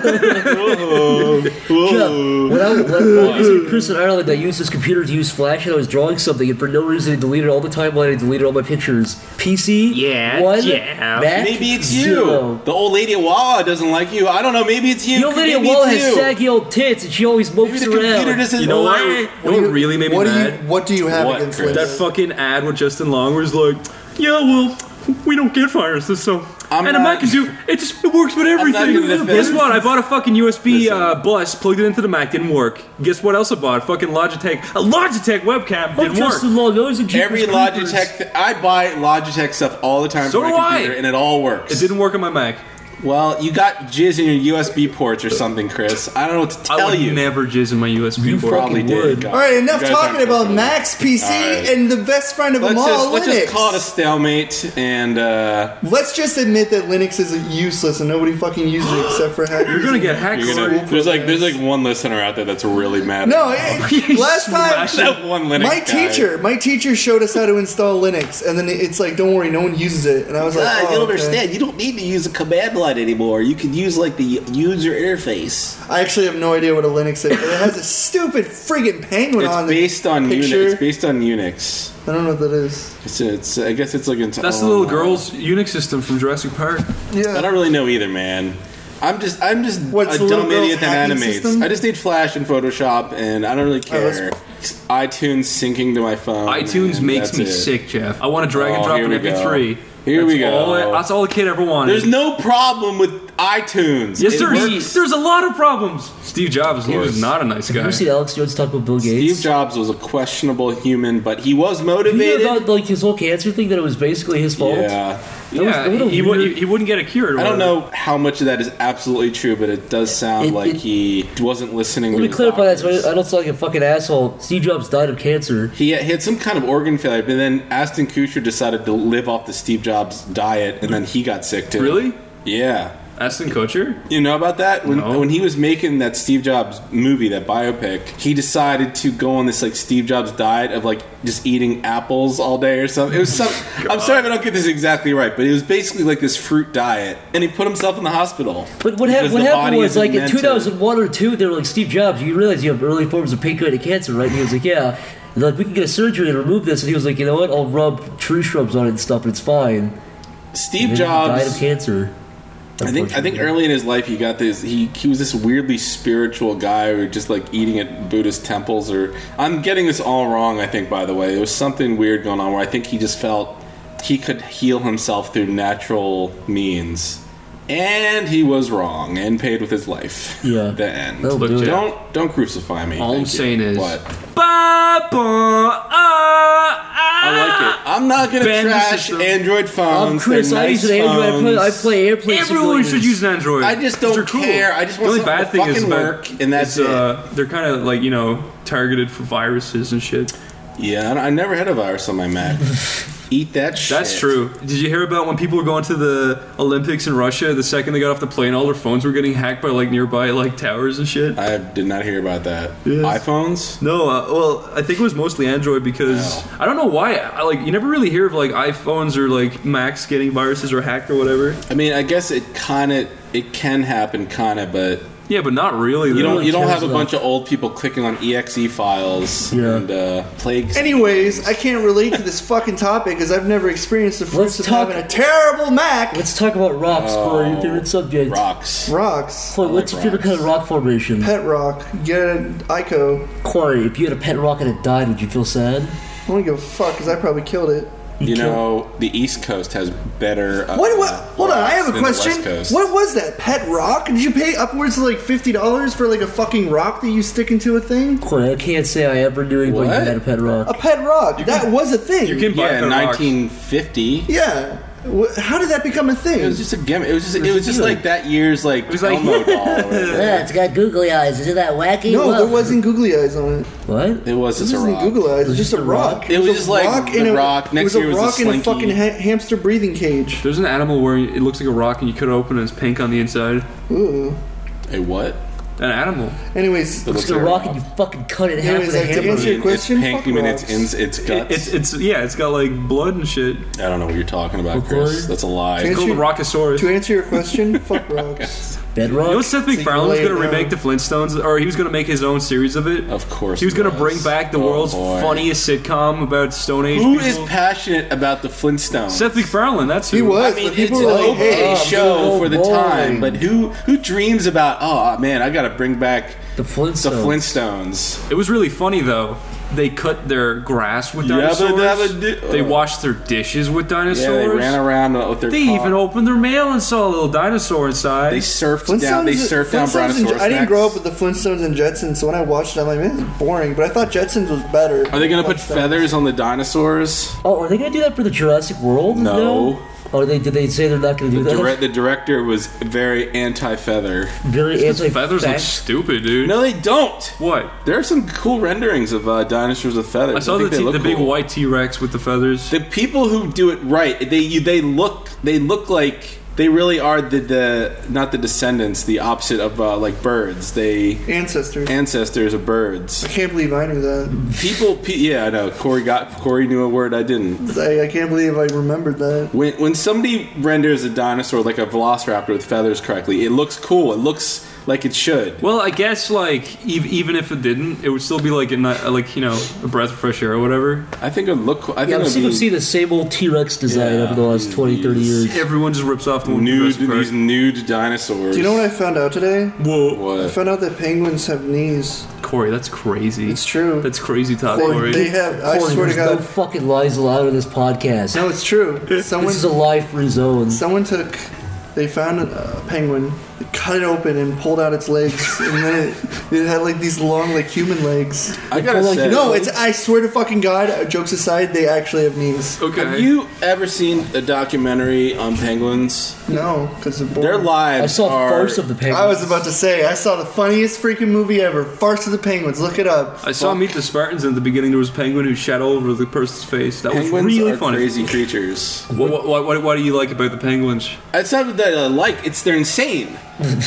Speaker 3: hot.
Speaker 4: we go.
Speaker 5: Jeff,
Speaker 4: Whoa.
Speaker 5: when I, when I was in Chris in Ireland, I used this computer to use Flash, and I was drawing something, and for no reason, it deleted all the timeline. It deleted all my pictures. PC,
Speaker 3: Yeah,
Speaker 5: one,
Speaker 3: yeah.
Speaker 5: Mac,
Speaker 4: Maybe it's you.
Speaker 5: zero.
Speaker 4: The old lady at Wawa doesn't like you. I don't know. Maybe it's you.
Speaker 5: The old lady at
Speaker 4: Maybe
Speaker 5: Wall
Speaker 4: it's
Speaker 5: has
Speaker 4: you.
Speaker 5: saggy old tits, and she always mopes
Speaker 4: Maybe the computer
Speaker 5: around.
Speaker 4: doesn't.
Speaker 3: You know what?
Speaker 4: like-
Speaker 3: You know what really made me
Speaker 6: what
Speaker 3: mad?
Speaker 6: Do you, what do you have
Speaker 4: What,
Speaker 6: against
Speaker 4: Chris?
Speaker 6: Linux?
Speaker 3: that fucking ad with Justin Long where he's like, yeah, well, we don't get viruses, so.
Speaker 4: I'm
Speaker 3: and a
Speaker 4: not-
Speaker 3: Mac can do it. Just it works with everything.
Speaker 4: gonna defend-
Speaker 3: Guess what? I bought a fucking USB
Speaker 4: Listen.
Speaker 3: uh, bus, plugged it into the Mac, didn't work. Guess what else I bought? Fucking Logitech, a Logitech webcam
Speaker 5: Fuck
Speaker 3: didn't work.
Speaker 5: Justin Long, those are Jeepers
Speaker 4: Every
Speaker 5: Creepers.
Speaker 4: Logitech, th- I buy Logitech stuff all the time
Speaker 3: So
Speaker 4: for
Speaker 3: do
Speaker 4: my computer,
Speaker 3: I.
Speaker 4: and it all works.
Speaker 3: It didn't work on my Mac.
Speaker 4: Well, you got jizz in your USB ports or something, Chris. I don't know what to
Speaker 3: I
Speaker 4: tell
Speaker 3: would
Speaker 4: you.
Speaker 3: never jizz in my USB
Speaker 5: You
Speaker 3: port.
Speaker 4: Probably
Speaker 5: fucking would.
Speaker 4: did. God.
Speaker 6: All right, enough
Speaker 4: You guys
Speaker 6: talking
Speaker 4: aren't
Speaker 6: about
Speaker 4: listening.
Speaker 6: Max PC
Speaker 4: All right.
Speaker 6: and the best friend of
Speaker 4: Let's
Speaker 6: them all,
Speaker 4: just, let's
Speaker 6: Linux.
Speaker 4: just call it a stalemate and uh,
Speaker 6: Let's just admit that Linux is useless and nobody fucking uses it except for hackers.
Speaker 3: You're gonna get hacked.
Speaker 4: You're
Speaker 3: Corey.
Speaker 4: gonna, there's like there's like one listener out there that's really mad.
Speaker 6: No,
Speaker 4: at
Speaker 6: it, last time
Speaker 3: Smash
Speaker 4: that one Linux
Speaker 6: my
Speaker 4: guy.
Speaker 6: teacher, my teacher showed us how to install Linux, and then it's like, don't worry, no one uses it, and I was like,
Speaker 8: Guys,
Speaker 6: oh,
Speaker 8: you don't "Ah,
Speaker 6: okay.
Speaker 8: understand. You don't need to use a command line anymore. You can use like the user interface.
Speaker 6: I actually have no idea what a Linux is. It has a stupid friggin' penguin
Speaker 4: It's
Speaker 6: on the
Speaker 4: based on
Speaker 6: picture.
Speaker 4: Unix. It's based on Unix.
Speaker 6: I don't know what that is.
Speaker 4: It's, it's I guess it's like into,
Speaker 3: That's the
Speaker 4: oh,
Speaker 3: little
Speaker 4: no.
Speaker 3: girl's Unix system from Jurassic Park.
Speaker 4: I
Speaker 6: Yeah.
Speaker 4: don't really know either, man. I'm just I'm just
Speaker 6: What's
Speaker 4: a
Speaker 6: the little
Speaker 4: dumb
Speaker 6: girl's
Speaker 4: idiot that
Speaker 6: hacking
Speaker 4: animates.
Speaker 6: system? Oh,
Speaker 4: I just need Flash and Photoshop, and I don't really
Speaker 6: that's-
Speaker 4: care. iTunes syncing to my phone.
Speaker 3: iTunes
Speaker 4: and
Speaker 3: makes
Speaker 4: that's
Speaker 3: me
Speaker 4: it.
Speaker 3: sick, Jeff. I want to drag
Speaker 4: Oh,
Speaker 3: and drop
Speaker 4: here
Speaker 3: an
Speaker 4: we go.
Speaker 3: MP3.
Speaker 4: Here
Speaker 3: that's
Speaker 4: we go.
Speaker 3: All I- that's all a kid ever wanted.
Speaker 4: There's no problem with iTunes.
Speaker 3: yes,
Speaker 4: It
Speaker 3: there's,
Speaker 4: works.
Speaker 3: there's a lot of problems. Steve Jobs he was
Speaker 4: course.
Speaker 3: not a nice
Speaker 5: Have you
Speaker 3: guy.
Speaker 5: ever seen Alex Jones talk about Bill Gates?
Speaker 4: Steve Jobs was a questionable human, but he was
Speaker 5: Did you
Speaker 4: motivated.
Speaker 5: hear about like his whole cancer thing that it was basically his fault?
Speaker 4: Yeah.
Speaker 5: That was-
Speaker 3: Yeah,
Speaker 5: what a
Speaker 3: he,
Speaker 5: weird-
Speaker 3: would, he wouldn't get it cured. or
Speaker 4: I don't
Speaker 3: whatever.
Speaker 4: know how much of that is absolutely true, but it does sound
Speaker 5: It-
Speaker 4: like
Speaker 5: it-
Speaker 4: he wasn't listening
Speaker 5: Let
Speaker 4: to
Speaker 5: me
Speaker 4: his
Speaker 5: clarify that so
Speaker 4: doctors.
Speaker 5: I I don't sound like a fucking asshole. Steve Jobs died of cancer.
Speaker 4: He had, he had some kind of organ failure, but then Aston Kutcher decided to live off the Steve Jobs diet, and then he got sick too.
Speaker 3: Really?
Speaker 4: Yeah.
Speaker 3: Aston Kutcher?
Speaker 4: You know about that? When
Speaker 3: No.
Speaker 4: when he was making that Steve Jobs movie, that biopic, he decided to go on this like Steve Jobs diet of like just eating apples all day or something. It was some. I'm sorry if I don't get this exactly right, but it was basically like this fruit diet, and he put himself in the hospital.
Speaker 5: But what,
Speaker 4: Because
Speaker 5: hap- what
Speaker 4: the
Speaker 5: happened
Speaker 4: body
Speaker 5: was,
Speaker 4: isn't
Speaker 5: like, in
Speaker 4: meant to-
Speaker 5: 2001 or 2, they were like, Steve Jobs, you realize you have early forms of pancreatic cancer, right? And he was like, yeah. And they're like, we can get a surgery and remove this. And he was like, you know what? I'll rub tree shrubs on it and stuff, and it's fine.
Speaker 4: Steve
Speaker 5: And then he died of
Speaker 4: Jobs.
Speaker 5: cancer.
Speaker 4: I think I think
Speaker 5: unfortunately.
Speaker 4: early in his life he got this. He he was this weirdly spiritual guy who just like eating at Buddhist temples. Or I'm getting this all wrong. I think by the way, there was something weird going on where I think he just felt he could heal himself through natural means, and he was wrong and paid with his life.
Speaker 5: Yeah.
Speaker 4: the end.
Speaker 5: That'll do it.
Speaker 4: don't don't crucify me.
Speaker 3: All I'm
Speaker 4: Thank you.
Speaker 3: saying is.
Speaker 4: what
Speaker 3: Ba, ba, ah,
Speaker 4: I like it. I'm not gonna
Speaker 3: Ben, this is
Speaker 4: trash
Speaker 3: Ah! the-
Speaker 4: Android phones.
Speaker 5: Um, Chris,
Speaker 4: They're
Speaker 5: I
Speaker 4: nice
Speaker 5: use an Android. I play, I
Speaker 4: phones.
Speaker 5: play AirPlay.
Speaker 3: Everyone should use an Android.
Speaker 4: I just
Speaker 3: They're
Speaker 4: don't care. I just
Speaker 3: The
Speaker 4: want
Speaker 3: only
Speaker 4: something
Speaker 3: bad
Speaker 4: to
Speaker 3: thing is
Speaker 4: fucking
Speaker 3: about-
Speaker 4: work, and that's
Speaker 3: is, uh, They're kind of like you know targeted for viruses and shit.
Speaker 4: Yeah, I I never had a virus on my Mac. Eat that shit.
Speaker 3: That's true. Did you hear about when people were going to the Olympics in Russia? The second they got off the plane, all their phones were getting hacked by like nearby like towers and shit.
Speaker 4: I did not hear about that.
Speaker 3: Yes.
Speaker 4: iPhones?
Speaker 3: No, uh, well, I think it was mostly Android because I don't know why. I, like, you never really hear of like iPhones or like Macs getting viruses or hacked or whatever.
Speaker 4: I mean, I guess it kind of it can happen, kind of, but
Speaker 3: Yeah, but not really.
Speaker 4: you
Speaker 3: though.
Speaker 4: don't you don't have a
Speaker 5: cares
Speaker 4: bunch of old people clicking on exe files
Speaker 5: Yeah.
Speaker 4: and uh, plagues.
Speaker 6: Anyways, I can't relate to this fucking topic because I've never experienced the fruits
Speaker 5: Let's
Speaker 6: of
Speaker 5: talk-
Speaker 6: having a terrible Mac.
Speaker 5: Let's talk about rocks for your favorite subject.
Speaker 4: rocks.
Speaker 6: Rocks,
Speaker 5: Corey, what's
Speaker 4: Oh, I
Speaker 5: your
Speaker 4: like
Speaker 5: favorite kind of rock formation?
Speaker 6: pet rock, get an Ico.
Speaker 5: Corey, if you had a pet rock and it died, would you feel sad?
Speaker 6: I don't give a fuck because I probably killed it.
Speaker 4: You
Speaker 5: can't-
Speaker 4: know, the East Coast has better. Uh,
Speaker 6: What? What? Hold on, I have a
Speaker 4: than the West
Speaker 6: question.
Speaker 4: Coast.
Speaker 6: What was that pet rock? Did you pay upwards of like fifty dollars for like a fucking rock that you stick into a thing?
Speaker 5: Corey, I can't say I ever knew anybody
Speaker 4: What?
Speaker 5: who had a pet
Speaker 6: A
Speaker 5: rock.
Speaker 6: pet rock. that was a thing.
Speaker 3: You can buy
Speaker 4: Yeah,
Speaker 3: the rocks.
Speaker 4: 1950.
Speaker 6: yeah. Wh- How did that become a thing?
Speaker 4: It was just a gimmick. It was just it was just
Speaker 5: cute.
Speaker 4: like that year's like
Speaker 3: was like-
Speaker 4: Elmo doll. or whatever.
Speaker 7: Yeah, it's got googly eyes. Isn't that wacky?
Speaker 6: no,
Speaker 7: Look.
Speaker 6: there wasn't googly eyes on it.
Speaker 5: What?
Speaker 4: It was
Speaker 6: This
Speaker 4: just a
Speaker 6: isn't
Speaker 4: rock.
Speaker 6: Google eyes. It's just a rock.
Speaker 4: It was
Speaker 6: a
Speaker 4: just like the
Speaker 6: in
Speaker 4: rock.
Speaker 6: it
Speaker 4: Next
Speaker 6: was a
Speaker 4: year was the
Speaker 6: rock in a
Speaker 4: slinky.
Speaker 6: fucking ha- hamster breathing cage.
Speaker 3: There's an animal where it looks like a rock and you cut it open and it's pink on the inside.
Speaker 6: Ooh.
Speaker 4: A what?
Speaker 3: An animal.
Speaker 6: Anyways,
Speaker 4: It
Speaker 5: It's gonna rock and you fucking cut it in half
Speaker 6: Anyways,
Speaker 5: with a
Speaker 6: like, to
Speaker 5: hammer.
Speaker 6: answer your
Speaker 4: It's
Speaker 6: question,
Speaker 4: pink.
Speaker 6: fuck
Speaker 4: I mean, it's
Speaker 6: rocks.
Speaker 4: ins its
Speaker 3: It,
Speaker 4: guts.
Speaker 3: it's it's yeah, it's got like blood and shit.
Speaker 4: I don't know what you're talking about,
Speaker 5: Okay.
Speaker 4: Chris. That's a lie.
Speaker 6: It's-
Speaker 3: It's called the Rockosaurus.
Speaker 6: to
Speaker 3: You
Speaker 6: answer your question, fuck rocks.
Speaker 5: Bedrock?
Speaker 3: know Seth
Speaker 6: you
Speaker 3: MacFarlane was
Speaker 6: lay it
Speaker 3: gonna remake the
Speaker 6: down.
Speaker 3: Flintstones, or he was gonna make his own series of it.
Speaker 4: Of course
Speaker 3: he was
Speaker 4: he
Speaker 3: gonna
Speaker 4: was.
Speaker 3: bring back the
Speaker 4: Oh,
Speaker 3: world's
Speaker 4: boy.
Speaker 3: funniest sitcom about Stone Age.
Speaker 4: Who
Speaker 3: people.
Speaker 4: is passionate about the Flintstones?
Speaker 3: Seth MacFarlane? That's who.
Speaker 6: He was.
Speaker 4: I mean,
Speaker 6: but
Speaker 4: it's
Speaker 6: people
Speaker 4: an
Speaker 6: were like,
Speaker 4: okay
Speaker 6: hey,
Speaker 4: show
Speaker 5: go
Speaker 4: for the
Speaker 5: bowling.
Speaker 4: time, but who who dreams about? Oh man, I gotta bring back
Speaker 5: The Flintstones.
Speaker 4: the Flintstones.
Speaker 3: It was really funny though. They cut their grass with
Speaker 4: Yabba
Speaker 3: dinosaurs.
Speaker 4: dabba di-
Speaker 3: they washed their dishes with dinosaurs.
Speaker 4: uh. Yeah, they ran around with their.
Speaker 3: They
Speaker 4: car.
Speaker 3: even opened their mail and saw a little dinosaur inside.
Speaker 4: They surfed down. They
Speaker 6: Flintstones-
Speaker 4: surfed down
Speaker 6: Flintstones and-
Speaker 4: Brontosaurus.
Speaker 6: I didn't grow up with the Flintstones and Jetsons, so when I watched it, I'm like, man, this is boring. But I thought Jetsons was better.
Speaker 4: Are they gonna put feathers on the dinosaurs?
Speaker 5: Oh, are they gonna do that for the Jurassic World?
Speaker 4: No.
Speaker 5: Or they did they say they're not going to
Speaker 4: The,
Speaker 5: do
Speaker 4: dire-
Speaker 5: that?
Speaker 4: the director was very anti-feather.
Speaker 5: Very anti
Speaker 3: Feathers look stupid, dude.
Speaker 4: No, they don't.
Speaker 3: What?
Speaker 4: There are some cool renderings of uh, dinosaurs with feathers.
Speaker 3: I saw the,
Speaker 4: think they
Speaker 3: t-
Speaker 4: look
Speaker 3: the big
Speaker 4: cool.
Speaker 3: white T Rex with the feathers.
Speaker 4: The people who do it right, they you- they look they look like they really are the, the not the descendants, the opposite of uh, like birds. They
Speaker 6: Ancestors.
Speaker 4: ancestors of birds.
Speaker 6: I can't believe I knew that.
Speaker 4: People, pe- yeah, I know. Corey got Corey knew a word I didn't.
Speaker 6: I, I can't believe I remembered that.
Speaker 4: When, when somebody renders a dinosaur like a velociraptor with feathers correctly, it looks cool. It looks like it should.
Speaker 3: Well, I guess like ev- even if it didn't, it would still be like a ni- like you know a breath of fresh air or whatever.
Speaker 4: I think it would look cool. I think
Speaker 5: Yeah,
Speaker 4: it
Speaker 5: I've
Speaker 4: would
Speaker 5: seen,
Speaker 4: be
Speaker 5: I've seen the same old T Rex design
Speaker 4: Yeah,
Speaker 5: over the last 20, 30 years.
Speaker 3: Everyone just rips off the one
Speaker 4: nude
Speaker 3: Jurassic Park.
Speaker 4: these nude dinosaurs.
Speaker 6: Do you know what I found out today?
Speaker 3: Whoa,
Speaker 6: I
Speaker 4: What?
Speaker 6: found out that penguins have knees.
Speaker 3: Corey, that's crazy.
Speaker 6: It's true.
Speaker 3: That's crazy, Todd.
Speaker 6: They,
Speaker 3: Corey.
Speaker 6: they have. I
Speaker 5: Corey,
Speaker 6: swear to
Speaker 5: there's no
Speaker 6: God.
Speaker 5: fucking lies allowed on this podcast.
Speaker 6: No, it's true. Someone,
Speaker 5: this is a lie free zone.
Speaker 6: someone took. They found a penguin, they cut it open, and pulled out its legs, and then it, it had like these long, like human legs.
Speaker 4: I gotta
Speaker 5: Well, like,
Speaker 4: say,
Speaker 6: No, it's. I swear to fucking God. uh, Jokes aside, they actually have knees.
Speaker 3: Okay.
Speaker 4: Have you ever seen a documentary on penguins?
Speaker 6: No, because they're
Speaker 4: Their
Speaker 6: born.
Speaker 4: lives.
Speaker 5: I saw
Speaker 4: are,
Speaker 5: first of the penguins.
Speaker 6: I was about to say, I saw the funniest freaking movie ever, Farce of the Penguins. Look it up.
Speaker 3: I saw Meet the Spartans and at the beginning. There was a penguin who shot over the person's face. That was
Speaker 4: Penguins
Speaker 3: really
Speaker 4: are
Speaker 3: funny.
Speaker 4: crazy creatures.
Speaker 3: What, what, what, what do you like about the penguins?
Speaker 4: It's not that I like; it's they're insane.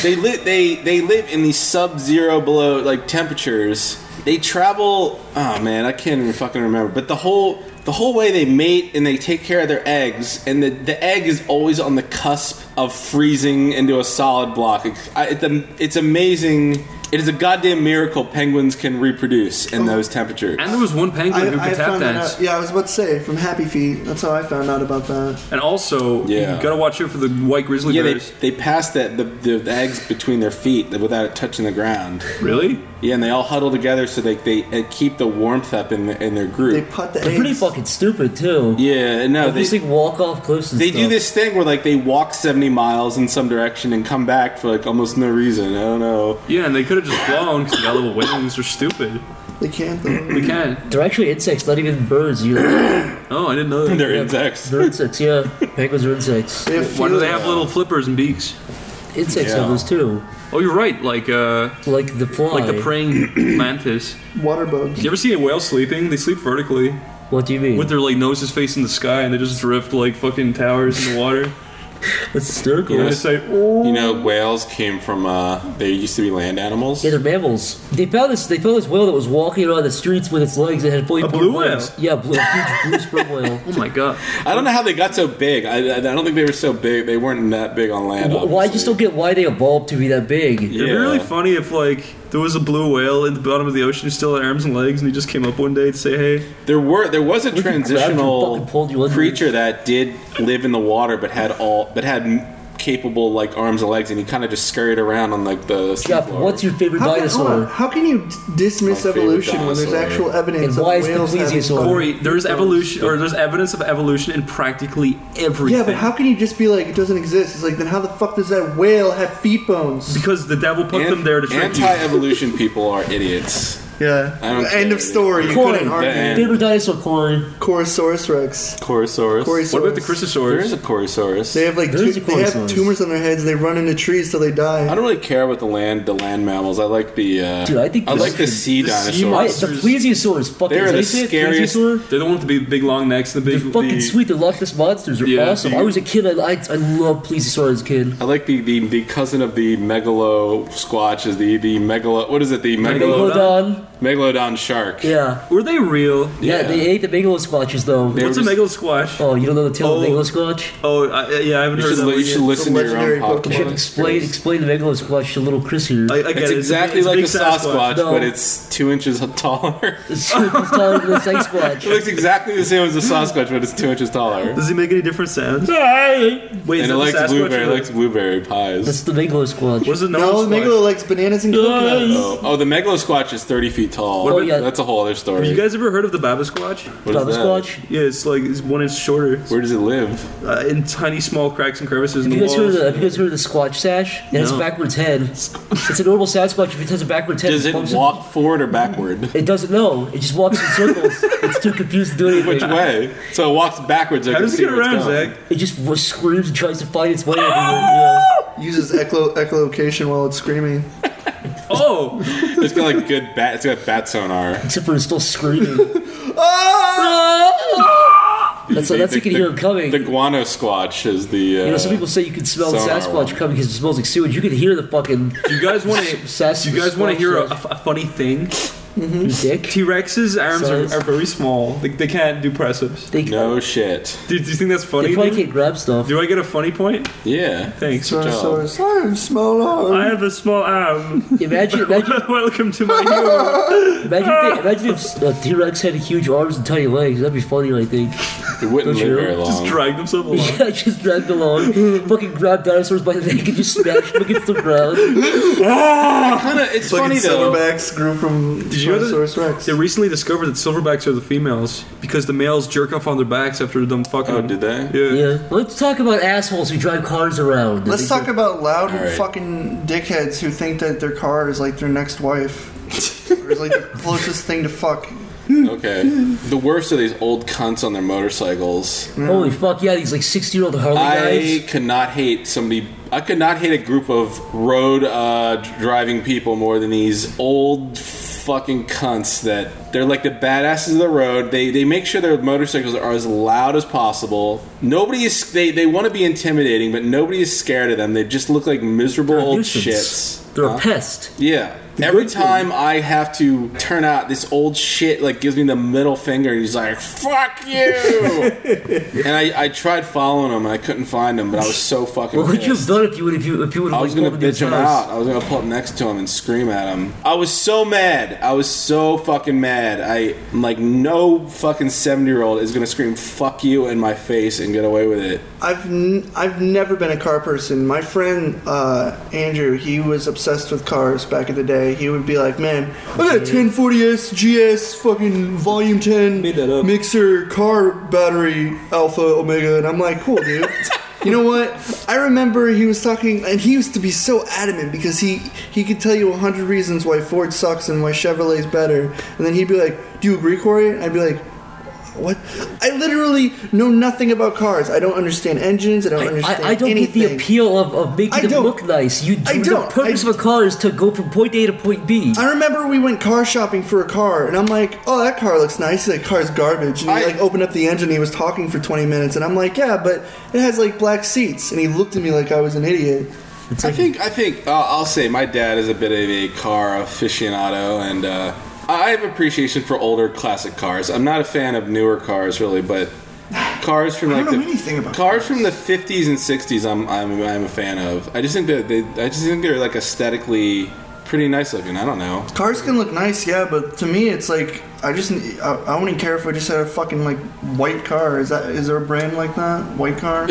Speaker 4: they li- they they live in these sub-zero below like temperatures. They travel. Oh man, I can't even fucking remember. But the whole the whole way they mate and they take care of their eggs, and the the egg is always on the cusp of freezing into a solid block. It- I, it's am- it's amazing. It is a goddamn miracle penguins can reproduce in those temperatures.
Speaker 3: And there was one penguin
Speaker 6: I,
Speaker 3: who
Speaker 6: I
Speaker 3: could tap
Speaker 6: found that
Speaker 3: dance.
Speaker 6: out. Yeah, I was about to say from Happy Feet. That's how I found out about that.
Speaker 3: And also,
Speaker 4: Yeah.
Speaker 3: you gotta watch out for the white grizzly
Speaker 4: Yeah, they,
Speaker 3: bears.
Speaker 4: they pass that the, the, the eggs between their feet without it touching the ground.
Speaker 3: really?
Speaker 4: Yeah, and they all huddle together so they they uh, keep the warmth up in, the, in their
Speaker 6: They
Speaker 4: group.
Speaker 6: put the
Speaker 5: They're pretty
Speaker 6: eggs-
Speaker 5: fucking stupid, too.
Speaker 4: yeah, no,
Speaker 5: They
Speaker 4: they
Speaker 5: just like walk off cliffs and
Speaker 4: they
Speaker 5: stuff.
Speaker 4: do this thing where like they walk seventy miles in some direction and come back for like almost no reason. I don't know.
Speaker 3: Yeah, and they could have just flown because they got little wings. They're stupid.
Speaker 6: They can't. Though.
Speaker 3: They can.
Speaker 5: They're actually insects, not even birds. You know,
Speaker 3: Oh, I didn't know that.
Speaker 4: They're insects.
Speaker 5: they're insects, yeah. Penguins are insects.
Speaker 6: They have
Speaker 3: Why do they
Speaker 6: feelings.
Speaker 3: have little flippers and beaks?
Speaker 5: Insects have
Speaker 4: Yeah.
Speaker 5: those too.
Speaker 3: Oh, you're right. Like, uh,
Speaker 5: Like the fly.
Speaker 3: like the praying mantis.
Speaker 6: water bugs?
Speaker 3: You ever see a whale sleeping? They sleep vertically
Speaker 5: what do you mean?
Speaker 3: with their like noses facing the sky, and they just drift like fucking towers in the water.
Speaker 5: That's hysterical.
Speaker 3: And it's like, oh.
Speaker 4: You know, whales came from uh, they used to be land animals.
Speaker 5: Yeah, they're mammals. They found this. They found this whale that was walking around the streets with its legs. It had fully
Speaker 3: A
Speaker 5: formed
Speaker 3: blue
Speaker 5: legs.
Speaker 3: whale?
Speaker 5: Yeah, blue, a huge blue sperm whale.
Speaker 3: oh my god.
Speaker 4: I don't know how they got so big. I, I I don't think they were so big. They weren't that big on land.
Speaker 5: Wh- Why I just don't
Speaker 4: obviously.
Speaker 5: get why they evolved to be that big.
Speaker 4: Yeah.
Speaker 3: It'd be really funny if like there was a blue whale in the bottom of the ocean who still had arms and legs, and he just came up one day to say, "Hey."
Speaker 4: There were there was a
Speaker 5: you, grabbed you,
Speaker 4: transitional
Speaker 5: fucking pulled you under.
Speaker 4: creature that did live in the water, but had all but had m- capable like arms and legs, and he kind of just scurried around on like the.
Speaker 5: Jeff,
Speaker 4: seafloor.
Speaker 5: what's your favorite
Speaker 6: How can, hold on,
Speaker 5: dinosaur?
Speaker 6: how can you d- dismiss
Speaker 4: My favorite
Speaker 6: evolution when there's
Speaker 4: dinosaur.
Speaker 6: actual evidence
Speaker 5: And
Speaker 6: of
Speaker 5: why is the
Speaker 6: whales having
Speaker 5: plesiosaur-
Speaker 6: fun?
Speaker 3: Corey, there's evolution, or there's evidence of evolution in practically everything.
Speaker 6: Yeah, but how can you just be like it doesn't exist? It's like then how the fuck does that whale have feet bones?
Speaker 3: Because the devil put them
Speaker 4: An-
Speaker 3: there to trick you.
Speaker 4: anti-evolution people are idiots?
Speaker 6: Yeah.
Speaker 4: I don't
Speaker 6: End
Speaker 4: care.
Speaker 6: of story. You
Speaker 5: Corey.
Speaker 6: couldn't argue.
Speaker 4: Yeah.
Speaker 5: Favorite dinosaur, Corey.
Speaker 6: Chorosaurus Rex.
Speaker 4: Chorosaurus.
Speaker 6: Chorosaurus.
Speaker 3: What about the
Speaker 4: There is
Speaker 3: chrysosaurus?
Speaker 4: a Chorosaurus.
Speaker 6: They have like
Speaker 5: There
Speaker 6: tu-
Speaker 5: is a
Speaker 6: they have
Speaker 5: Chorosaurus.
Speaker 6: tumors on their heads. They run into trees till they
Speaker 4: I
Speaker 6: die.
Speaker 4: don't really care about the land the land mammals. I like the uh,
Speaker 5: Dude, I think
Speaker 4: I
Speaker 5: the-
Speaker 4: like the sea
Speaker 3: the sea
Speaker 5: Why,
Speaker 4: dinosaurs.
Speaker 5: the
Speaker 3: Monsters.
Speaker 5: plesiosaur is fucking.
Speaker 4: They are
Speaker 5: did I
Speaker 4: the
Speaker 5: say it?
Speaker 4: scariest-
Speaker 5: Plesiosaur?
Speaker 3: They're the one with the big, big long necks, the
Speaker 5: They're
Speaker 3: big.
Speaker 5: fucking
Speaker 3: the-
Speaker 5: sweet. The Loch Ness monsters are
Speaker 3: Yeah,
Speaker 5: awesome.
Speaker 3: dude.
Speaker 5: I was a kid. I I, I loved plesiosaur as a kid.
Speaker 4: I like the, the, the cousin of the megalo squatch is the the megalo what is it the megalo
Speaker 5: Megalodon.
Speaker 4: megalodon shark
Speaker 5: Yeah.
Speaker 3: Were they real?
Speaker 4: Yeah.
Speaker 5: yeah, They ate the megalosquatches though.
Speaker 3: What's a
Speaker 4: just-
Speaker 3: mega squash?
Speaker 5: Oh, you don't know the tale of the
Speaker 3: Oh.
Speaker 5: megalosquatch?
Speaker 3: Oh, I, yeah, I haven't
Speaker 4: You
Speaker 3: heard
Speaker 4: should,
Speaker 3: that.
Speaker 4: li-
Speaker 3: one
Speaker 4: you should
Speaker 3: yet.
Speaker 4: listen to your
Speaker 6: legendary
Speaker 4: own
Speaker 6: book.
Speaker 5: You
Speaker 4: podcast.
Speaker 5: should explain explain the megalosquatch to little Chris here.
Speaker 3: I, I get
Speaker 4: It's
Speaker 3: it.
Speaker 4: exactly
Speaker 3: it's
Speaker 4: like a
Speaker 3: big
Speaker 4: Sasquatch,
Speaker 5: No.
Speaker 4: but it's two inches taller. it
Speaker 5: It's taller than the sex squatch.
Speaker 4: looks exactly the same as a Sasquatch, but it's two inches taller.
Speaker 3: Does he make any different sounds? Wait, is
Speaker 4: And it
Speaker 3: that
Speaker 4: likes
Speaker 3: the Sasquatch? or
Speaker 4: blueberry. It
Speaker 3: the-
Speaker 4: likes blueberry pies.
Speaker 5: That's the megalosquatch.
Speaker 3: What is it?
Speaker 6: No, the
Speaker 3: No,
Speaker 6: Megalo likes bananas and coconuts.
Speaker 4: Oh, oh, the Megalo Squatch is 30 feet tall.
Speaker 3: What
Speaker 5: about- yeah.
Speaker 4: That's a whole other
Speaker 3: Have
Speaker 4: story.
Speaker 3: you guys ever heard of the Baba Squatch?
Speaker 4: What is
Speaker 5: Baba
Speaker 4: that?
Speaker 5: Squatch.
Speaker 3: Yeah, it's like it's one inch shorter
Speaker 4: Where does it live?
Speaker 3: uh, in tiny small cracks and crevices in
Speaker 5: Have
Speaker 3: the
Speaker 5: you guys heard of
Speaker 3: walls.
Speaker 5: the, have you guys heard of the Squatch Sash? It has a
Speaker 3: No.
Speaker 5: backwards head. It's a normal Sasquatch if it has a backwards head.
Speaker 4: Does
Speaker 5: bumps
Speaker 4: it walk forward or backward?
Speaker 5: It doesn't know. It just walks in circles. it's too confused to do anything.
Speaker 4: Which way? So it walks backwards. I
Speaker 3: How
Speaker 4: can
Speaker 3: does it
Speaker 4: see
Speaker 3: get
Speaker 4: where it's
Speaker 3: around,
Speaker 4: going.
Speaker 3: Zach?
Speaker 5: It just w- screams and tries to find its way everywhere. Yeah.
Speaker 6: Uses echolo- echolocation while it's screaming.
Speaker 3: Oh,
Speaker 4: It's got like good bat. It's got bat sonar.
Speaker 5: Except for it's still screaming.
Speaker 6: Ah!
Speaker 5: that's
Speaker 4: The-
Speaker 5: that's
Speaker 4: the-
Speaker 5: you can
Speaker 4: the-
Speaker 5: hear it coming.
Speaker 4: The guano squatch is the. Uh,
Speaker 5: you know, some people say you can smell the
Speaker 4: sonar
Speaker 5: Sasquatch
Speaker 4: one.
Speaker 5: coming because it smells like sewage. You can hear the fucking
Speaker 3: you guys want to?
Speaker 5: Sass-
Speaker 3: You guys want to
Speaker 5: Squatch
Speaker 3: hear a,
Speaker 5: Sash.
Speaker 3: a funny thing?
Speaker 5: dick.
Speaker 3: T Rex's arms are,
Speaker 5: Size.
Speaker 3: are very small. They, they can't do press ups.
Speaker 5: They,
Speaker 4: No shit.
Speaker 3: Do, do you think that's funny?
Speaker 5: they probably
Speaker 3: dude?
Speaker 5: can't grab stuff.
Speaker 3: Do I get a funny point?
Speaker 4: Yeah.
Speaker 3: Thanks.
Speaker 6: So, so, so small
Speaker 3: I
Speaker 6: arm.
Speaker 3: have a small arm.
Speaker 5: Imagine, imagine,
Speaker 3: Welcome to my humor.
Speaker 5: imagine if, they, imagine if uh, T-Rex had huge arms and tiny legs. That'd be funny, I think.
Speaker 4: It wouldn't
Speaker 5: Don't
Speaker 4: live
Speaker 5: you?
Speaker 4: very
Speaker 3: Just
Speaker 4: long.
Speaker 3: drag themselves along.
Speaker 5: Yeah, just dragged along, fucking grabbed dinosaurs by the neck and just smashed them against the ground.
Speaker 4: kind of. It's
Speaker 6: Fucking
Speaker 4: funny though.
Speaker 6: silverbacks grew from
Speaker 3: Did you know that-
Speaker 6: Tyrannosaurus Rex.
Speaker 3: They recently discovered that silverbacks are the females because the males jerk off on their backs after them fucking.
Speaker 4: Oh, did they?
Speaker 3: Yeah.
Speaker 5: Yeah, let's talk about assholes who drive cars around.
Speaker 6: Let's talk about loud
Speaker 4: All right.
Speaker 6: fucking dickheads who think that their car is like their next wife. or is like the closest thing to fuck.
Speaker 4: Okay. The worst are these old cunts on their motorcycles.
Speaker 5: Holy fuck! Yeah, these like sixty-year-old Harley
Speaker 4: I
Speaker 5: guys.
Speaker 4: could not hate somebody. I could not hate a group of road uh, d- driving people more than these old fucking cunts that they're like the badasses of the road. They they make sure their motorcycles are as loud as possible. Nobody is they they want to be intimidating, but nobody is scared of them. They just look like miserable
Speaker 5: They're a
Speaker 4: old
Speaker 5: nuisance.
Speaker 4: shits.
Speaker 5: They're
Speaker 4: Huh?
Speaker 5: a pest.
Speaker 4: Yeah. Every time I have to turn out, this old shit like gives me the middle finger. and He's like, "Fuck you!" and I, I tried following him, and I couldn't find him. But I was so fucking.
Speaker 5: What would you have
Speaker 4: pissed.
Speaker 5: done if you would if you if you would
Speaker 4: I
Speaker 5: have
Speaker 4: was
Speaker 5: like,
Speaker 4: gonna
Speaker 5: pulled into
Speaker 4: bitch
Speaker 5: his
Speaker 4: him
Speaker 5: house?
Speaker 4: out. I was gonna pull up next to him and scream at him. I was so mad. I was so fucking mad. I, I'm like, no fucking seventy year old is gonna scream "fuck you" in my face and get away with it.
Speaker 6: I've n- I've never been a car person. My friend uh, Andrew, he was obsessed with cars back in the day. He would be like, "Man, I got a 1040s GS fucking volume 10
Speaker 3: Made that up.
Speaker 6: mixer car battery alpha omega," and I'm like, "Cool, dude." you know what? I remember he was talking, and he used to be so adamant because he he could tell you a hundred reasons why Ford sucks and why Chevrolet's better, and then he'd be like, "Do you agree, Corey?" And I'd be like. What? I literally know nothing about cars. I don't understand engines. I don't understand
Speaker 5: I, I don't
Speaker 6: anything.
Speaker 5: get the appeal of, of making
Speaker 6: I
Speaker 5: them
Speaker 6: don't.
Speaker 5: look nice. You do
Speaker 6: I
Speaker 5: the
Speaker 6: don't.
Speaker 5: purpose
Speaker 6: I-
Speaker 5: of a car is to go from point A to point B.
Speaker 6: I remember we went car shopping for a car, and I'm like, "Oh, that car looks nice." He's like, "Car's garbage." And he
Speaker 4: I-
Speaker 6: like opened up the engine. He was talking for 20 minutes, and I'm like, "Yeah, but it has like black seats." And he looked at me like I was an idiot.
Speaker 5: It's
Speaker 4: I
Speaker 5: like,
Speaker 4: think I think uh, I'll say my dad is a bit of a car aficionado, and uh, I have appreciation for older classic cars. I'm not a fan of newer cars really, but cars from
Speaker 6: I
Speaker 4: like
Speaker 6: don't know
Speaker 4: the
Speaker 6: anything about
Speaker 4: cars from the 50s and 60s. I'm, I'm I'm a fan of. I just think that they I just think they're like aesthetically pretty nice looking. I don't know.
Speaker 6: Cars can look nice, yeah, but to me, it's like I just I, I wouldn't care if I just had a fucking like white car. Is that is there a brand like that? White car?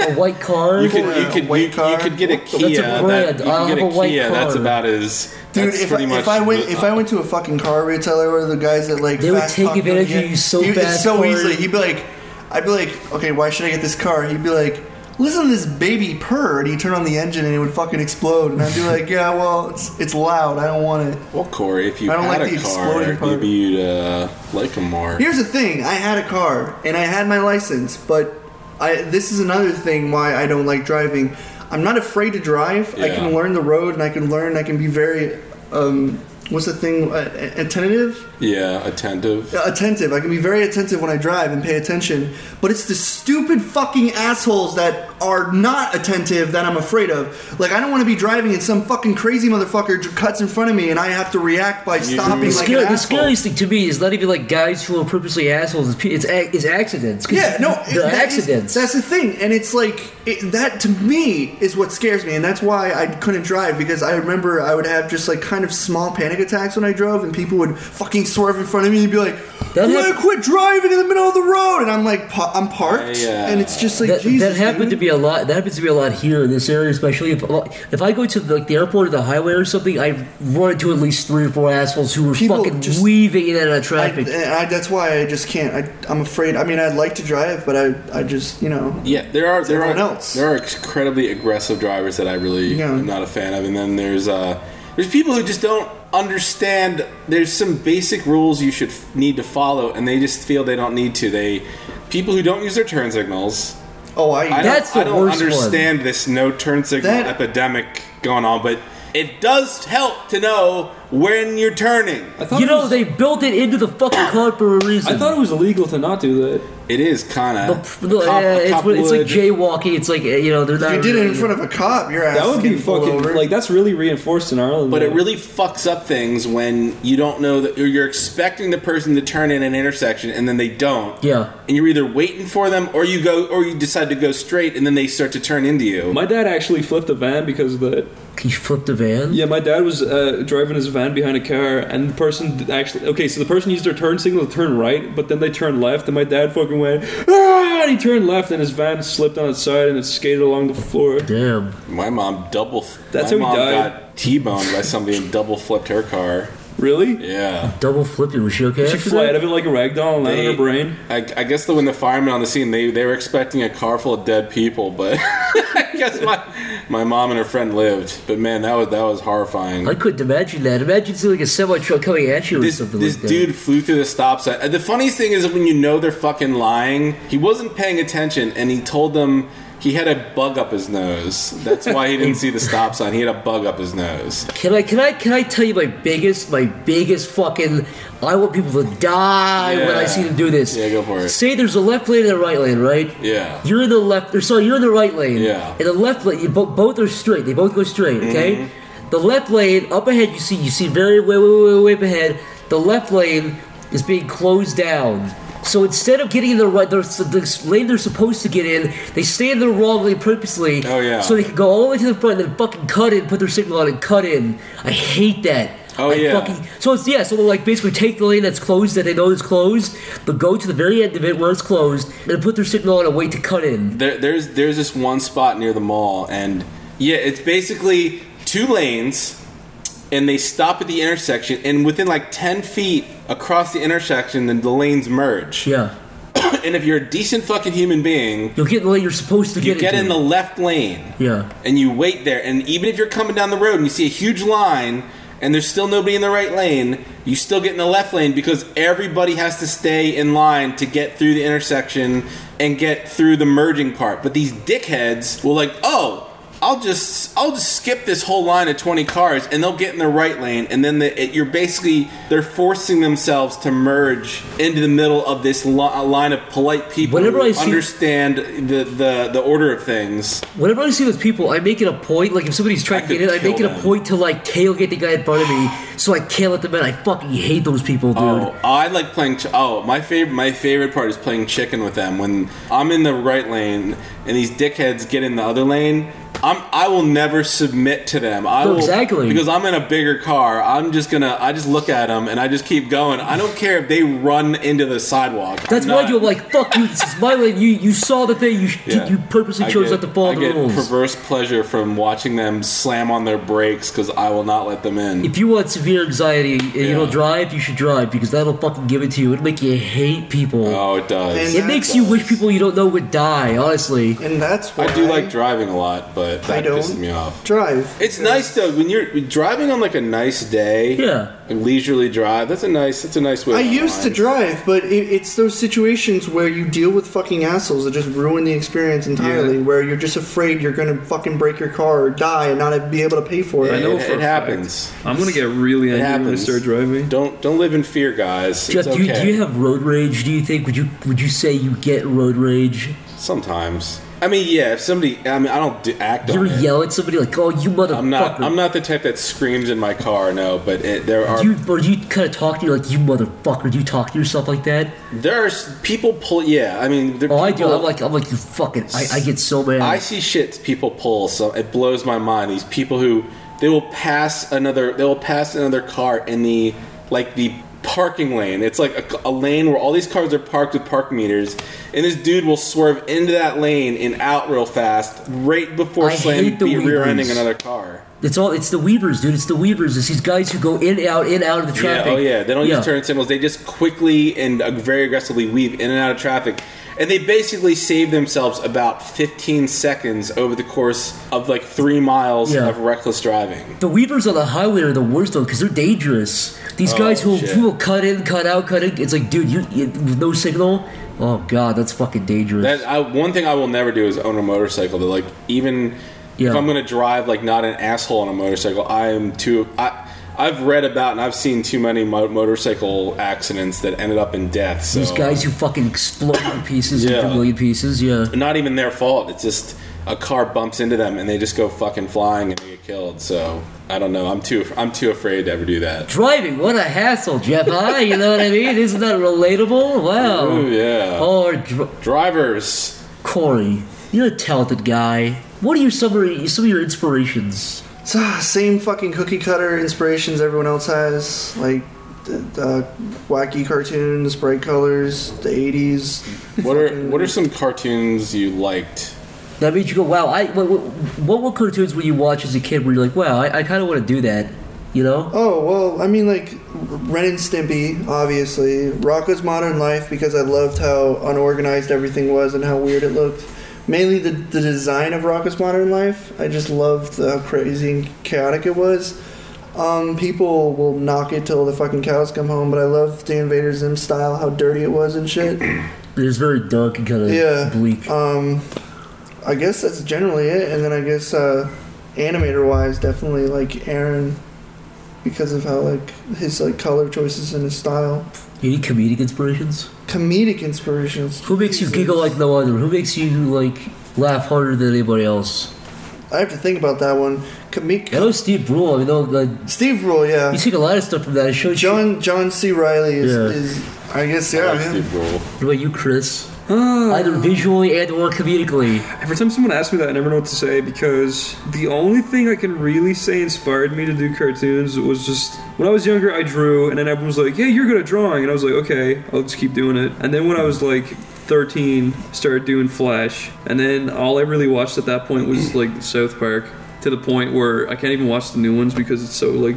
Speaker 5: a white car.
Speaker 4: You could
Speaker 6: Or a
Speaker 4: you could you,
Speaker 6: white
Speaker 4: you
Speaker 6: car.
Speaker 4: could get a
Speaker 5: a
Speaker 4: Kia.
Speaker 5: brand.
Speaker 4: that, you can
Speaker 5: I'll
Speaker 4: get
Speaker 5: have a
Speaker 4: a
Speaker 5: white
Speaker 4: Kia. That's
Speaker 5: car.
Speaker 4: about as
Speaker 6: Dude,
Speaker 4: that's
Speaker 6: if I,
Speaker 4: pretty much
Speaker 6: if I went
Speaker 4: the-
Speaker 6: if I went to a fucking car retailer, where the guys that like
Speaker 5: They would
Speaker 6: fast
Speaker 5: take
Speaker 6: talk me
Speaker 5: advantage
Speaker 6: into
Speaker 5: of
Speaker 6: it,
Speaker 5: you so
Speaker 6: he-
Speaker 5: fast,
Speaker 6: it's so
Speaker 5: Corey.
Speaker 6: easily. He'd be like, I'd be like, okay, why should I get this car? He'd be like, listen to this baby purr, and he'd turn on the engine and it would fucking explode, and I'd be like, yeah, well, it's it's loud, I don't want it.
Speaker 4: well, Corey, if you
Speaker 6: I don't
Speaker 4: had
Speaker 6: like
Speaker 4: a
Speaker 6: the
Speaker 4: car,
Speaker 6: exploding part.
Speaker 4: maybe you'd uh, like them more.
Speaker 6: Here's the thing: I had a car and I had my license, but I this is another thing why I don't like driving. I'm not afraid to drive. I
Speaker 4: Yeah.
Speaker 6: can learn the road, and I can learn. I can be very, um, what's the thing? Uh, attentive.
Speaker 4: Yeah, attentive.
Speaker 6: attentive. I can be very attentive when I drive and pay attention, but it's the stupid fucking assholes that are not attentive that I'm afraid of. Like I don't want to be driving and some fucking crazy motherfucker dr- cuts in front of me and I have to react by stopping
Speaker 5: The,
Speaker 6: like
Speaker 5: scary,
Speaker 6: an
Speaker 5: the
Speaker 6: asshole.
Speaker 5: scariest thing to me is not even like guys who are purposely assholes. It's, pe- it's, ac- it's accidents. 'Cause
Speaker 6: Yeah, no,
Speaker 5: they're
Speaker 6: that is-
Speaker 5: accidents.
Speaker 6: that's the thing, and it's like it, that to me is what scares me, and that's why I couldn't drive because I remember I would have just like kind of small panic panic attacks when I drove, and people would fucking swerve in front of me and be like,
Speaker 5: That
Speaker 6: "You
Speaker 5: hap-
Speaker 6: gotta quit driving in the middle of the road," and I'm like, pa- "I'm parked,"
Speaker 4: I, uh,
Speaker 6: and it's just like
Speaker 5: that,
Speaker 6: Jesus.
Speaker 5: that happened
Speaker 6: dude.
Speaker 5: to be a lot. That happens to be a lot here in this area, especially if, if I go to like the airport or the highway or something. I run into at least three or four assholes who are
Speaker 6: People
Speaker 5: fucking
Speaker 6: just-
Speaker 5: weaving in and out of
Speaker 6: I,
Speaker 5: traffic.
Speaker 6: and I, that's why I just can't. I, I'm afraid. I mean, I'd like to drive, but I, I just, you know,
Speaker 4: Yeah, there are there are
Speaker 6: everyone else.
Speaker 4: there are incredibly aggressive drivers that I really
Speaker 6: Yeah.
Speaker 4: am not a fan of, and then there's uh there's people who just don't understand. There's some basic rules you should f- need to follow, and they just feel they don't need to. They people who don't use their turn signals.
Speaker 6: oh, I,
Speaker 4: I
Speaker 5: That's the
Speaker 4: don't, I don't
Speaker 5: worst one.
Speaker 4: understand this no turn signal
Speaker 6: That-
Speaker 4: epidemic going on, but it does help to know when you're turning.
Speaker 3: thought
Speaker 5: you
Speaker 3: it
Speaker 5: know
Speaker 3: was-
Speaker 5: they built it into the fucking car for a reason.
Speaker 3: I thought it was illegal to not do that.
Speaker 4: It is kind
Speaker 5: The-
Speaker 4: of
Speaker 5: the- uh, it's, what- it's like jaywalking. It's like uh, you know they're
Speaker 6: if
Speaker 5: not.
Speaker 6: you did it in front of a cop, your ass
Speaker 3: That would be
Speaker 6: getting pulled
Speaker 3: fucking
Speaker 6: over.
Speaker 3: like that's really reinforced in Ireland.
Speaker 4: But it
Speaker 3: though.
Speaker 4: really fucks up things when you don't know that or you're expecting the person to turn in an intersection and then they don't.
Speaker 5: Yeah.
Speaker 4: And you're either waiting for them or you go or you decide to go straight and then they start to turn into you.
Speaker 3: my dad actually flipped a van because of that.
Speaker 5: Can you flip the van?
Speaker 3: Yeah, my dad was uh, driving his van behind a car, and the person d- actually okay, so the person used their turn signal to turn right, but then they turned left, and my dad fucking went ah! and he turned left, and his van slipped on its side and it skated along the floor.
Speaker 5: Damn.
Speaker 4: my mom double
Speaker 3: That's how he
Speaker 4: my mom
Speaker 3: died.
Speaker 4: got T-boned by somebody and double flipped her car.
Speaker 3: Really?
Speaker 4: Yeah.
Speaker 5: Double flipping. Was she okay?
Speaker 3: She
Speaker 5: after
Speaker 3: flew out
Speaker 5: that?
Speaker 3: of it like a rag doll and landed on
Speaker 4: They-
Speaker 3: her brain.
Speaker 4: I, I guess the, when the firemen on the scene, they, they were expecting a car full of dead people, but I guess my, my mom and her friend lived. But man, that was that was horrifying.
Speaker 5: I couldn't imagine that. Imagine seeing like a semi truck coming at you or
Speaker 4: this,
Speaker 5: something
Speaker 4: this
Speaker 5: like that.
Speaker 4: dude flew through the stop sign. And The funniest thing is when you know they're fucking lying. He wasn't paying attention, and he told them he had a bug up his nose. That's why he didn't see the stop sign. He had a bug up his nose.
Speaker 5: Can I can I can I tell you my biggest my biggest fucking I want people to die when I
Speaker 4: Yeah.
Speaker 5: see them do this.
Speaker 4: Yeah, go for it.
Speaker 5: Say there's a left lane and a right lane, right?
Speaker 4: Yeah.
Speaker 5: You're in the left or sorry, you're in the right lane.
Speaker 4: Yeah.
Speaker 5: In the left lane, you bo- both are straight. They both go straight, okay?
Speaker 4: Mm-hmm.
Speaker 5: The left lane, up ahead you see you see very way way way way up ahead. The left lane is being closed down. So instead of getting in the right, the, the lane they're supposed to get in, they stay in the wrong lane purposely.
Speaker 4: Oh, yeah.
Speaker 5: So they could go all the way to the front and then fucking cut in, put their signal on and cut in. I hate that.
Speaker 4: Oh,
Speaker 5: I
Speaker 4: yeah.
Speaker 5: Fucking, so it's yeah. So they like basically take the lane that's closed that they know is closed, but go to the very end of it where it's closed and put their signal on and wait to cut in.
Speaker 4: There, there's there's this one spot near the mall, and yeah, it's basically two lanes, and they stop at the intersection, and within like ten feet across the intersection, then the lanes merge.
Speaker 5: Yeah.
Speaker 4: And if you're a decent fucking human being,
Speaker 5: You'll get in the lane you're supposed to
Speaker 4: you
Speaker 5: get.
Speaker 4: get in
Speaker 5: into.
Speaker 4: the left lane.
Speaker 5: Yeah.
Speaker 4: and you wait there. And even if you're coming down the road and you see a huge line and there's still nobody in the right lane, you still get in the left lane because everybody has to stay in line to get through the intersection and get through the merging part. But these dickheads will like, oh, I'll just I'll just skip this whole line of 20 cars and they'll get in the right lane and then the, it, you're basically they're forcing themselves to merge into the middle of this li- line of polite people
Speaker 5: Whenever
Speaker 4: who
Speaker 5: I see-
Speaker 4: understand the, the the order of things.
Speaker 5: Whenever I see those people, I make it a point. Like if somebody's trying
Speaker 4: I
Speaker 5: to get in,
Speaker 4: could
Speaker 5: I make it
Speaker 4: kill
Speaker 5: a
Speaker 4: them.
Speaker 5: point to like tailgate the guy in front of me, so I can't let them in. I fucking hate those people, dude.
Speaker 4: Oh, I like playing. Ch- oh, my favorite. My favorite part is playing chicken with them. When I'm in the right lane and these dickheads get in the other lane, I'm. I will never submit to them. I
Speaker 5: No,
Speaker 4: will,
Speaker 5: exactly.
Speaker 4: because I'm in a bigger car. I'm just gonna. I just look at them and I just keep going. I don't care if they run into the sidewalk.
Speaker 5: That's
Speaker 4: I'm
Speaker 5: why
Speaker 4: not-
Speaker 5: you're like, fuck you, this is my lane. You you saw the thing, you
Speaker 4: Yeah.
Speaker 5: you purposely
Speaker 4: I
Speaker 5: chose
Speaker 4: get-
Speaker 5: not to follow
Speaker 4: I
Speaker 5: the
Speaker 4: get
Speaker 5: rules.
Speaker 4: perverse pleasure from watching them slam on their brakes because I will not let them in.
Speaker 5: if you want severe anxiety and you
Speaker 4: Yeah.
Speaker 5: don't drive, you should drive because that'll fucking give it to you. It'll make you hate people.
Speaker 4: oh, it does.
Speaker 5: it
Speaker 6: And-
Speaker 5: makes you wish people you don't know would die, honestly.
Speaker 6: and that's why
Speaker 4: I do like driving a lot, but
Speaker 6: I
Speaker 4: that
Speaker 6: don't
Speaker 4: pisses me off.
Speaker 6: drive.
Speaker 4: It's nice though when you're driving on like a nice day.
Speaker 5: Yeah.
Speaker 4: A leisurely drive. That's a nice. That's a nice way.
Speaker 6: I
Speaker 4: of
Speaker 6: used to
Speaker 4: life.
Speaker 6: drive, but it, it's those situations where you deal with fucking assholes that just ruin the experience entirely. Where you're just afraid you're gonna fucking break your car or die and not be able to pay for it.
Speaker 3: I know
Speaker 4: It,
Speaker 3: for
Speaker 4: it
Speaker 3: a
Speaker 4: happens.
Speaker 3: I'm gonna get really
Speaker 4: It
Speaker 3: angry when I
Speaker 4: happens.
Speaker 3: start driving.
Speaker 4: Don't don't live in fear, guys.
Speaker 5: Jeff,
Speaker 4: it's
Speaker 5: do, you,
Speaker 4: okay.
Speaker 5: do you have road rage? Do you think would you would you say you get road rage?
Speaker 4: Sometimes. I mean, yeah. If somebody, I mean, I don't do, act
Speaker 5: You ever
Speaker 4: on it.
Speaker 5: yell at somebody like, "Oh, you motherfucker"?
Speaker 4: I'm not. I'm not the type that screams in my car. No, but it, there are
Speaker 5: Do you or do you kind of talk to you like, "You motherfucker"? Do you talk to yourself like that?
Speaker 4: there are s- people pull. Yeah, I mean, there
Speaker 5: Oh,
Speaker 4: are
Speaker 5: I do.
Speaker 4: people,
Speaker 5: I'm like, I'm like, you fucking. I, I get so mad.
Speaker 4: I see shit people pull. So it blows my mind. These people who they will pass another they will pass another car in the like the parking lane. It's like a, a lane where all these cars are parked with park meters, and this dude will swerve into that lane and out real fast right before
Speaker 5: I
Speaker 4: slam
Speaker 5: hate the
Speaker 4: be rear-ending
Speaker 5: Weebers.
Speaker 4: another car.
Speaker 5: It's all it's the Weavers, dude. It's the Weavers. It's these guys who go in out, in out of the
Speaker 4: Yeah,
Speaker 5: traffic.
Speaker 4: oh yeah. They don't
Speaker 5: yeah.
Speaker 4: use turn signals. They just quickly and uh, very aggressively weave in and out of traffic. And they basically save themselves about 15 seconds over the course of like three miles
Speaker 5: Yeah.
Speaker 4: of reckless driving.
Speaker 5: The Weavers on the highway are the worst though because they're dangerous. These guys who,
Speaker 4: Oh, shit.
Speaker 5: who will cut in, cut out, cut in. It's like, dude, you, you with no signal. Oh god, that's fucking dangerous.
Speaker 4: That I, one thing I will never do is own a motorcycle. That like even
Speaker 5: Yeah.
Speaker 4: if I'm going to drive like not an asshole on a motorcycle, I am too. I I've read about and I've seen too many mo- motorcycle accidents that ended up in death. So
Speaker 5: These guys who fucking explode in pieces into
Speaker 4: Yeah.
Speaker 5: million pieces. Yeah.
Speaker 4: not even their fault. It's just a car bumps into them and they just go fucking flying and they get killed. So I don't know. I'm too I'm too afraid to ever do that.
Speaker 5: Driving, what a hassle, Jeff. Huh? You know what I mean? Isn't that relatable? Wow.
Speaker 4: Ooh, yeah.
Speaker 5: Or dr-
Speaker 4: Drivers.
Speaker 5: Corey, you're a talented guy. What are your some of your, some of your inspirations?
Speaker 6: So, ah, same fucking cookie cutter inspirations everyone else has, like the, the wacky cartoons, bright colors, the '80s.
Speaker 4: What are what are some cartoons you liked?
Speaker 5: That made you go, wow. I what what, what, what cartoons would you watch as a kid where you're like, wow, I, I kind of want to do that. You know?
Speaker 6: Oh well, I mean like Ren and Stimpy, obviously. Rocco's Modern Life because I loved how unorganized everything was and how weird it looked. Mainly the, the design of Rocco's Modern Life. I just loved how crazy and chaotic it was. Um, people will knock it till the fucking cows come home, but I love the Invader Zim style, how dirty it was and shit.
Speaker 5: It is very dark and kind of
Speaker 6: Yeah.
Speaker 5: bleak.
Speaker 6: Um, I guess that's generally it. And then I guess uh, animator wise, definitely like Aaron, because of how like his like color choices and his style.
Speaker 5: Any comedic inspirations?
Speaker 6: Comedic inspirations.
Speaker 5: Who makes you
Speaker 6: Jesus.
Speaker 5: giggle like no other? Who makes you like laugh harder than anybody else?
Speaker 6: I have to think about that one. Comic.
Speaker 5: I know Steve Brule. I mean, no, like,
Speaker 6: Steve Rule, yeah.
Speaker 5: you take a lot of stuff from that. It shows you.
Speaker 6: John John C. Riley is,
Speaker 5: Yeah.
Speaker 6: is I guess yeah.
Speaker 4: Like
Speaker 6: man.
Speaker 4: Steve Brule.
Speaker 5: What about you, Chris?
Speaker 6: Ah.
Speaker 5: Either visually and or comedically.
Speaker 3: Every time someone asks me that, I never know what to say because the only thing I can really say inspired me to do cartoons was just when I was younger, I drew, and then everyone was like, "Yeah, you're good at drawing," and I was like, "Okay, I'll just keep doing it." And then when I was like 13, started doing Flash, and then all I really watched at that point was like South Park. To the point where I can't even watch the new ones because it's so like,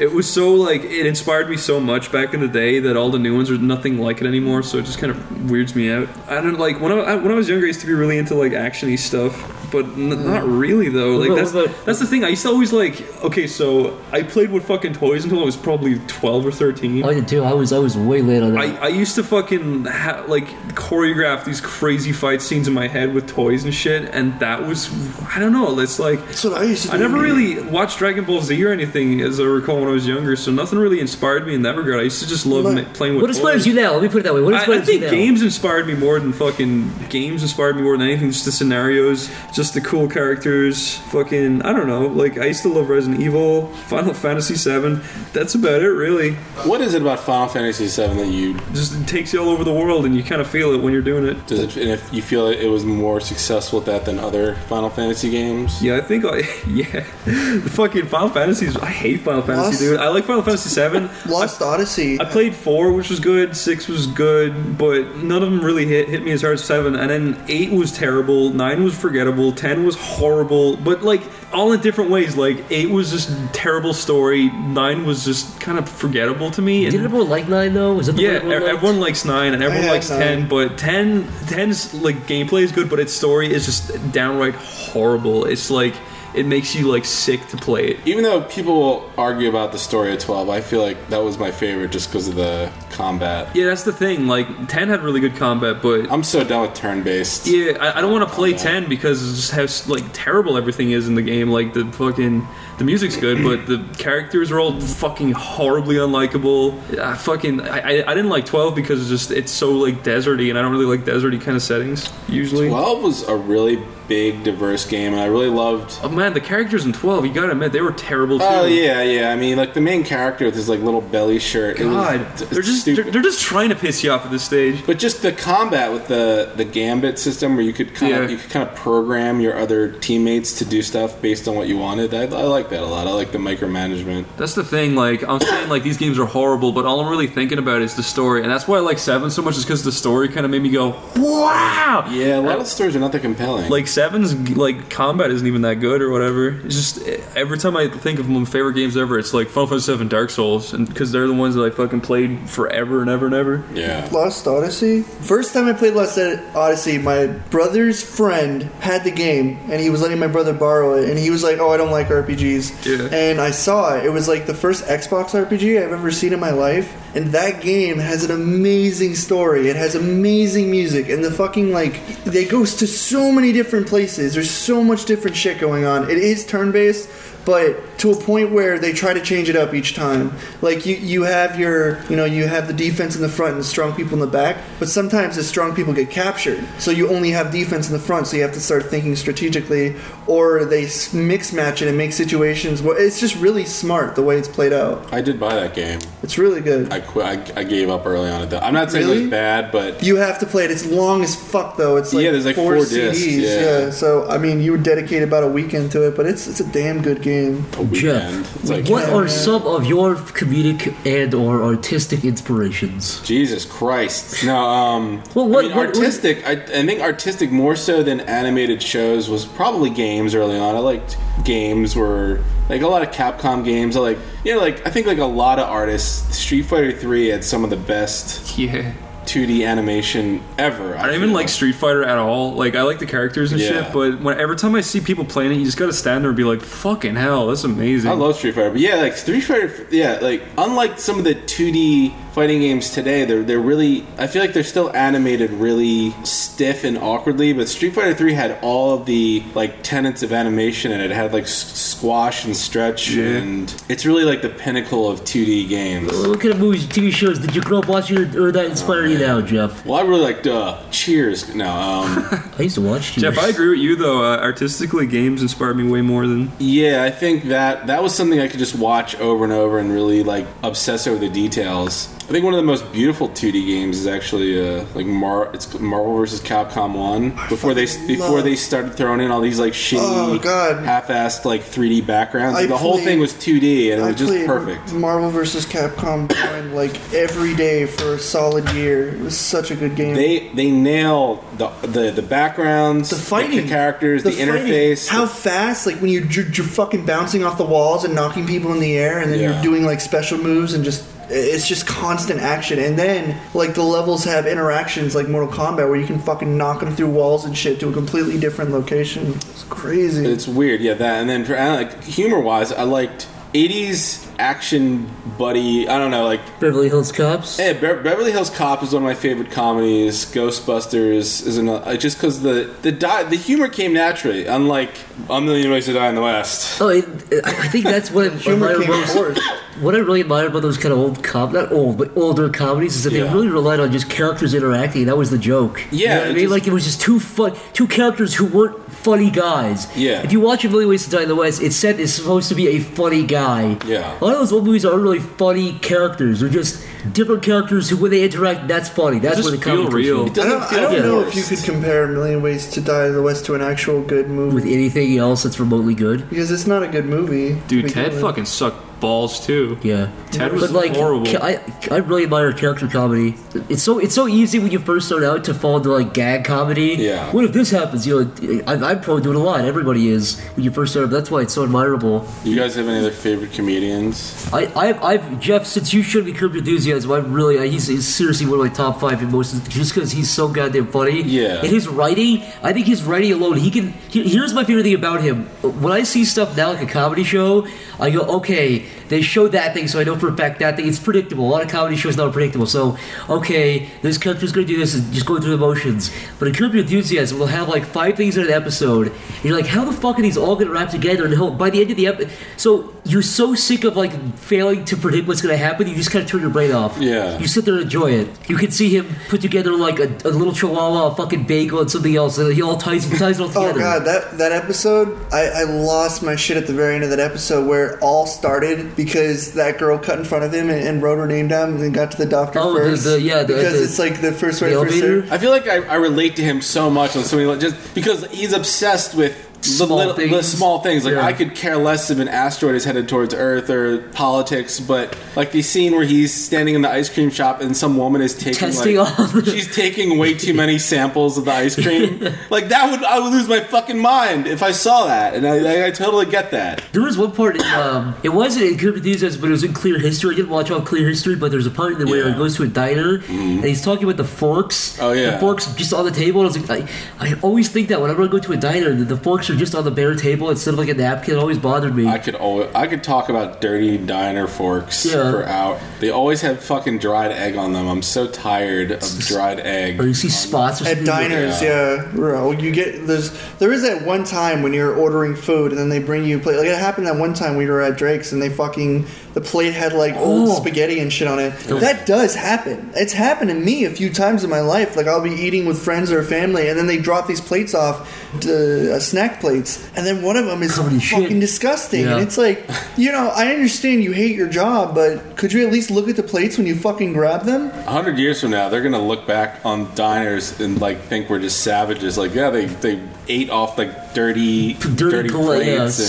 Speaker 3: it was so like it inspired me so much back in the day that all the new ones are nothing like it anymore. So it just kind of weirds me out. I don't like when I I- when I was younger, I used to be really into like actiony stuff, but n- not really though. Like
Speaker 5: about-
Speaker 3: that's
Speaker 5: Mm. what about-
Speaker 3: that's the thing. I used to always like okay, so I played with fucking toys until I was probably twelve or thirteen.
Speaker 5: I did too. I was I was way late on that.
Speaker 3: I, I used to fucking ha- like choreograph these crazy fight scenes in my head with toys and shit, and that was I don't know. It's like
Speaker 6: That's what I used to.
Speaker 3: I
Speaker 6: do.
Speaker 3: never really watched Dragon Ball Z or anything, as I recall when I was younger. So nothing really inspired me in that regard. I used to just love
Speaker 6: Like-
Speaker 3: ma- playing with.
Speaker 5: what
Speaker 3: toys.
Speaker 5: inspires you now? Let me put it that way. What
Speaker 3: I,
Speaker 5: inspires
Speaker 3: I think
Speaker 5: you now?
Speaker 3: games inspired me more than fucking games inspired me more than anything. Just the scenarios, just the cool characters. Fucking, I don't know. Like I used to love Resident Evil, Final Fantasy VII. That's about it, really.
Speaker 4: What is it about Final Fantasy VII that you
Speaker 3: Just it takes you all over the world, and you kind of feel it when you're doing it.
Speaker 4: does it, and if you feel that it was more successful at that than other Final Fantasy games?
Speaker 3: Yeah, I think I yeah. The fucking Final Fantasies. I hate Final Fantasy,
Speaker 6: Lost-
Speaker 3: dude. I like Final Fantasy VII.
Speaker 6: Lost Odyssey.
Speaker 3: I played four, which was good. Six was good, but none of them really hit hit me as hard as seven. And then eight was terrible. Nine was forgettable. Ten was horrible, but like all in different ways. Like eight was just terrible story. Nine was just kind of forgettable to me. And
Speaker 5: Did everyone like Nine though? Was that the
Speaker 3: yeah,
Speaker 5: one
Speaker 3: everyone,
Speaker 5: liked?
Speaker 3: everyone likes nine and everyone
Speaker 6: had
Speaker 3: likes
Speaker 6: nine.
Speaker 3: ten, but 10, 10's like gameplay is good, but its story is just downright horrible. It's like it makes you like sick to play it.
Speaker 4: Even though people will argue about the story of 12, I feel like that was my favorite just because of the combat.
Speaker 3: Yeah, that's the thing. Like ten had really good combat, but
Speaker 4: I'm so done with turn based.
Speaker 3: Yeah, I, I don't want to play ten because it's just how s- like terrible everything is in the game. Like the fucking the music's good, but the characters are all fucking horribly unlikable. I fucking I, I, I didn't like twelve because it's just it's so like deserty, and I don't really like deserty kind of settings usually.
Speaker 4: 12 was a really big, diverse game, and I really loved.
Speaker 3: I'm Oh, man, the characters in Twelve, you gotta admit, they were terrible too.
Speaker 4: Oh yeah, yeah. I mean, like the main character with his like little belly shirt. it was
Speaker 3: God,
Speaker 4: d-
Speaker 3: they're just they're,
Speaker 4: stupid.
Speaker 3: they're just trying to piss you off at this stage.
Speaker 4: But just the combat with the the gambit system, where you could kind of
Speaker 3: Yeah.
Speaker 4: you could kind of program your other teammates to do stuff based on what you wanted. I, I like that a lot. I like the micromanagement.
Speaker 3: That's the thing. Like I'm saying, like these games are horrible, but all I'm really thinking about is the story, and that's why I like Seven so much, is because the story kind of made me go, "Wow!"
Speaker 4: Yeah, a lot
Speaker 3: And-
Speaker 4: of stories are not that compelling.
Speaker 3: like Seven's like combat isn't even that good or whatever. It's just eh, every time I think of my favorite games ever, it's like Final Fantasy Seven, Dark Souls, and because they're the ones that I fucking played forever and ever and ever.
Speaker 4: yeah,
Speaker 6: Lost Odyssey. First time I played Lost Odyssey, my brother's friend had the game, and he was letting my brother borrow it, and he was like, "Oh, I don't like RPGs."
Speaker 3: Yeah.
Speaker 6: And I saw it. It was like the first Xbox RPG I've ever seen in my life, and that game has an amazing story. It has amazing music, and the fucking like, they goes to so many different places. There's so much different shit going on. It is turn-based. But to a point where they try to change it up each time. Like you, you have your, you know, you have the defense in the front and strong people in the back. But sometimes the strong people get captured, so you only have defense in the front. So you have to start thinking strategically, or they s- mix match it and make situations. Where it's just really smart the way it's played out.
Speaker 4: I did buy that game.
Speaker 6: It's really good.
Speaker 4: I quit. I, I gave up early on it though. I'm not saying it
Speaker 6: Really?
Speaker 4: was bad, but
Speaker 6: You have to play it. It's long as fuck though. It's like,
Speaker 4: Yeah, there's like four discs, yeah.
Speaker 6: So I mean, you would dedicate about a weekend to it, but it's it's a damn good game.
Speaker 4: a weekend.
Speaker 5: Jeff,
Speaker 4: It's like
Speaker 5: what are some of your comedic and or artistic inspirations?
Speaker 4: Jesus Christ. No, um,
Speaker 5: Well,
Speaker 4: I
Speaker 5: what-
Speaker 4: mean,
Speaker 5: what-
Speaker 4: artistic. I, I think artistic more so than animated shows was probably games early on. I liked games were like a lot of Capcom games. I like you know like I think like a lot of artists. Street Fighter Three had some of the best
Speaker 3: Yeah,
Speaker 4: 2D animation ever.
Speaker 3: I don't even
Speaker 4: feel.
Speaker 3: like Street Fighter at all. Like I like the characters and
Speaker 4: Yeah.
Speaker 3: shit, but when every time I see people playing it, you just gotta stand there and be like, "Fucking hell, that's amazing."
Speaker 4: I love Street Fighter, but yeah, like Street Fighter, yeah, like unlike some of the 2D fighting games today, they're they're really. I feel like they're still animated really stiff and awkwardly, but Street Fighter 3 had all of the like tenets of animation, and it had like s- squash and stretch, and it's really like the pinnacle of 2D games.
Speaker 5: What kind of movies, TV shows did you grow up watching or that inspire you now, Jeff?
Speaker 4: Well, I really liked uh, Cheers. No, um,
Speaker 5: I used to watch TV.
Speaker 3: Jeff, I agree with you though. Uh, artistically, games inspired me way more than
Speaker 4: yeah, I think that that was something I could just watch over and over and really like obsess over the details. I think one of the most beautiful 2D games is actually uh, like Mar- it's Marvel vs. Capcom One before they before
Speaker 6: love-
Speaker 4: they started throwing in all these like shitty,
Speaker 6: Oh, God.
Speaker 4: half-assed like 3D backgrounds.
Speaker 6: I
Speaker 4: Like, the whole
Speaker 6: played-
Speaker 4: thing was 2D and it was just
Speaker 6: played
Speaker 4: perfect.
Speaker 6: Marvel vs. Capcom Prime like every day for a solid year. It was such a good game.
Speaker 4: They they nail the the, the backgrounds,
Speaker 6: the fighting,
Speaker 4: the characters, the,
Speaker 6: fighting,
Speaker 4: interface,
Speaker 6: how fast! Like when you you're, you're fucking bouncing off the walls and knocking people in the air, and then
Speaker 4: Yeah.
Speaker 6: you're doing like special moves and just. It's just constant action, and then like the levels have interactions like Mortal Kombat, where you can fucking knock them through walls and shit to a completely different location. It's crazy.
Speaker 4: It's weird, yeah. That and then for uh, like, humor-wise, I liked '80s action buddy. I don't know, like
Speaker 5: Beverly Hills Cops.
Speaker 4: yeah, Be- Beverly Hills Cop is one of my favorite comedies. Ghostbusters is another, uh, just because the the di- the humor came naturally. Unlike A Million Ways to Die in the West,
Speaker 5: Oh, it, I I think that's what I
Speaker 6: Humor
Speaker 5: admire
Speaker 6: came
Speaker 5: most.
Speaker 6: first.
Speaker 5: What I really admire about those kind of old com, not old, but older comedies is that they
Speaker 4: Yeah.
Speaker 5: really relied on just characters interacting. That was the joke.
Speaker 4: Yeah,
Speaker 5: You know what I
Speaker 4: it
Speaker 5: mean,
Speaker 4: just-
Speaker 5: like it was just two fun, two characters who weren't funny guys.
Speaker 4: Yeah.
Speaker 5: If you watch A Million Ways to Die in the West, it's said it's supposed to be a funny guy.
Speaker 4: Yeah.
Speaker 5: A lot of those old movies are really funny characters. They're just different characters who, when they interact, that's funny. That's
Speaker 3: just
Speaker 5: where the comedy
Speaker 3: feel real.
Speaker 5: comes from.
Speaker 4: it
Speaker 6: I
Speaker 4: doesn't
Speaker 6: don't, I
Speaker 4: feel
Speaker 6: don't know if you
Speaker 4: forced.
Speaker 6: could compare A Million Ways to Die in the West to an actual good
Speaker 5: With
Speaker 6: movie
Speaker 5: anything else that's remotely good.
Speaker 6: because it's not a good movie. to
Speaker 3: dude.
Speaker 6: begin
Speaker 3: Ted
Speaker 6: with.
Speaker 3: fucking sucked balls too.
Speaker 5: Yeah,
Speaker 3: Ted was
Speaker 5: but like,
Speaker 3: horrible.
Speaker 5: ca- I I really admire character comedy. It's so it's so easy when you first start out to fall into like gag comedy.
Speaker 4: Yeah.
Speaker 5: What if this happens? You know, I, I'm probably doing a lot. Everybody is when you first start. out. That's why it's so admirable.
Speaker 4: You guys have any other favorite comedians?
Speaker 5: I I I've Jeff since you showed me Curb Your Enthusiasm. I'm really I, he's, he's seriously one of my top five in most of- just because he's so goddamn funny.
Speaker 4: Yeah.
Speaker 5: And his writing, I think his writing alone, he can. He, here's my favorite thing about him. When I see stuff now like a comedy show, I go, okay, they showed that thing, so I know for a fact that thing. It's predictable. A lot of comedy shows now are predictable. So, okay, this character's gonna do this and just go through the motions. But in Curb Your Enthusiasm, we'll have like five things in an episode, and you're like, how the fuck are these all gonna wrap together? And he'll- by the end of the episode, so you're so sick of like failing to predict what's gonna happen, you just kind of turn your brain off.
Speaker 4: Yeah.
Speaker 5: You sit there and enjoy it. You can see him put together like a, a little chihuahua, a fucking bagel, and something else, and he all ties, ties it all
Speaker 6: Oh
Speaker 5: together.
Speaker 6: god, that that episode, I, I lost my shit at the very end of that episode where it all started because that girl cut in front of him and, and wrote her name down and then got to the doctor
Speaker 5: Oh, the-
Speaker 6: first.
Speaker 5: the- yeah, the-
Speaker 6: because
Speaker 5: the-
Speaker 6: it's like the first right
Speaker 5: the
Speaker 6: first
Speaker 5: elevator?
Speaker 6: served.
Speaker 4: I feel like I, I relate to him so much on so many le- just because he's obsessed with the
Speaker 5: Small
Speaker 4: little the
Speaker 5: things.
Speaker 4: small things. Like
Speaker 5: Yeah.
Speaker 4: I could care less if an asteroid is headed towards Earth or politics, but like the scene where he's standing in the ice cream shop and some woman is taking
Speaker 5: Testing
Speaker 4: like,
Speaker 5: all the-
Speaker 4: she's taking way too many samples of the ice cream. like that would I would lose my fucking mind if I saw that, and I, I, I totally get that.
Speaker 5: There was one part. in, Um, it wasn't in Curb Your Enthusiasm, but it was in Clear History. I didn't watch all Clear History, but there's a part in there where
Speaker 4: Yeah. Mm-hmm.
Speaker 5: he goes to a diner and he's talking about the forks.
Speaker 4: Oh, yeah.
Speaker 5: the forks just on the table. And I was like, I, I always think that whenever I go to a diner, that the forks are just on the bare table instead of like a napkin. It always bothered me.
Speaker 4: I could always, I could talk about dirty diner forks
Speaker 5: Yeah.
Speaker 4: for out. They always have fucking dried egg on them. I'm so tired of dried egg.
Speaker 5: or you see spots or
Speaker 6: At
Speaker 5: something.
Speaker 6: diners, yeah. Well, you get there's there is that one time when you're ordering food and then they bring you a plate. Like it happened that one time we were at Drake's and they fucking the plate had like old
Speaker 5: Oh.
Speaker 6: spaghetti and shit on it. That does happen. It's happened to me a few times in my life. Like I'll be eating with friends or family and then they drop these plates off to uh, snack plates and then one of them is
Speaker 5: Covered in shit.
Speaker 6: fucking disgusting.
Speaker 5: Yeah.
Speaker 6: And it's like, you know, I understand you hate your job, but could you at least look at the plates when you fucking grab them?
Speaker 4: A hundred years from now, they're gonna look back on diners and like think we're just savages. Like, yeah, they they ate off like dirty,
Speaker 5: Dirty, plate, yeah,
Speaker 4: plates and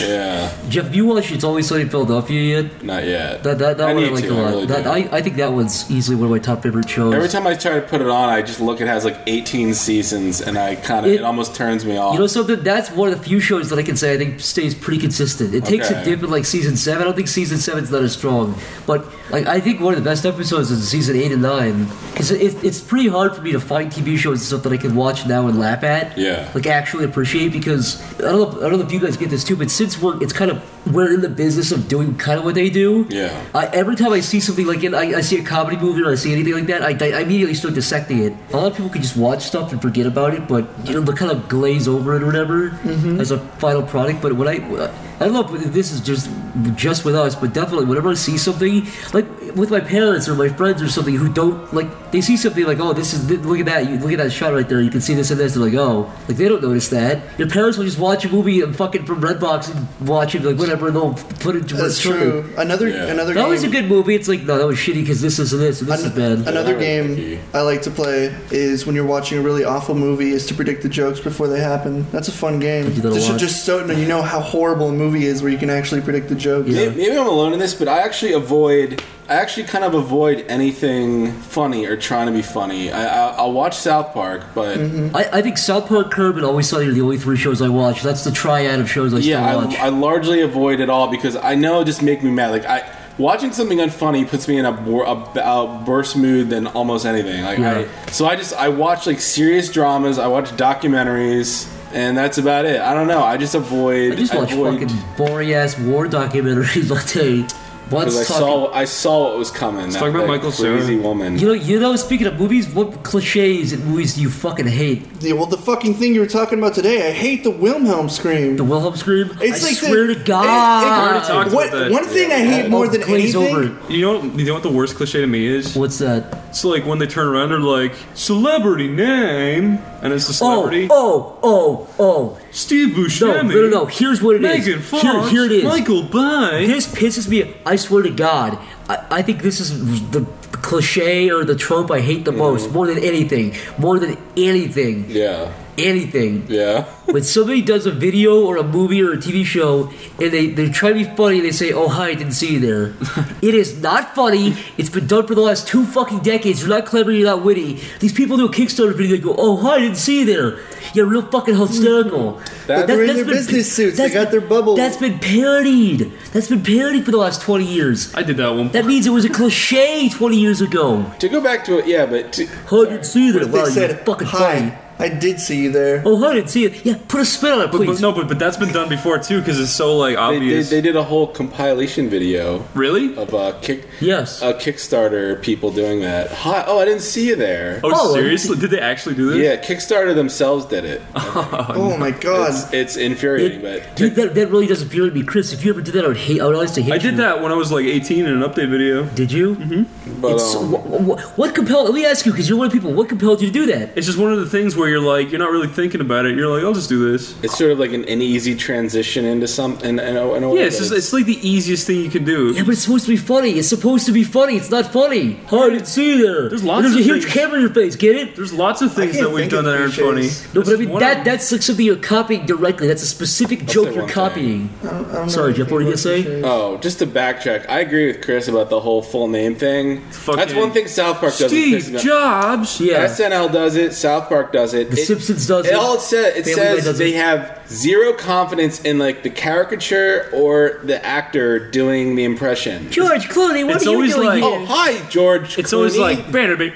Speaker 4: yeah,
Speaker 5: Jeff, have you watched It's Always Sunny in Philadelphia yet?
Speaker 4: not yet.
Speaker 5: That that, that
Speaker 4: I
Speaker 5: one I
Speaker 4: need
Speaker 5: like
Speaker 4: to,
Speaker 5: a
Speaker 4: I
Speaker 5: lot.
Speaker 4: really
Speaker 5: that,
Speaker 4: do.
Speaker 5: I, I think that one's easily one of my top favorite shows.
Speaker 4: Every time I try to put it on, I just look. It has like 18 seasons, and I kind of it,
Speaker 5: It-
Speaker 4: almost turns me off.
Speaker 5: You know something? That's one of the few shows that I can say I think stays pretty consistent. It takes
Speaker 4: Okay.
Speaker 5: a dip in like season seven. I don't think season seven's not as strong, but like I think one of the best episodes is season eight and nine because it, it, it's pretty hard for me to find TV shows and stuff that I can watch now and laugh at.
Speaker 4: Yeah.
Speaker 5: like actually appreciate because I don't know, I don't know if you guys get this too, but since we're it's kind of we're in the business of doing kind of what they do.
Speaker 4: Yeah.
Speaker 5: I, every time I see something like it, I, I see a comedy movie or I see anything like that, I, I immediately start dissecting it. A lot of people can just watch stuff and forget about it, but you know they kind of glaze over it or whatever
Speaker 6: Mm-hmm.
Speaker 5: as a final product. But when I, I don't know if this is just just with us, but definitely whenever I see something like with my parents or my friends or something who don't like, they see something like, oh, this is look at that, you look at that shot right there, you can see this and this. They're like, oh, like they don't notice that. Your parents will just watch a movie and fucking from Redbox and watch it like whatever, and they'll put it. to
Speaker 6: That's true. Another
Speaker 4: Yeah.
Speaker 6: another
Speaker 5: that was a
Speaker 6: game-
Speaker 5: good movie. It's like no, that was shitty because this is this and this is bad.
Speaker 6: Another
Speaker 4: Yeah,
Speaker 6: game
Speaker 4: Ricky.
Speaker 6: I like to play is when you're watching a really awful movie is to predict the jokes before they happen. That's a fun game.
Speaker 5: do that a
Speaker 6: This should
Speaker 5: lot.
Speaker 6: just so you know how horrible a movie is where you can actually predict the jokes.
Speaker 5: Yeah.
Speaker 4: Maybe, maybe I'm alone in this, but I actually avoid. I actually kind of avoid anything funny or trying to be funny. I, I, I'll watch South Park, but
Speaker 5: I, I think South Park, Curb, and Always Sunny are the only three shows I watch. That's the triad of shows I still
Speaker 4: yeah,
Speaker 5: watch.
Speaker 4: I, I largely avoid it all because I know it just make me mad. Like I watching something unfunny puts me in a, wor- a, a worse mood than almost anything. Like
Speaker 5: Yeah.
Speaker 4: I, so I just I watch like serious dramas. I watch documentaries, and that's about it. I don't know. I just avoid.
Speaker 5: I just watch
Speaker 4: avoid,
Speaker 5: fucking boring ass war documentaries all day. Once
Speaker 4: because I
Speaker 5: talking,
Speaker 4: saw I saw what was coming. That,
Speaker 3: talk about
Speaker 4: that
Speaker 3: Michael Cera.
Speaker 4: crazy woman.
Speaker 5: you know, you know. Speaking of movies, what cliches and movies do you fucking hate?
Speaker 6: Yeah, well, the fucking thing you were talking about today, I hate the Wilhelm scream.
Speaker 5: The Wilhelm scream.
Speaker 6: it's
Speaker 5: I
Speaker 6: like the-
Speaker 5: swear
Speaker 6: it-
Speaker 5: to
Speaker 6: it-
Speaker 3: already
Speaker 5: God.
Speaker 3: talked
Speaker 6: what,
Speaker 3: about that.
Speaker 6: one thing I hate more than
Speaker 5: Glaze
Speaker 6: anything.
Speaker 5: over.
Speaker 3: You know, you know what the worst cliche to me is?
Speaker 5: What's that?
Speaker 3: It's like when they turn around, they're like, celebrity name, and it's the
Speaker 5: Oh,
Speaker 3: celebrity.
Speaker 5: oh, oh, oh.
Speaker 3: Steve
Speaker 5: No,
Speaker 3: Buscemi.
Speaker 5: no, no, no. Here's what it is.
Speaker 3: Megan Fox.
Speaker 5: Here, here it is.
Speaker 3: Michael Bay.
Speaker 5: This pisses me. I swear to God, I, I think this is the cliche or the trope I hate the most, more than anything, more than anything,
Speaker 4: yeah,
Speaker 5: anything.
Speaker 4: yeah.
Speaker 5: when somebody does a video or a movie or a TV show and they they try to be funny, they say, "Oh hi, I didn't see you there." it is not funny. It's been done for the last two fucking decades. You're not clever. You're not witty. These people do a Kickstarter video. They go, "Oh hi, I didn't see you there." You're real fucking hysterical. But
Speaker 6: They're in their business suits. They
Speaker 5: that's-
Speaker 6: got their bubble.
Speaker 5: That's been parodied. That's been parodied for the last twenty years.
Speaker 3: I did that one.
Speaker 5: That means it was a cliche twenty years ago.
Speaker 4: To go back to it, yeah, but to,
Speaker 5: Hi, I didn't see you there.
Speaker 6: If they
Speaker 5: Wow, you're
Speaker 6: said,
Speaker 5: fucking
Speaker 6: "Hi,
Speaker 5: funny."
Speaker 6: I did see you there.
Speaker 5: Oh, I didn't see it. Yeah, put a spin on it,
Speaker 3: But, but
Speaker 5: please.
Speaker 3: no, but, but that's been done before too because it's so like
Speaker 4: They, they,
Speaker 3: obvious.
Speaker 4: they did a whole compilation video
Speaker 3: really?
Speaker 4: of uh, kick,
Speaker 5: Yes.
Speaker 4: uh, Kickstarter people doing that. Hi, oh, I didn't see you there.
Speaker 3: Oh,
Speaker 5: Oh,
Speaker 3: seriously? Did they actually do this?
Speaker 4: Yeah, Kickstarter themselves did it.
Speaker 6: Oh my god.
Speaker 4: It's, it's infuriating, but
Speaker 5: Dude, that, that really does appeal to me, Chris. If you ever did that, I would hate. I would always to hate
Speaker 3: I did
Speaker 5: you.
Speaker 3: that when I was like 18 in an update video.
Speaker 5: Did you? Mm-hmm.
Speaker 4: but
Speaker 5: It's,
Speaker 4: um,
Speaker 5: what, what, what compelled? Let me ask you, because you're one of the people. What compelled you to do that?
Speaker 3: It's just one of the things where you're like, you're not really thinking about it. You're like, I'll just do this.
Speaker 4: it's sort of like an, an easy transition into something. In, in a, in a way
Speaker 3: Yeah, it's
Speaker 4: that
Speaker 3: just it's like the easiest thing you can do.
Speaker 5: Oh, Yeah, but it's supposed to be funny. It's supposed to be funny. It's not funny. Oh, I didn't see you there.
Speaker 3: There's lots
Speaker 5: And There's
Speaker 3: of
Speaker 5: a huge
Speaker 3: things.
Speaker 5: camera in your face. Get it?
Speaker 3: There's lots of things
Speaker 6: can't
Speaker 3: that we've
Speaker 6: think
Speaker 3: done
Speaker 6: of
Speaker 3: that aren't funny.
Speaker 6: cliches.
Speaker 5: No, but I
Speaker 3: That's
Speaker 5: mean
Speaker 3: one
Speaker 5: that
Speaker 3: of-
Speaker 5: that's like something you're copying directly. That's a specific
Speaker 4: say
Speaker 5: joke you're
Speaker 4: one thing.
Speaker 5: copying. Sorry, Jeff, what were you gonna say?
Speaker 4: Oh, just to backtrack, I agree with Chris about the whole full name thing.
Speaker 3: Fucking
Speaker 4: That's one thing South Park does.
Speaker 3: Steve Jobs.
Speaker 5: Yeah.
Speaker 4: SNL does it. South Park does it.
Speaker 5: The
Speaker 4: It-
Speaker 5: Simpsons does it.
Speaker 4: All it says, it
Speaker 5: Family Guy
Speaker 4: says
Speaker 5: does
Speaker 4: they
Speaker 5: it.
Speaker 4: have zero confidence in like the caricature or the actor doing the impression.
Speaker 5: George Clooney, what
Speaker 3: It's
Speaker 5: are you
Speaker 3: always
Speaker 5: doing
Speaker 3: like-
Speaker 5: here?
Speaker 4: Oh, hi, George.
Speaker 3: It's always
Speaker 4: Clooney.
Speaker 3: like banner, ba-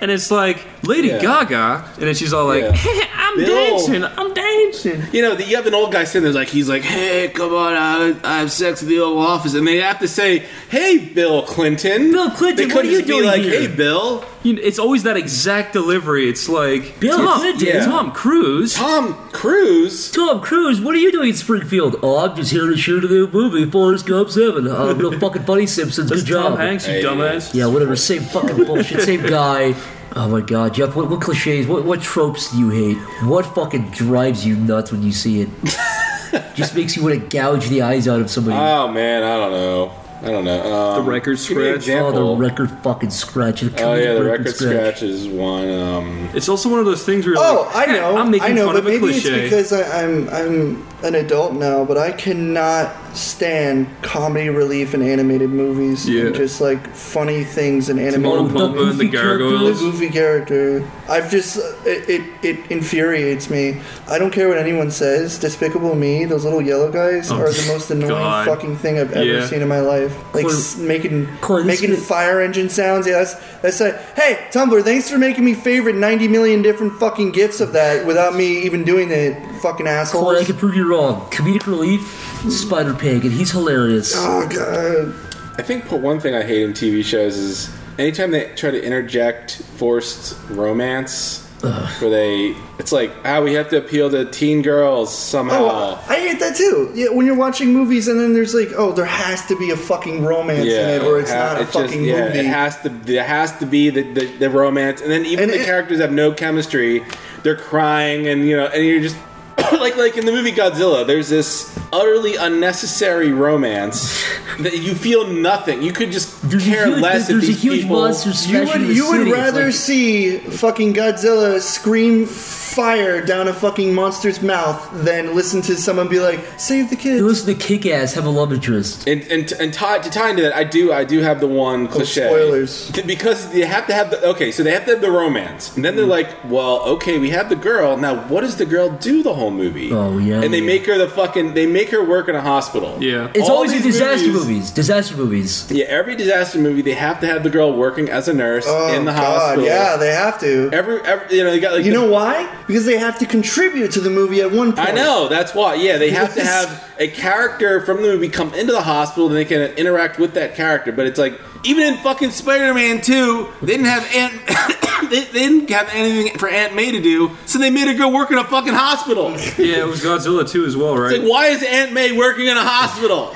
Speaker 3: and it's like Lady
Speaker 4: Yeah.
Speaker 3: Gaga, and then she's all like,
Speaker 4: Yeah.
Speaker 3: "I'm
Speaker 4: Bill.
Speaker 3: dancing, I'm dancing."
Speaker 4: you know, the, you have an old guy sitting there like he's like, "Hey, come on, I, I have sex in the Oval Office," and they have to say, "Hey, Bill Clinton."
Speaker 5: Bill Clinton,
Speaker 4: They
Speaker 5: what
Speaker 4: couldn't
Speaker 5: are you
Speaker 4: just be
Speaker 5: doing
Speaker 4: like,
Speaker 5: here?
Speaker 4: "Hey, Bill."
Speaker 3: You know, it's always that exact delivery. It's like
Speaker 5: Bill
Speaker 3: Tom,
Speaker 5: Clinton.
Speaker 4: Yeah.
Speaker 3: Tom Cruise.
Speaker 4: Tom Cruise.
Speaker 5: Tom Cruise, what are you doing in Springfield? Oh, I'm just here to shoot a new movie, Forrest Gump 7. Oh, real fucking funny Simpsons.
Speaker 3: That's
Speaker 5: Good
Speaker 3: Tom
Speaker 5: job.
Speaker 3: Hanks, you
Speaker 4: Hey.
Speaker 3: dumbass.
Speaker 5: Yeah, whatever. Same fucking bullshit. Same guy. Oh my god, Jeff, what, what cliches, what, what tropes do you hate? What fucking drives you nuts when you see it? Just makes you want to gouge the eyes out of somebody.
Speaker 4: Oh man, I don't know. I don't know. Um,
Speaker 3: The record
Speaker 4: give me an
Speaker 3: scratch.
Speaker 5: oh, the
Speaker 4: example.
Speaker 5: record fucking scratch.
Speaker 4: Oh yeah, the record scratch is one. Um,
Speaker 3: It's also one of those things where you're
Speaker 6: Oh,
Speaker 3: like,
Speaker 6: I know.
Speaker 3: "Eh, I'm making
Speaker 6: I know,
Speaker 3: fun
Speaker 6: but
Speaker 3: of a
Speaker 6: maybe
Speaker 3: cliche.
Speaker 6: it's because I, I'm I'm an adult now, but I cannot stand comedy relief in animated movies.
Speaker 3: Yeah.
Speaker 6: And just like funny things in
Speaker 3: Timon
Speaker 6: animated
Speaker 3: and Pumbaa and the
Speaker 5: goofy character
Speaker 6: The
Speaker 3: gargoyles.
Speaker 6: goofy character. I've just it, it it infuriates me. I don't care what anyone says. Despicable Me, those little yellow guys are the most annoying
Speaker 3: God.
Speaker 6: fucking thing I've ever
Speaker 3: Yeah.
Speaker 6: seen in my life. Like
Speaker 5: Corey-
Speaker 6: s- making
Speaker 5: Corey, this
Speaker 6: making
Speaker 5: is-
Speaker 6: fire engine sounds. Yeah, that's that's a hey Tumblr. Thanks for making me favorite ninety million different fucking gifs of that without me even doing it. Fucking
Speaker 5: Corey, I
Speaker 6: assholes.
Speaker 5: can prove you wrong. Comedic relief, Spider Pig, and he's hilarious.
Speaker 4: Ah,
Speaker 6: Oh god.
Speaker 4: I think po- one thing I hate in TV shows is anytime they try to interject forced romance, where they it's like ah we have to appeal to teen girls somehow.
Speaker 6: Oh, I hate that too. Yeah, when you're watching movies and then there's like, oh, there has to be a fucking romance in it, or it's
Speaker 4: ha-
Speaker 6: not
Speaker 4: it
Speaker 6: a
Speaker 4: just-
Speaker 6: fucking
Speaker 4: yeah,
Speaker 6: movie.
Speaker 4: It has to. There has to be the, the, the romance, and then even
Speaker 6: And
Speaker 4: the
Speaker 6: it-
Speaker 4: characters have no chemistry. They're crying, and you know, and you're just like like in the movie Godzilla. There's this utterly unnecessary romance that you feel nothing. You could just
Speaker 5: There's a
Speaker 4: care
Speaker 5: huge-
Speaker 4: less if
Speaker 5: there's a
Speaker 4: these
Speaker 5: huge
Speaker 4: people.
Speaker 5: monster
Speaker 6: You
Speaker 5: smashing
Speaker 6: would,
Speaker 5: the
Speaker 6: you would
Speaker 5: city. It's
Speaker 6: rather
Speaker 5: like-
Speaker 6: see fucking Godzilla scream fire down a fucking monster's mouth than listen to someone be like, save the
Speaker 5: They
Speaker 6: kids.
Speaker 5: listen to Kick Ass, have a love interest.
Speaker 4: And and, and tie, to tie into that, I do I do have the one cliche.
Speaker 6: spoilers.
Speaker 4: Th- Because you have to have the okay, so they have to have the romance, and then
Speaker 6: Mm.
Speaker 4: they're like, well, okay, we have the girl. Now, what does the girl do the whole movie?
Speaker 5: Oh, yeah.
Speaker 4: And they make her the fucking they make her work in a hospital.
Speaker 3: Yeah.
Speaker 5: It's
Speaker 4: All
Speaker 5: always in
Speaker 4: these
Speaker 5: disaster
Speaker 4: movies-
Speaker 5: movies. Disaster movies.
Speaker 4: Yeah, every disaster movie they have to have the girl working as a nurse
Speaker 6: Oh,
Speaker 4: in the
Speaker 6: God,
Speaker 4: hospital.
Speaker 6: yeah, they have to.
Speaker 4: Every, every you know they got like
Speaker 6: You
Speaker 4: the-
Speaker 6: know why? Because they have to contribute to the movie at one point.
Speaker 4: I know that's why. Yeah, they have to
Speaker 6: Yes.
Speaker 4: have a character from the movie come into the hospital, and they can interact with that character. But it's like even in fucking Spider-Man Two, they didn't have Aunt, they, they didn't have anything for Aunt May to do, so they made her go work in a fucking hospital. It's
Speaker 3: yeah, it was Godzilla too as well, right?
Speaker 4: like why is Aunt May working in a hospital?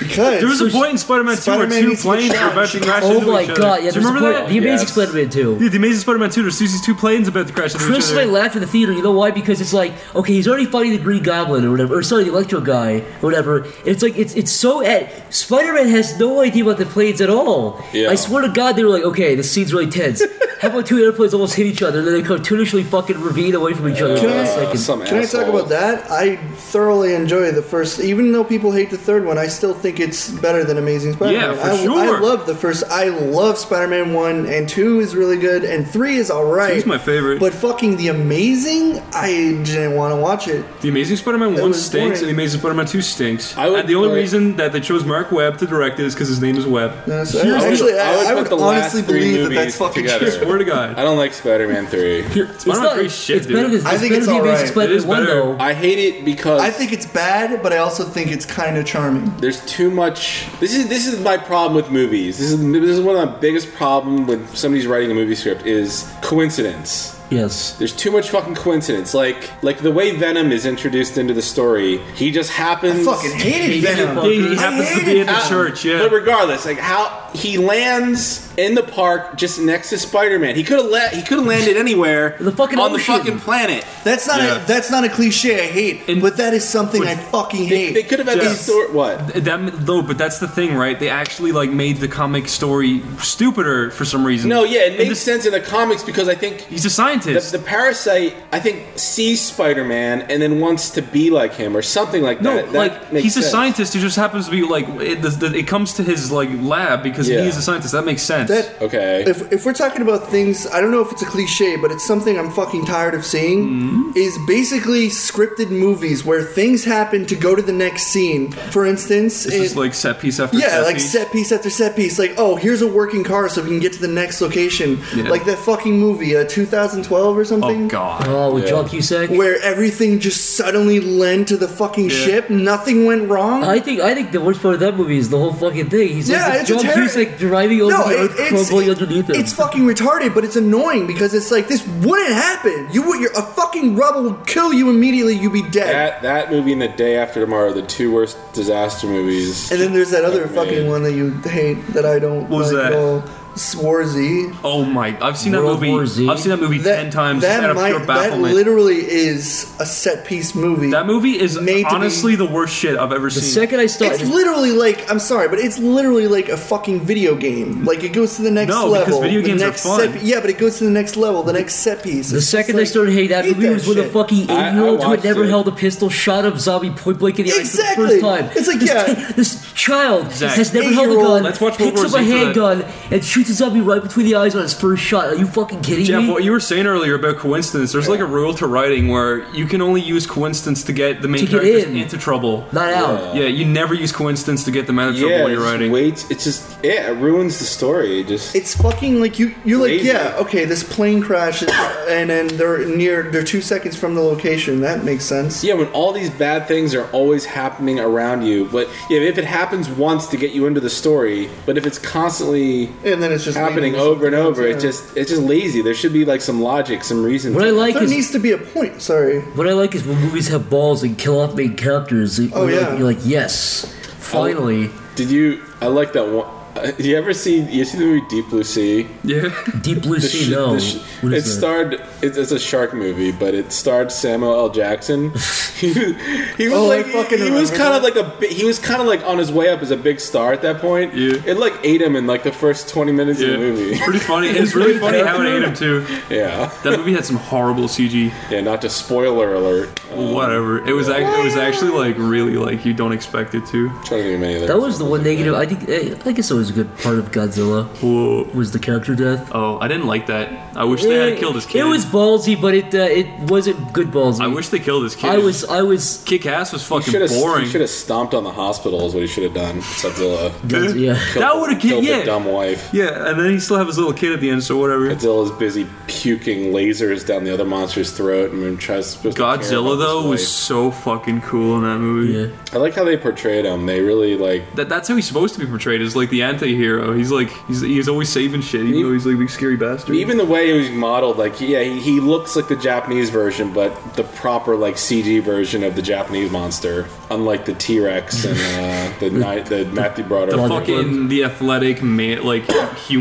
Speaker 6: Because
Speaker 3: there was a point in Spider-Man 2 where
Speaker 6: Spider-Man
Speaker 3: two
Speaker 6: needs to
Speaker 3: planes were
Speaker 6: challenge.
Speaker 3: about to crash
Speaker 5: Oh
Speaker 3: into
Speaker 5: my
Speaker 3: each other.
Speaker 5: god, yeah,
Speaker 3: Do you
Speaker 5: there's a
Speaker 3: remember
Speaker 5: point-
Speaker 3: that?
Speaker 5: The Amazing
Speaker 4: Yes.
Speaker 5: Spider-Man 2.
Speaker 3: Dude, the Amazing Spider-Man 2, there's these two planes about to crash into
Speaker 5: Chris
Speaker 3: each
Speaker 5: and I
Speaker 3: other.
Speaker 5: laughed in the theater. You know why? Because it's like, okay, he's already fighting the Green Goblin or whatever, or sorry, the Electro guy or whatever. And it's like it's it's so. At, Spider-Man has no idea about the planes at all.
Speaker 4: Yeah.
Speaker 5: I swear to God, they were like, okay, this scene's really tense. How about two airplanes almost hit each other, and then they cartoonishly fucking ravine away from each other for
Speaker 6: Can
Speaker 5: a
Speaker 6: I-
Speaker 5: second?
Speaker 4: Some
Speaker 6: Can I
Speaker 4: asshole.
Speaker 6: talk about that? I thoroughly enjoy the first, even though people hate the third one. I still think think it's better than Amazing
Speaker 3: Yeah,
Speaker 6: Spider-Man.
Speaker 3: for
Speaker 6: I,
Speaker 3: sure.
Speaker 6: I love the first. I love Spider-Man one and two is really good and three is all right.
Speaker 3: Two's my favorite.
Speaker 6: But fucking the Amazing, I didn't want to watch it.
Speaker 3: The Amazing Spider-Man
Speaker 6: It
Speaker 3: one
Speaker 6: was
Speaker 3: stinks,
Speaker 6: boring.
Speaker 3: and The Amazing Spider-Man two stinks.
Speaker 4: I would
Speaker 3: and the only
Speaker 4: put-
Speaker 3: reason that they chose Mark Webb to direct it is because his name is Webb.
Speaker 6: No, so actually, I, I would,
Speaker 4: put the last
Speaker 6: honestly
Speaker 4: three
Speaker 6: believe that
Speaker 4: movies
Speaker 6: that's fucking
Speaker 4: together.
Speaker 6: true.
Speaker 3: Swear to God.
Speaker 4: I don't like Spider-Man Three.
Speaker 3: Spider-Man
Speaker 5: not-
Speaker 3: three shit,
Speaker 5: it's
Speaker 3: dude.
Speaker 5: better than,
Speaker 6: I
Speaker 5: it's
Speaker 6: think
Speaker 5: better
Speaker 6: it's
Speaker 5: than
Speaker 6: alright.
Speaker 5: Amazing
Speaker 6: It
Speaker 5: Spider-Man
Speaker 3: is
Speaker 5: 1,
Speaker 3: better.
Speaker 5: though.
Speaker 4: I hate it because
Speaker 6: I think it's bad, but I also think it's kind of charming.
Speaker 4: there's too much. This is this is my problem with movies. This is this is one of my biggest problem when somebody's writing a movie script is coincidence.
Speaker 5: Yes.
Speaker 4: There's too much fucking coincidence. Like like the way Venom is introduced into the story, he just happens.
Speaker 6: I fucking hated Venom.
Speaker 3: He, he happens to be
Speaker 6: hated
Speaker 3: in the
Speaker 4: Uh,
Speaker 3: church, yeah.
Speaker 4: But regardless, like how he lands in the park just next to Spider-Man. He could have la- he could have landed anywhere
Speaker 5: The fucking
Speaker 4: on
Speaker 5: ocean.
Speaker 4: the fucking planet.
Speaker 6: That's not
Speaker 3: Yeah.
Speaker 6: a that's not a cliche I hate,
Speaker 3: And-
Speaker 6: but that is something
Speaker 3: but
Speaker 6: I fucking
Speaker 4: They,
Speaker 6: hate.
Speaker 4: they could have had
Speaker 3: Jeff.
Speaker 4: these stor- what?
Speaker 3: that though, but that's the thing, right? They actually like made the comic story stupider for some reason.
Speaker 4: No, yeah, it
Speaker 3: And
Speaker 4: makes
Speaker 3: this-
Speaker 4: sense in the comics because I think
Speaker 3: He's a
Speaker 4: the,
Speaker 3: scientist.
Speaker 4: the parasite, I think, sees Spider-Man and then wants to be like him or something like
Speaker 3: no,
Speaker 4: that. That
Speaker 3: like
Speaker 4: makes
Speaker 3: he's a
Speaker 4: sense.
Speaker 3: scientist who just happens to be like it, the, the, it comes to his like lab because
Speaker 4: Yeah.
Speaker 3: he is a scientist. That makes sense.
Speaker 6: That-
Speaker 4: Okay.
Speaker 6: if, if we're talking about things, I don't know if it's a cliche, but it's something I'm fucking tired of seeing.
Speaker 3: Mm-hmm.
Speaker 6: Is basically scripted movies where things happen to go to the next scene. For instance,
Speaker 3: this is
Speaker 6: it-
Speaker 3: like set piece after
Speaker 6: yeah,
Speaker 3: set
Speaker 6: like
Speaker 3: piece.
Speaker 6: set piece after set piece. Like, oh, here's a working car so we can get to the next location.
Speaker 3: Yeah.
Speaker 6: Like that fucking movie, uh, 2012 or something.
Speaker 3: Oh god.
Speaker 5: Oh, with
Speaker 4: Yeah.
Speaker 5: John Cusack.
Speaker 6: Where everything just suddenly led to the fucking
Speaker 3: Yeah.
Speaker 6: ship. Nothing went wrong.
Speaker 5: I think I think the worst part of that movie is the whole fucking thing. He's
Speaker 6: Yeah,
Speaker 5: like
Speaker 6: it's a
Speaker 5: John
Speaker 6: terror-
Speaker 5: Cusack driving over the earth, crumbling underneath him.
Speaker 6: It's fucking retarded, but it's annoying because it's like this wouldn't happen. You would, you're a fucking rubble would kill you immediately. You'd be dead.
Speaker 4: that that movie and the day after tomorrow, the two worst disaster movies.
Speaker 6: and then there's that other
Speaker 4: Like,
Speaker 6: fucking
Speaker 4: man.
Speaker 6: one that you hate that I don't
Speaker 3: What was
Speaker 6: like
Speaker 3: that?
Speaker 6: at all. Swarzy.
Speaker 3: Oh my! I've seen
Speaker 5: World
Speaker 3: that movie.
Speaker 5: War Z.
Speaker 3: I've seen that movie ten times. just out
Speaker 6: That
Speaker 3: of
Speaker 6: might,
Speaker 3: pure
Speaker 6: that
Speaker 3: bafflement.
Speaker 6: literally is a set piece movie.
Speaker 3: that movie is
Speaker 6: made to be-
Speaker 3: honestly the worst shit I've ever
Speaker 5: the
Speaker 3: seen.
Speaker 5: second I started,
Speaker 6: it's literally like I'm sorry, but it's literally like a fucking video game. Like it goes to the next
Speaker 3: No,
Speaker 6: level.
Speaker 3: because video
Speaker 6: the
Speaker 3: games are
Speaker 6: next
Speaker 3: fun.
Speaker 6: Set, yeah, but it goes to the next level, the next set piece.
Speaker 5: the
Speaker 6: It's just
Speaker 5: second I
Speaker 6: like,
Speaker 5: started hating that
Speaker 6: hate
Speaker 5: movie was when a
Speaker 6: shit.
Speaker 5: fucking
Speaker 4: I- I
Speaker 5: eight year old who had
Speaker 4: watched
Speaker 5: never
Speaker 4: it.
Speaker 5: held a pistol shot up zombie point blank in the eyes for the
Speaker 6: Exactly.
Speaker 5: first time.
Speaker 6: It's like,
Speaker 5: this,
Speaker 6: yeah.
Speaker 5: this child
Speaker 3: Zach,
Speaker 5: has never held a
Speaker 6: eight-year-old.
Speaker 5: gun,
Speaker 3: Let's watch World
Speaker 5: picks
Speaker 3: War
Speaker 5: up a
Speaker 3: Z for that.
Speaker 5: handgun, and shoots a zombie right between the eyes on his first shot. Are you fucking kidding
Speaker 3: Jeff,
Speaker 5: me?
Speaker 3: what you were saying earlier about coincidence, there's like a rule to writing where you can only use coincidence to get the main
Speaker 5: To get
Speaker 3: characters
Speaker 5: in.
Speaker 3: into trouble.
Speaker 5: Not out.
Speaker 3: yeah, you never use coincidence to get them out of trouble
Speaker 4: yeah,
Speaker 3: when you're writing.
Speaker 4: wait, it's just yeah, it ruins the story. It just
Speaker 6: It's fucking like you. You're
Speaker 4: Lazy.
Speaker 6: like, yeah, okay, this plane crashes, and then they're near. They're two seconds from the location. That makes sense.
Speaker 4: yeah, when all these bad things are always happening around you, but yeah, if it happens once to get you into the story, but if it's constantly
Speaker 6: And then it's just
Speaker 4: happening
Speaker 6: leaving.
Speaker 4: over and over,
Speaker 6: Yeah.
Speaker 4: it's just it's just lazy. There should be like some logic, some reason.
Speaker 5: What
Speaker 4: to
Speaker 5: I
Speaker 4: it.
Speaker 5: like
Speaker 6: There
Speaker 5: is
Speaker 6: needs to be a point. Sorry.
Speaker 5: what I like is when movies have balls and kill off main characters.
Speaker 6: Oh,
Speaker 5: you're
Speaker 6: yeah.
Speaker 5: like, you're like yes, finally,
Speaker 4: Did you? I like that one. Uh, you ever see? You see the movie Deep Blue Sea?
Speaker 3: Yeah.
Speaker 5: Deep Blue
Speaker 4: The sh-
Speaker 5: Sea. No,
Speaker 4: the sh-
Speaker 5: What
Speaker 4: it
Speaker 5: is that?
Speaker 4: starred. It's, it's a shark movie, but it starred Samuel L. Jackson. he, was- he was
Speaker 6: Oh, I
Speaker 4: like,
Speaker 6: fucking
Speaker 4: he, was
Speaker 6: remember
Speaker 4: kind of
Speaker 6: that.
Speaker 4: like a. bi- He was kind of like on his way up as a big star at that point.
Speaker 3: Yeah.
Speaker 4: It like ate him in like the first twenty minutes
Speaker 3: yeah.
Speaker 4: of the movie.
Speaker 3: Pretty funny. It's really funny how it ate him too.
Speaker 4: yeah,
Speaker 3: That movie had some horrible CG.
Speaker 4: yeah. Not to spoiler alert. I'm
Speaker 3: Whatever. It was. Ac- it was actually like really like you don't expect it to.
Speaker 4: trying to think of any other.
Speaker 5: That was the one negative. I think. eh, I guess it was a good part of Godzilla.
Speaker 3: Whoa.
Speaker 5: Was the character death?
Speaker 3: Oh, I didn't like that. I wish they had killed his kid.
Speaker 5: It was ballsy, but it uh, it wasn't good ballsy.
Speaker 3: I wish they killed his kid.
Speaker 5: Mm. I was. I was.
Speaker 3: Kick ass was fucking
Speaker 4: Should have
Speaker 3: boring.
Speaker 4: should have stomped on the hospital is what he should have done. Godzilla.
Speaker 5: Yeah.
Speaker 4: Killed
Speaker 3: That
Speaker 4: the-
Speaker 3: would've ki-
Speaker 4: killed the
Speaker 3: yeah.
Speaker 4: dumb wife.
Speaker 3: Yeah, and then he still have his little kid at the end, so whatever.
Speaker 4: Godzilla's busy puking lasers down the other monster's throat and then tries supposed to care about
Speaker 3: Godzilla
Speaker 4: his
Speaker 3: though was
Speaker 4: wife.
Speaker 3: so fucking cool in that movie.
Speaker 5: Yeah.
Speaker 4: I like how they portrayed him. They really like.
Speaker 3: That, that's how he's supposed to be portrayed as like the anti-hero. He's like he's, he's always saving shit, even though he's like the scary bastard.
Speaker 4: Even the way he was modeled, like yeah, he, he looks like the Japanese version, but the proper like CG version of the Japanese monster, unlike the T Rex and uh, the night that Matthew brought
Speaker 3: the
Speaker 4: up.
Speaker 3: fucking the athletic man, like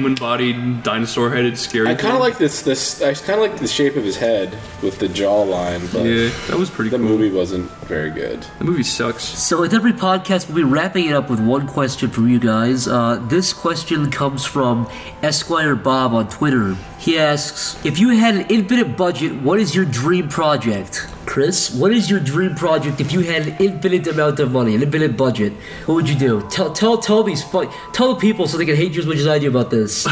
Speaker 3: human-bodied dinosaur-headed scary.
Speaker 4: I kind of
Speaker 3: thing.
Speaker 4: like this. This I kind of like the shape of his head with the jawline, but
Speaker 3: Yeah, that was pretty
Speaker 4: the
Speaker 3: cool.
Speaker 4: movie wasn't very good.
Speaker 3: The movie sucks.
Speaker 5: So with every podcast, we'll be wrapping it up with one question for you guys. Uh, this question comes from Esquire Bob on Twitter. He asks, if you had an infinite budget, what is your dream project? Chris, what is your dream project if you had an infinite amount of money, an infinite budget? What would you do? Tell tell tell these fu- tell the people so they can hate you as much as I do about this.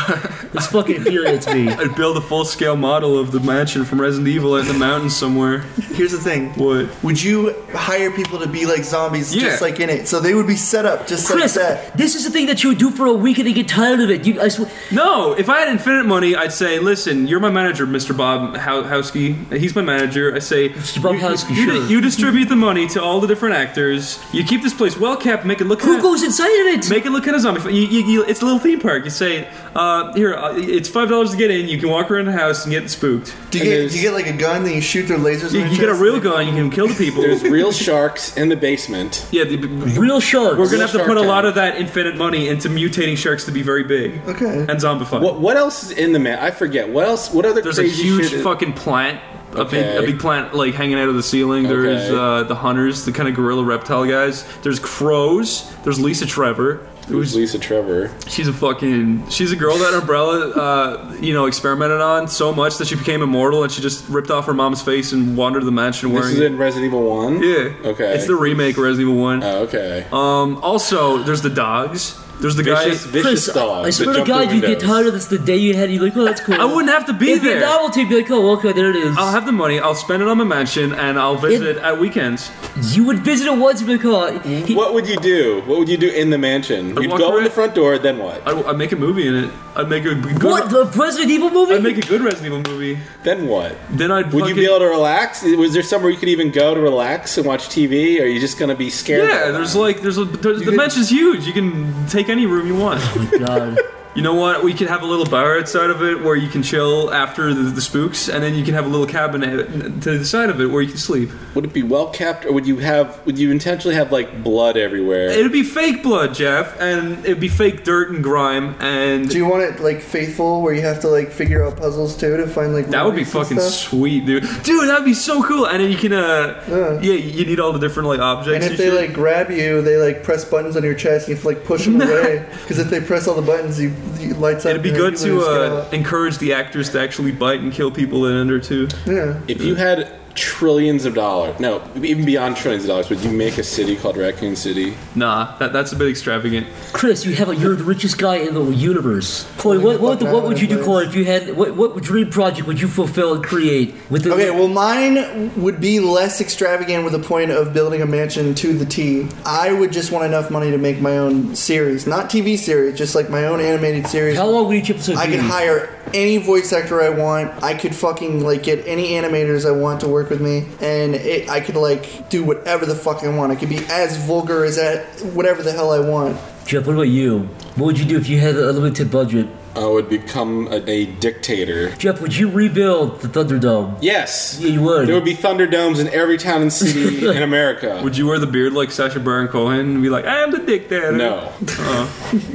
Speaker 5: this fucking infuriates me.
Speaker 3: I'd build a full scale model of the mansion from Resident Evil out in the mountains somewhere.
Speaker 6: Here's the thing.
Speaker 3: What?
Speaker 6: Would you hire people to be like zombies
Speaker 3: Yeah.
Speaker 6: just like in it? So they would be set up just
Speaker 5: Chris,
Speaker 6: like that.
Speaker 5: this is the thing that you would do for a week and then get tired of it. You, I swear,
Speaker 3: No, if I had infinite money, I'd say, listen, you're my manager, Mr. Bob Hou- Howsky. He's my manager. I say,
Speaker 5: Mr. Bob
Speaker 3: you,
Speaker 5: Howsky,
Speaker 3: you,
Speaker 5: sure.
Speaker 3: you distribute the money to all the different actors. You keep this place well kept. Make it look
Speaker 5: who
Speaker 3: kinda-
Speaker 5: goes inside of it?
Speaker 3: Make it look kind of zombie. You, you, you, it's a little theme park. You say, uh, here, uh, it's five dollars to get in. You can walk around the house and get spooked.
Speaker 6: Do you
Speaker 4: And
Speaker 6: get
Speaker 4: there's-
Speaker 6: you get like a gun, then you shoot their lasers?
Speaker 3: You,
Speaker 6: in their
Speaker 3: you get a
Speaker 6: chest?
Speaker 3: real gun. You can kill the people.
Speaker 4: There's real sharks in the basement.
Speaker 3: yeah, the,
Speaker 5: Real sharks.
Speaker 3: we're gonna have to
Speaker 4: Shark
Speaker 3: put a
Speaker 4: Tank.
Speaker 3: lot of that infinite money into mutating sharks to be very big.
Speaker 6: Okay.
Speaker 3: And zombified.
Speaker 4: What what else is in the man? I forget. What else? What other
Speaker 3: There's a
Speaker 4: crazy
Speaker 3: huge
Speaker 4: shit? is-
Speaker 3: fucking plant. A big, a
Speaker 4: Okay.
Speaker 3: big plant like hanging out of the ceiling. There's
Speaker 4: Okay.
Speaker 3: uh, the hunters, the kind of gorilla reptile guys. There's crows. There's Lisa Trevor.
Speaker 4: Who's
Speaker 3: Who's,
Speaker 4: Lisa Trevor?
Speaker 3: she's a fucking she's a girl that Umbrella, uh, you know, experimented on so much that she became immortal and she just ripped off her mom's face and wandered the mansion
Speaker 4: This
Speaker 3: wearing.
Speaker 4: is in Resident Evil One.
Speaker 3: Yeah.
Speaker 4: Okay.
Speaker 3: It's the remake of Resident Evil One.
Speaker 4: Oh, okay.
Speaker 3: Um. Also, there's the dogs. There's the
Speaker 4: vicious,
Speaker 3: guy.
Speaker 4: vicious
Speaker 5: Chris,
Speaker 4: dog.
Speaker 5: I swear to God, you get tired of this the day you had. You like, oh, that's cool.
Speaker 3: I wouldn't have to be
Speaker 5: It'd
Speaker 3: there.
Speaker 5: Be a novelty. Be like, oh, okay, there it is.
Speaker 3: I'll have the money. I'll spend it on my mansion and I'll visit it, at weekends.
Speaker 5: you would visit it once. Be like, oh, he-
Speaker 4: What would you do? What would you do in the mansion?
Speaker 3: I'd
Speaker 4: You'd
Speaker 3: walk
Speaker 4: go in
Speaker 3: around-
Speaker 4: the front door, then what?
Speaker 3: I, would make a movie in it. I'd make a good.
Speaker 5: what the Resident Evil movie?
Speaker 3: I'd make a good Resident Evil movie.
Speaker 4: Then what?
Speaker 3: Then I'd.
Speaker 4: Would you
Speaker 3: fucking-
Speaker 4: be able to relax? Was there somewhere you could even go to relax and watch TV? Or are you just going to be scared? all
Speaker 3: Yeah,
Speaker 4: the
Speaker 3: there's
Speaker 4: time?
Speaker 3: like there's a there's, the
Speaker 6: could-
Speaker 3: mansion's huge. You can take any room you want.
Speaker 5: God.
Speaker 3: You know what? We could have a little bar outside of it where you can chill after the, the spooks, and then you can have a little cabin at- to the side of it where you can sleep.
Speaker 4: Would it be well kept, or would you have? Would you intentionally have like blood everywhere?
Speaker 3: It'd be fake blood, Jeff, and it'd be fake dirt and grime, and
Speaker 6: Do you want it like faithful, where you have to like figure out puzzles too to find like
Speaker 3: That would be
Speaker 6: remedies and
Speaker 3: fucking
Speaker 6: stuff?
Speaker 3: sweet, dude. Dude, that'd be so cool. And then you can, uh, yeah, you need all the different like objects.
Speaker 6: And if they
Speaker 3: shit.
Speaker 6: like grab you, they like press buttons on your chest. and You have to like push them away because if they press all the buttons, you, you lights up.
Speaker 3: it'd be
Speaker 6: and then
Speaker 3: good
Speaker 6: you
Speaker 3: to
Speaker 6: lose
Speaker 3: uh,
Speaker 6: skill.
Speaker 3: encourage the actors to actually bite and kill people in Ender too.
Speaker 6: yeah.
Speaker 4: if you had trillions of dollars, no, even beyond trillions of dollars, would you make a city called Raccoon City?
Speaker 3: Nah, that, that's a bit extravagant.
Speaker 5: Chris, you have a, you're the richest guy in the universe. Corey, what what, what, would you do, Corey, if you had what what dream project would you fulfill and create with the
Speaker 6: Okay, well, mine would be less extravagant with the point of building a mansion to the T. I would just want enough money to make my own series, not TV series, just like my own animated series.
Speaker 5: how long would each episode
Speaker 6: I
Speaker 5: be?
Speaker 6: could hire any voice actor I want. I could fucking like get any animators I want to work with me, and it, I could like do whatever the fuck I want. I could be as vulgar as that, whatever the hell I want.
Speaker 5: Jeff, what about you? What would you do if you had a limited budget?
Speaker 4: I would become a, a dictator.
Speaker 5: Jeff, would you rebuild the Thunderdome?
Speaker 4: Yes,
Speaker 5: Yeah, you would.
Speaker 4: There would be thunderdomes in every town and city in America.
Speaker 3: Would you wear the beard like Sacha Baron Cohen and be like, I am the dictator?
Speaker 4: no,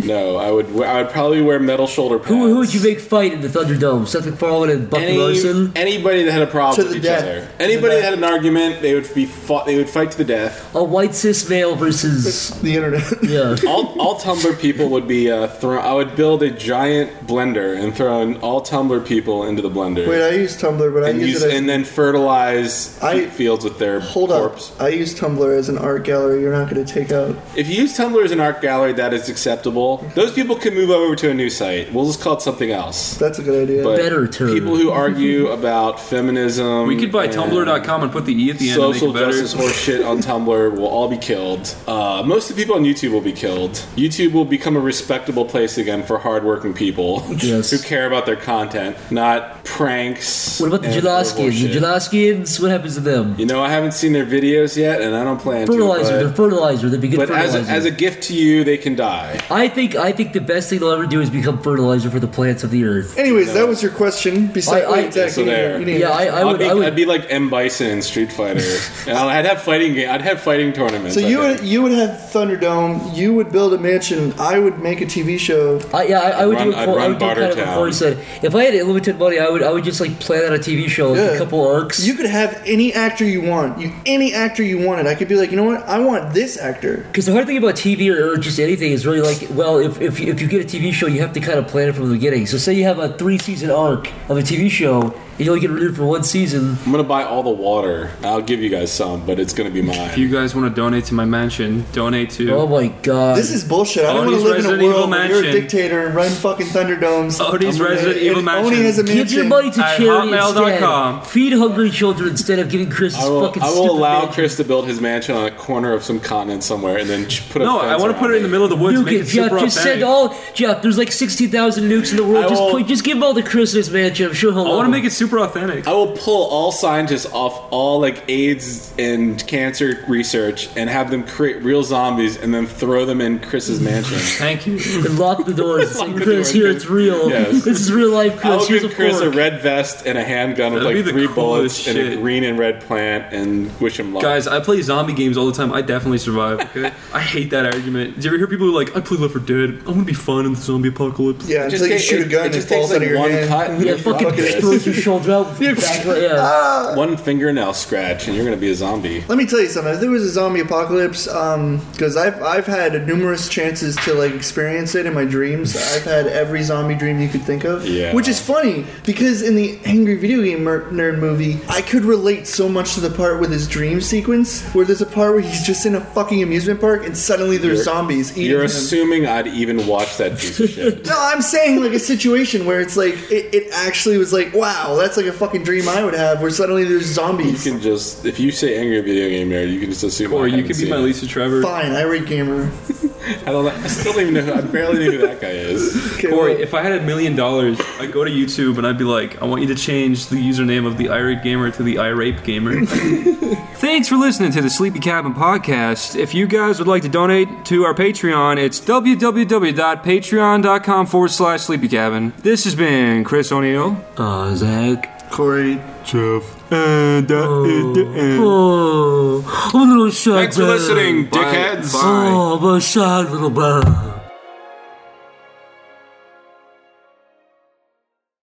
Speaker 4: no, I would. we- I would probably wear metal shoulder pads.
Speaker 5: Uh-huh. Who, who would you make fight in the Thunderdome? Seth MacFarlane and Bucky
Speaker 4: Any,
Speaker 5: Larson?
Speaker 4: anybody that had a problem
Speaker 6: To
Speaker 4: with
Speaker 6: the
Speaker 4: each
Speaker 6: death.
Speaker 4: other,
Speaker 6: To the
Speaker 4: anybody that
Speaker 6: death.
Speaker 4: had an argument, they would be fought, they would fight to the death.
Speaker 5: A white cis male versus
Speaker 6: The internet.
Speaker 5: yeah.
Speaker 4: All, all Tumblr people would be uh, thrown. I would build a giant blender and throw in all Tumblr people into the blender,
Speaker 6: Wait, I use Tumblr, but I
Speaker 4: and,
Speaker 6: use,
Speaker 4: use,
Speaker 6: it as
Speaker 4: and then fertilize
Speaker 6: I-
Speaker 4: fields with their
Speaker 6: hold
Speaker 4: corpse.
Speaker 6: up. I use Tumblr as an art gallery. You're not going to take out.
Speaker 4: If you use Tumblr as an art gallery, that is acceptable. Those people can move over to a new site. We'll just call it something else.
Speaker 6: That's a good idea.
Speaker 4: But
Speaker 5: Better term.
Speaker 4: People who argue about feminism.
Speaker 3: We could buy
Speaker 4: and
Speaker 3: Tumblr.com and put the E at the end
Speaker 4: Social
Speaker 3: and make it better.
Speaker 4: justice horse shit on Tumblr will all be killed. Uh, most of the people on YouTube will be killed. YouTube will become a respectable place again for hardworking people
Speaker 5: Yes.
Speaker 4: who care about their content, not pranks.
Speaker 5: What about the
Speaker 4: and
Speaker 5: Jelaskians? The
Speaker 4: bullshit.
Speaker 5: Jelaskians, what happens to them?
Speaker 4: You know, I haven't seen their videos yet, and I don't plan
Speaker 5: Fertilizer,
Speaker 4: to.
Speaker 5: they're fertilizer. They'd be good
Speaker 4: But, but as,
Speaker 5: fertilizer.
Speaker 4: a, as a gift to you, they can die.
Speaker 5: I think I think the best thing they'll ever do is become fertilizer for the plants of the earth.
Speaker 6: Anyways, that was your question. Besides,
Speaker 5: I- I-
Speaker 6: wait, Zach,
Speaker 4: So
Speaker 6: you need-
Speaker 4: there.
Speaker 6: you need-
Speaker 5: Yeah, I, I
Speaker 4: I'd
Speaker 5: would.
Speaker 4: be,
Speaker 5: I
Speaker 4: I'd
Speaker 5: would.
Speaker 4: be like M Bison in Street Fighter, and I'd I'd have fighting game. I'd have fighting tournaments.
Speaker 6: so
Speaker 4: I
Speaker 6: you
Speaker 4: think.
Speaker 6: would you would have Thunderdome. You would build a mansion. I would make a TV show.
Speaker 5: I, yeah, I, I would
Speaker 4: Run-
Speaker 5: do a
Speaker 4: I'd
Speaker 5: well, I
Speaker 4: run
Speaker 5: would do kind of what
Speaker 4: Bartertown.
Speaker 5: Corey said. If I had unlimited money, I would I would just like plan out a TV show, like
Speaker 6: Yeah.
Speaker 5: a couple arcs.
Speaker 6: You could have any actor you want. You any actor you wanted. I could be like, you know what? I want this actor.
Speaker 5: Because the hard thing about TV or, or just anything is really like, well, if, if, if you get a TV show, you have to kind of plan it from the beginning. So say you have a three season arc of a TV show, and you only get renewed for one season.
Speaker 4: I'm gonna buy all the water. I'll give you guys some, but it's gonna be
Speaker 3: If
Speaker 4: mine.
Speaker 3: you guys want to donate to my mansion, donate to.
Speaker 5: Oh my god!
Speaker 6: This is bullshit. I don't want
Speaker 3: Odie's
Speaker 6: to live in
Speaker 3: Resident
Speaker 6: a
Speaker 3: Evil
Speaker 6: world where you're a
Speaker 3: mansion.
Speaker 6: dictator and run fucking thunderdomes.
Speaker 3: Odie's
Speaker 6: I'm-
Speaker 3: Resident
Speaker 6: and-
Speaker 3: Evil
Speaker 6: and
Speaker 3: mansion.
Speaker 6: Oni has a mansion.
Speaker 5: Give your money to
Speaker 3: At
Speaker 5: charity
Speaker 3: hotmail.com.
Speaker 5: instead. Feed hungry children instead of giving Chris his
Speaker 4: I will,
Speaker 5: fucking
Speaker 4: I will
Speaker 5: stupid
Speaker 4: allow
Speaker 5: mansion.
Speaker 4: Chris to build his mansion on a corner of some continent somewhere, and then ch- put a
Speaker 3: No,
Speaker 4: fence
Speaker 3: I want to
Speaker 4: around
Speaker 3: put it in the middle of the woods,
Speaker 5: Nuke
Speaker 3: make
Speaker 5: it,
Speaker 3: it super
Speaker 5: Jeff. Just send
Speaker 3: authentic.
Speaker 5: all, Jeff. There's like sixty thousand nukes in the world.
Speaker 4: I
Speaker 5: just
Speaker 4: will-
Speaker 5: put, just give them all to Chris and his mansion. I'm sure he'll.
Speaker 3: I want to make it super authentic.
Speaker 4: I will pull all scientists off all like AIDS and cancer research and have them create real zombies and then throw them in Chris's mansion.
Speaker 3: Thank you.
Speaker 5: and lock the doors.
Speaker 4: Lock
Speaker 5: Say,
Speaker 4: the doors,
Speaker 5: Chris, here
Speaker 4: Chris."
Speaker 5: it's real.
Speaker 4: Yes.
Speaker 5: This is real life, Chris.
Speaker 4: I'll
Speaker 5: Here's
Speaker 4: give
Speaker 5: a
Speaker 4: Chris a
Speaker 5: fork.
Speaker 4: red vest and a handgun with
Speaker 3: That'd be
Speaker 4: like
Speaker 3: the
Speaker 4: three bullets
Speaker 3: coolest
Speaker 4: and a
Speaker 3: shit.
Speaker 4: green and red plant and wish him luck.
Speaker 3: Guys, I play zombie games all the time. I definitely survive. Okay, I hate that argument. Do you ever hear people who are like, "I play Left 4 Dead. I'm gonna be fun in the zombie apocalypse."
Speaker 6: Yeah,
Speaker 4: It
Speaker 6: until you
Speaker 4: takes-
Speaker 6: shoot a
Speaker 4: it-
Speaker 6: gun
Speaker 4: it
Speaker 6: and it
Speaker 4: just takes,
Speaker 6: falls out of your
Speaker 4: one
Speaker 6: hand.
Speaker 4: cut. and
Speaker 5: Yeah,
Speaker 4: you're
Speaker 5: fucking
Speaker 4: fucked.
Speaker 5: throws your shoulder out. back, yeah.
Speaker 4: One fingernail scratch and you're gonna be a zombie.
Speaker 6: Let me tell you something. If there was a zombie apocalypse, because I've I've had numerous chances to like experience it in my dreams. I've had every zombie dream you could think of.
Speaker 4: Yeah.
Speaker 6: Which is funny because in the Angry Video Game mer- Nerd movie, I could relate so much to the part with his dream sequence, where there's a part where he's just in a fucking amusement park and suddenly there's
Speaker 4: You're-
Speaker 6: zombies eating
Speaker 4: You're
Speaker 6: him.
Speaker 4: assuming I'd even watch that piece of shit.
Speaker 6: No, I'm saying like a situation where it's like it, it actually was like wow, that's like a fucking dream I would have, where suddenly there's
Speaker 4: You
Speaker 6: zombies.
Speaker 4: can just if you say angry video game nerd, you can just assume.
Speaker 3: Or
Speaker 4: I
Speaker 3: you
Speaker 4: haven't
Speaker 3: could be
Speaker 4: seen
Speaker 3: my
Speaker 4: it.
Speaker 3: Lisa Trevor.
Speaker 6: Fine, I rate gamer.
Speaker 4: I don't. know- I still don't even know. Who, I barely knew who that guy is.
Speaker 6: Okay,
Speaker 3: Corey,
Speaker 6: well-
Speaker 3: if I had a million dollars, I'd go to YouTube and I'd be like, I want you to change the username of the irate gamer to the irate gamer. Thanks for listening to the Sleepy Cabin podcast. If you guys would like to donate to our Patreon, it's www.patreon.com forward slash sleepy cabin. This has been Chris O'Neill.
Speaker 4: Ah,
Speaker 5: Oh, Zach.
Speaker 6: Corey,
Speaker 3: And, uh,
Speaker 5: Oh, I'm a little sad.
Speaker 4: Thanks for
Speaker 5: man.
Speaker 4: listening, dickheads.
Speaker 5: Oh, I'm a sad little bird.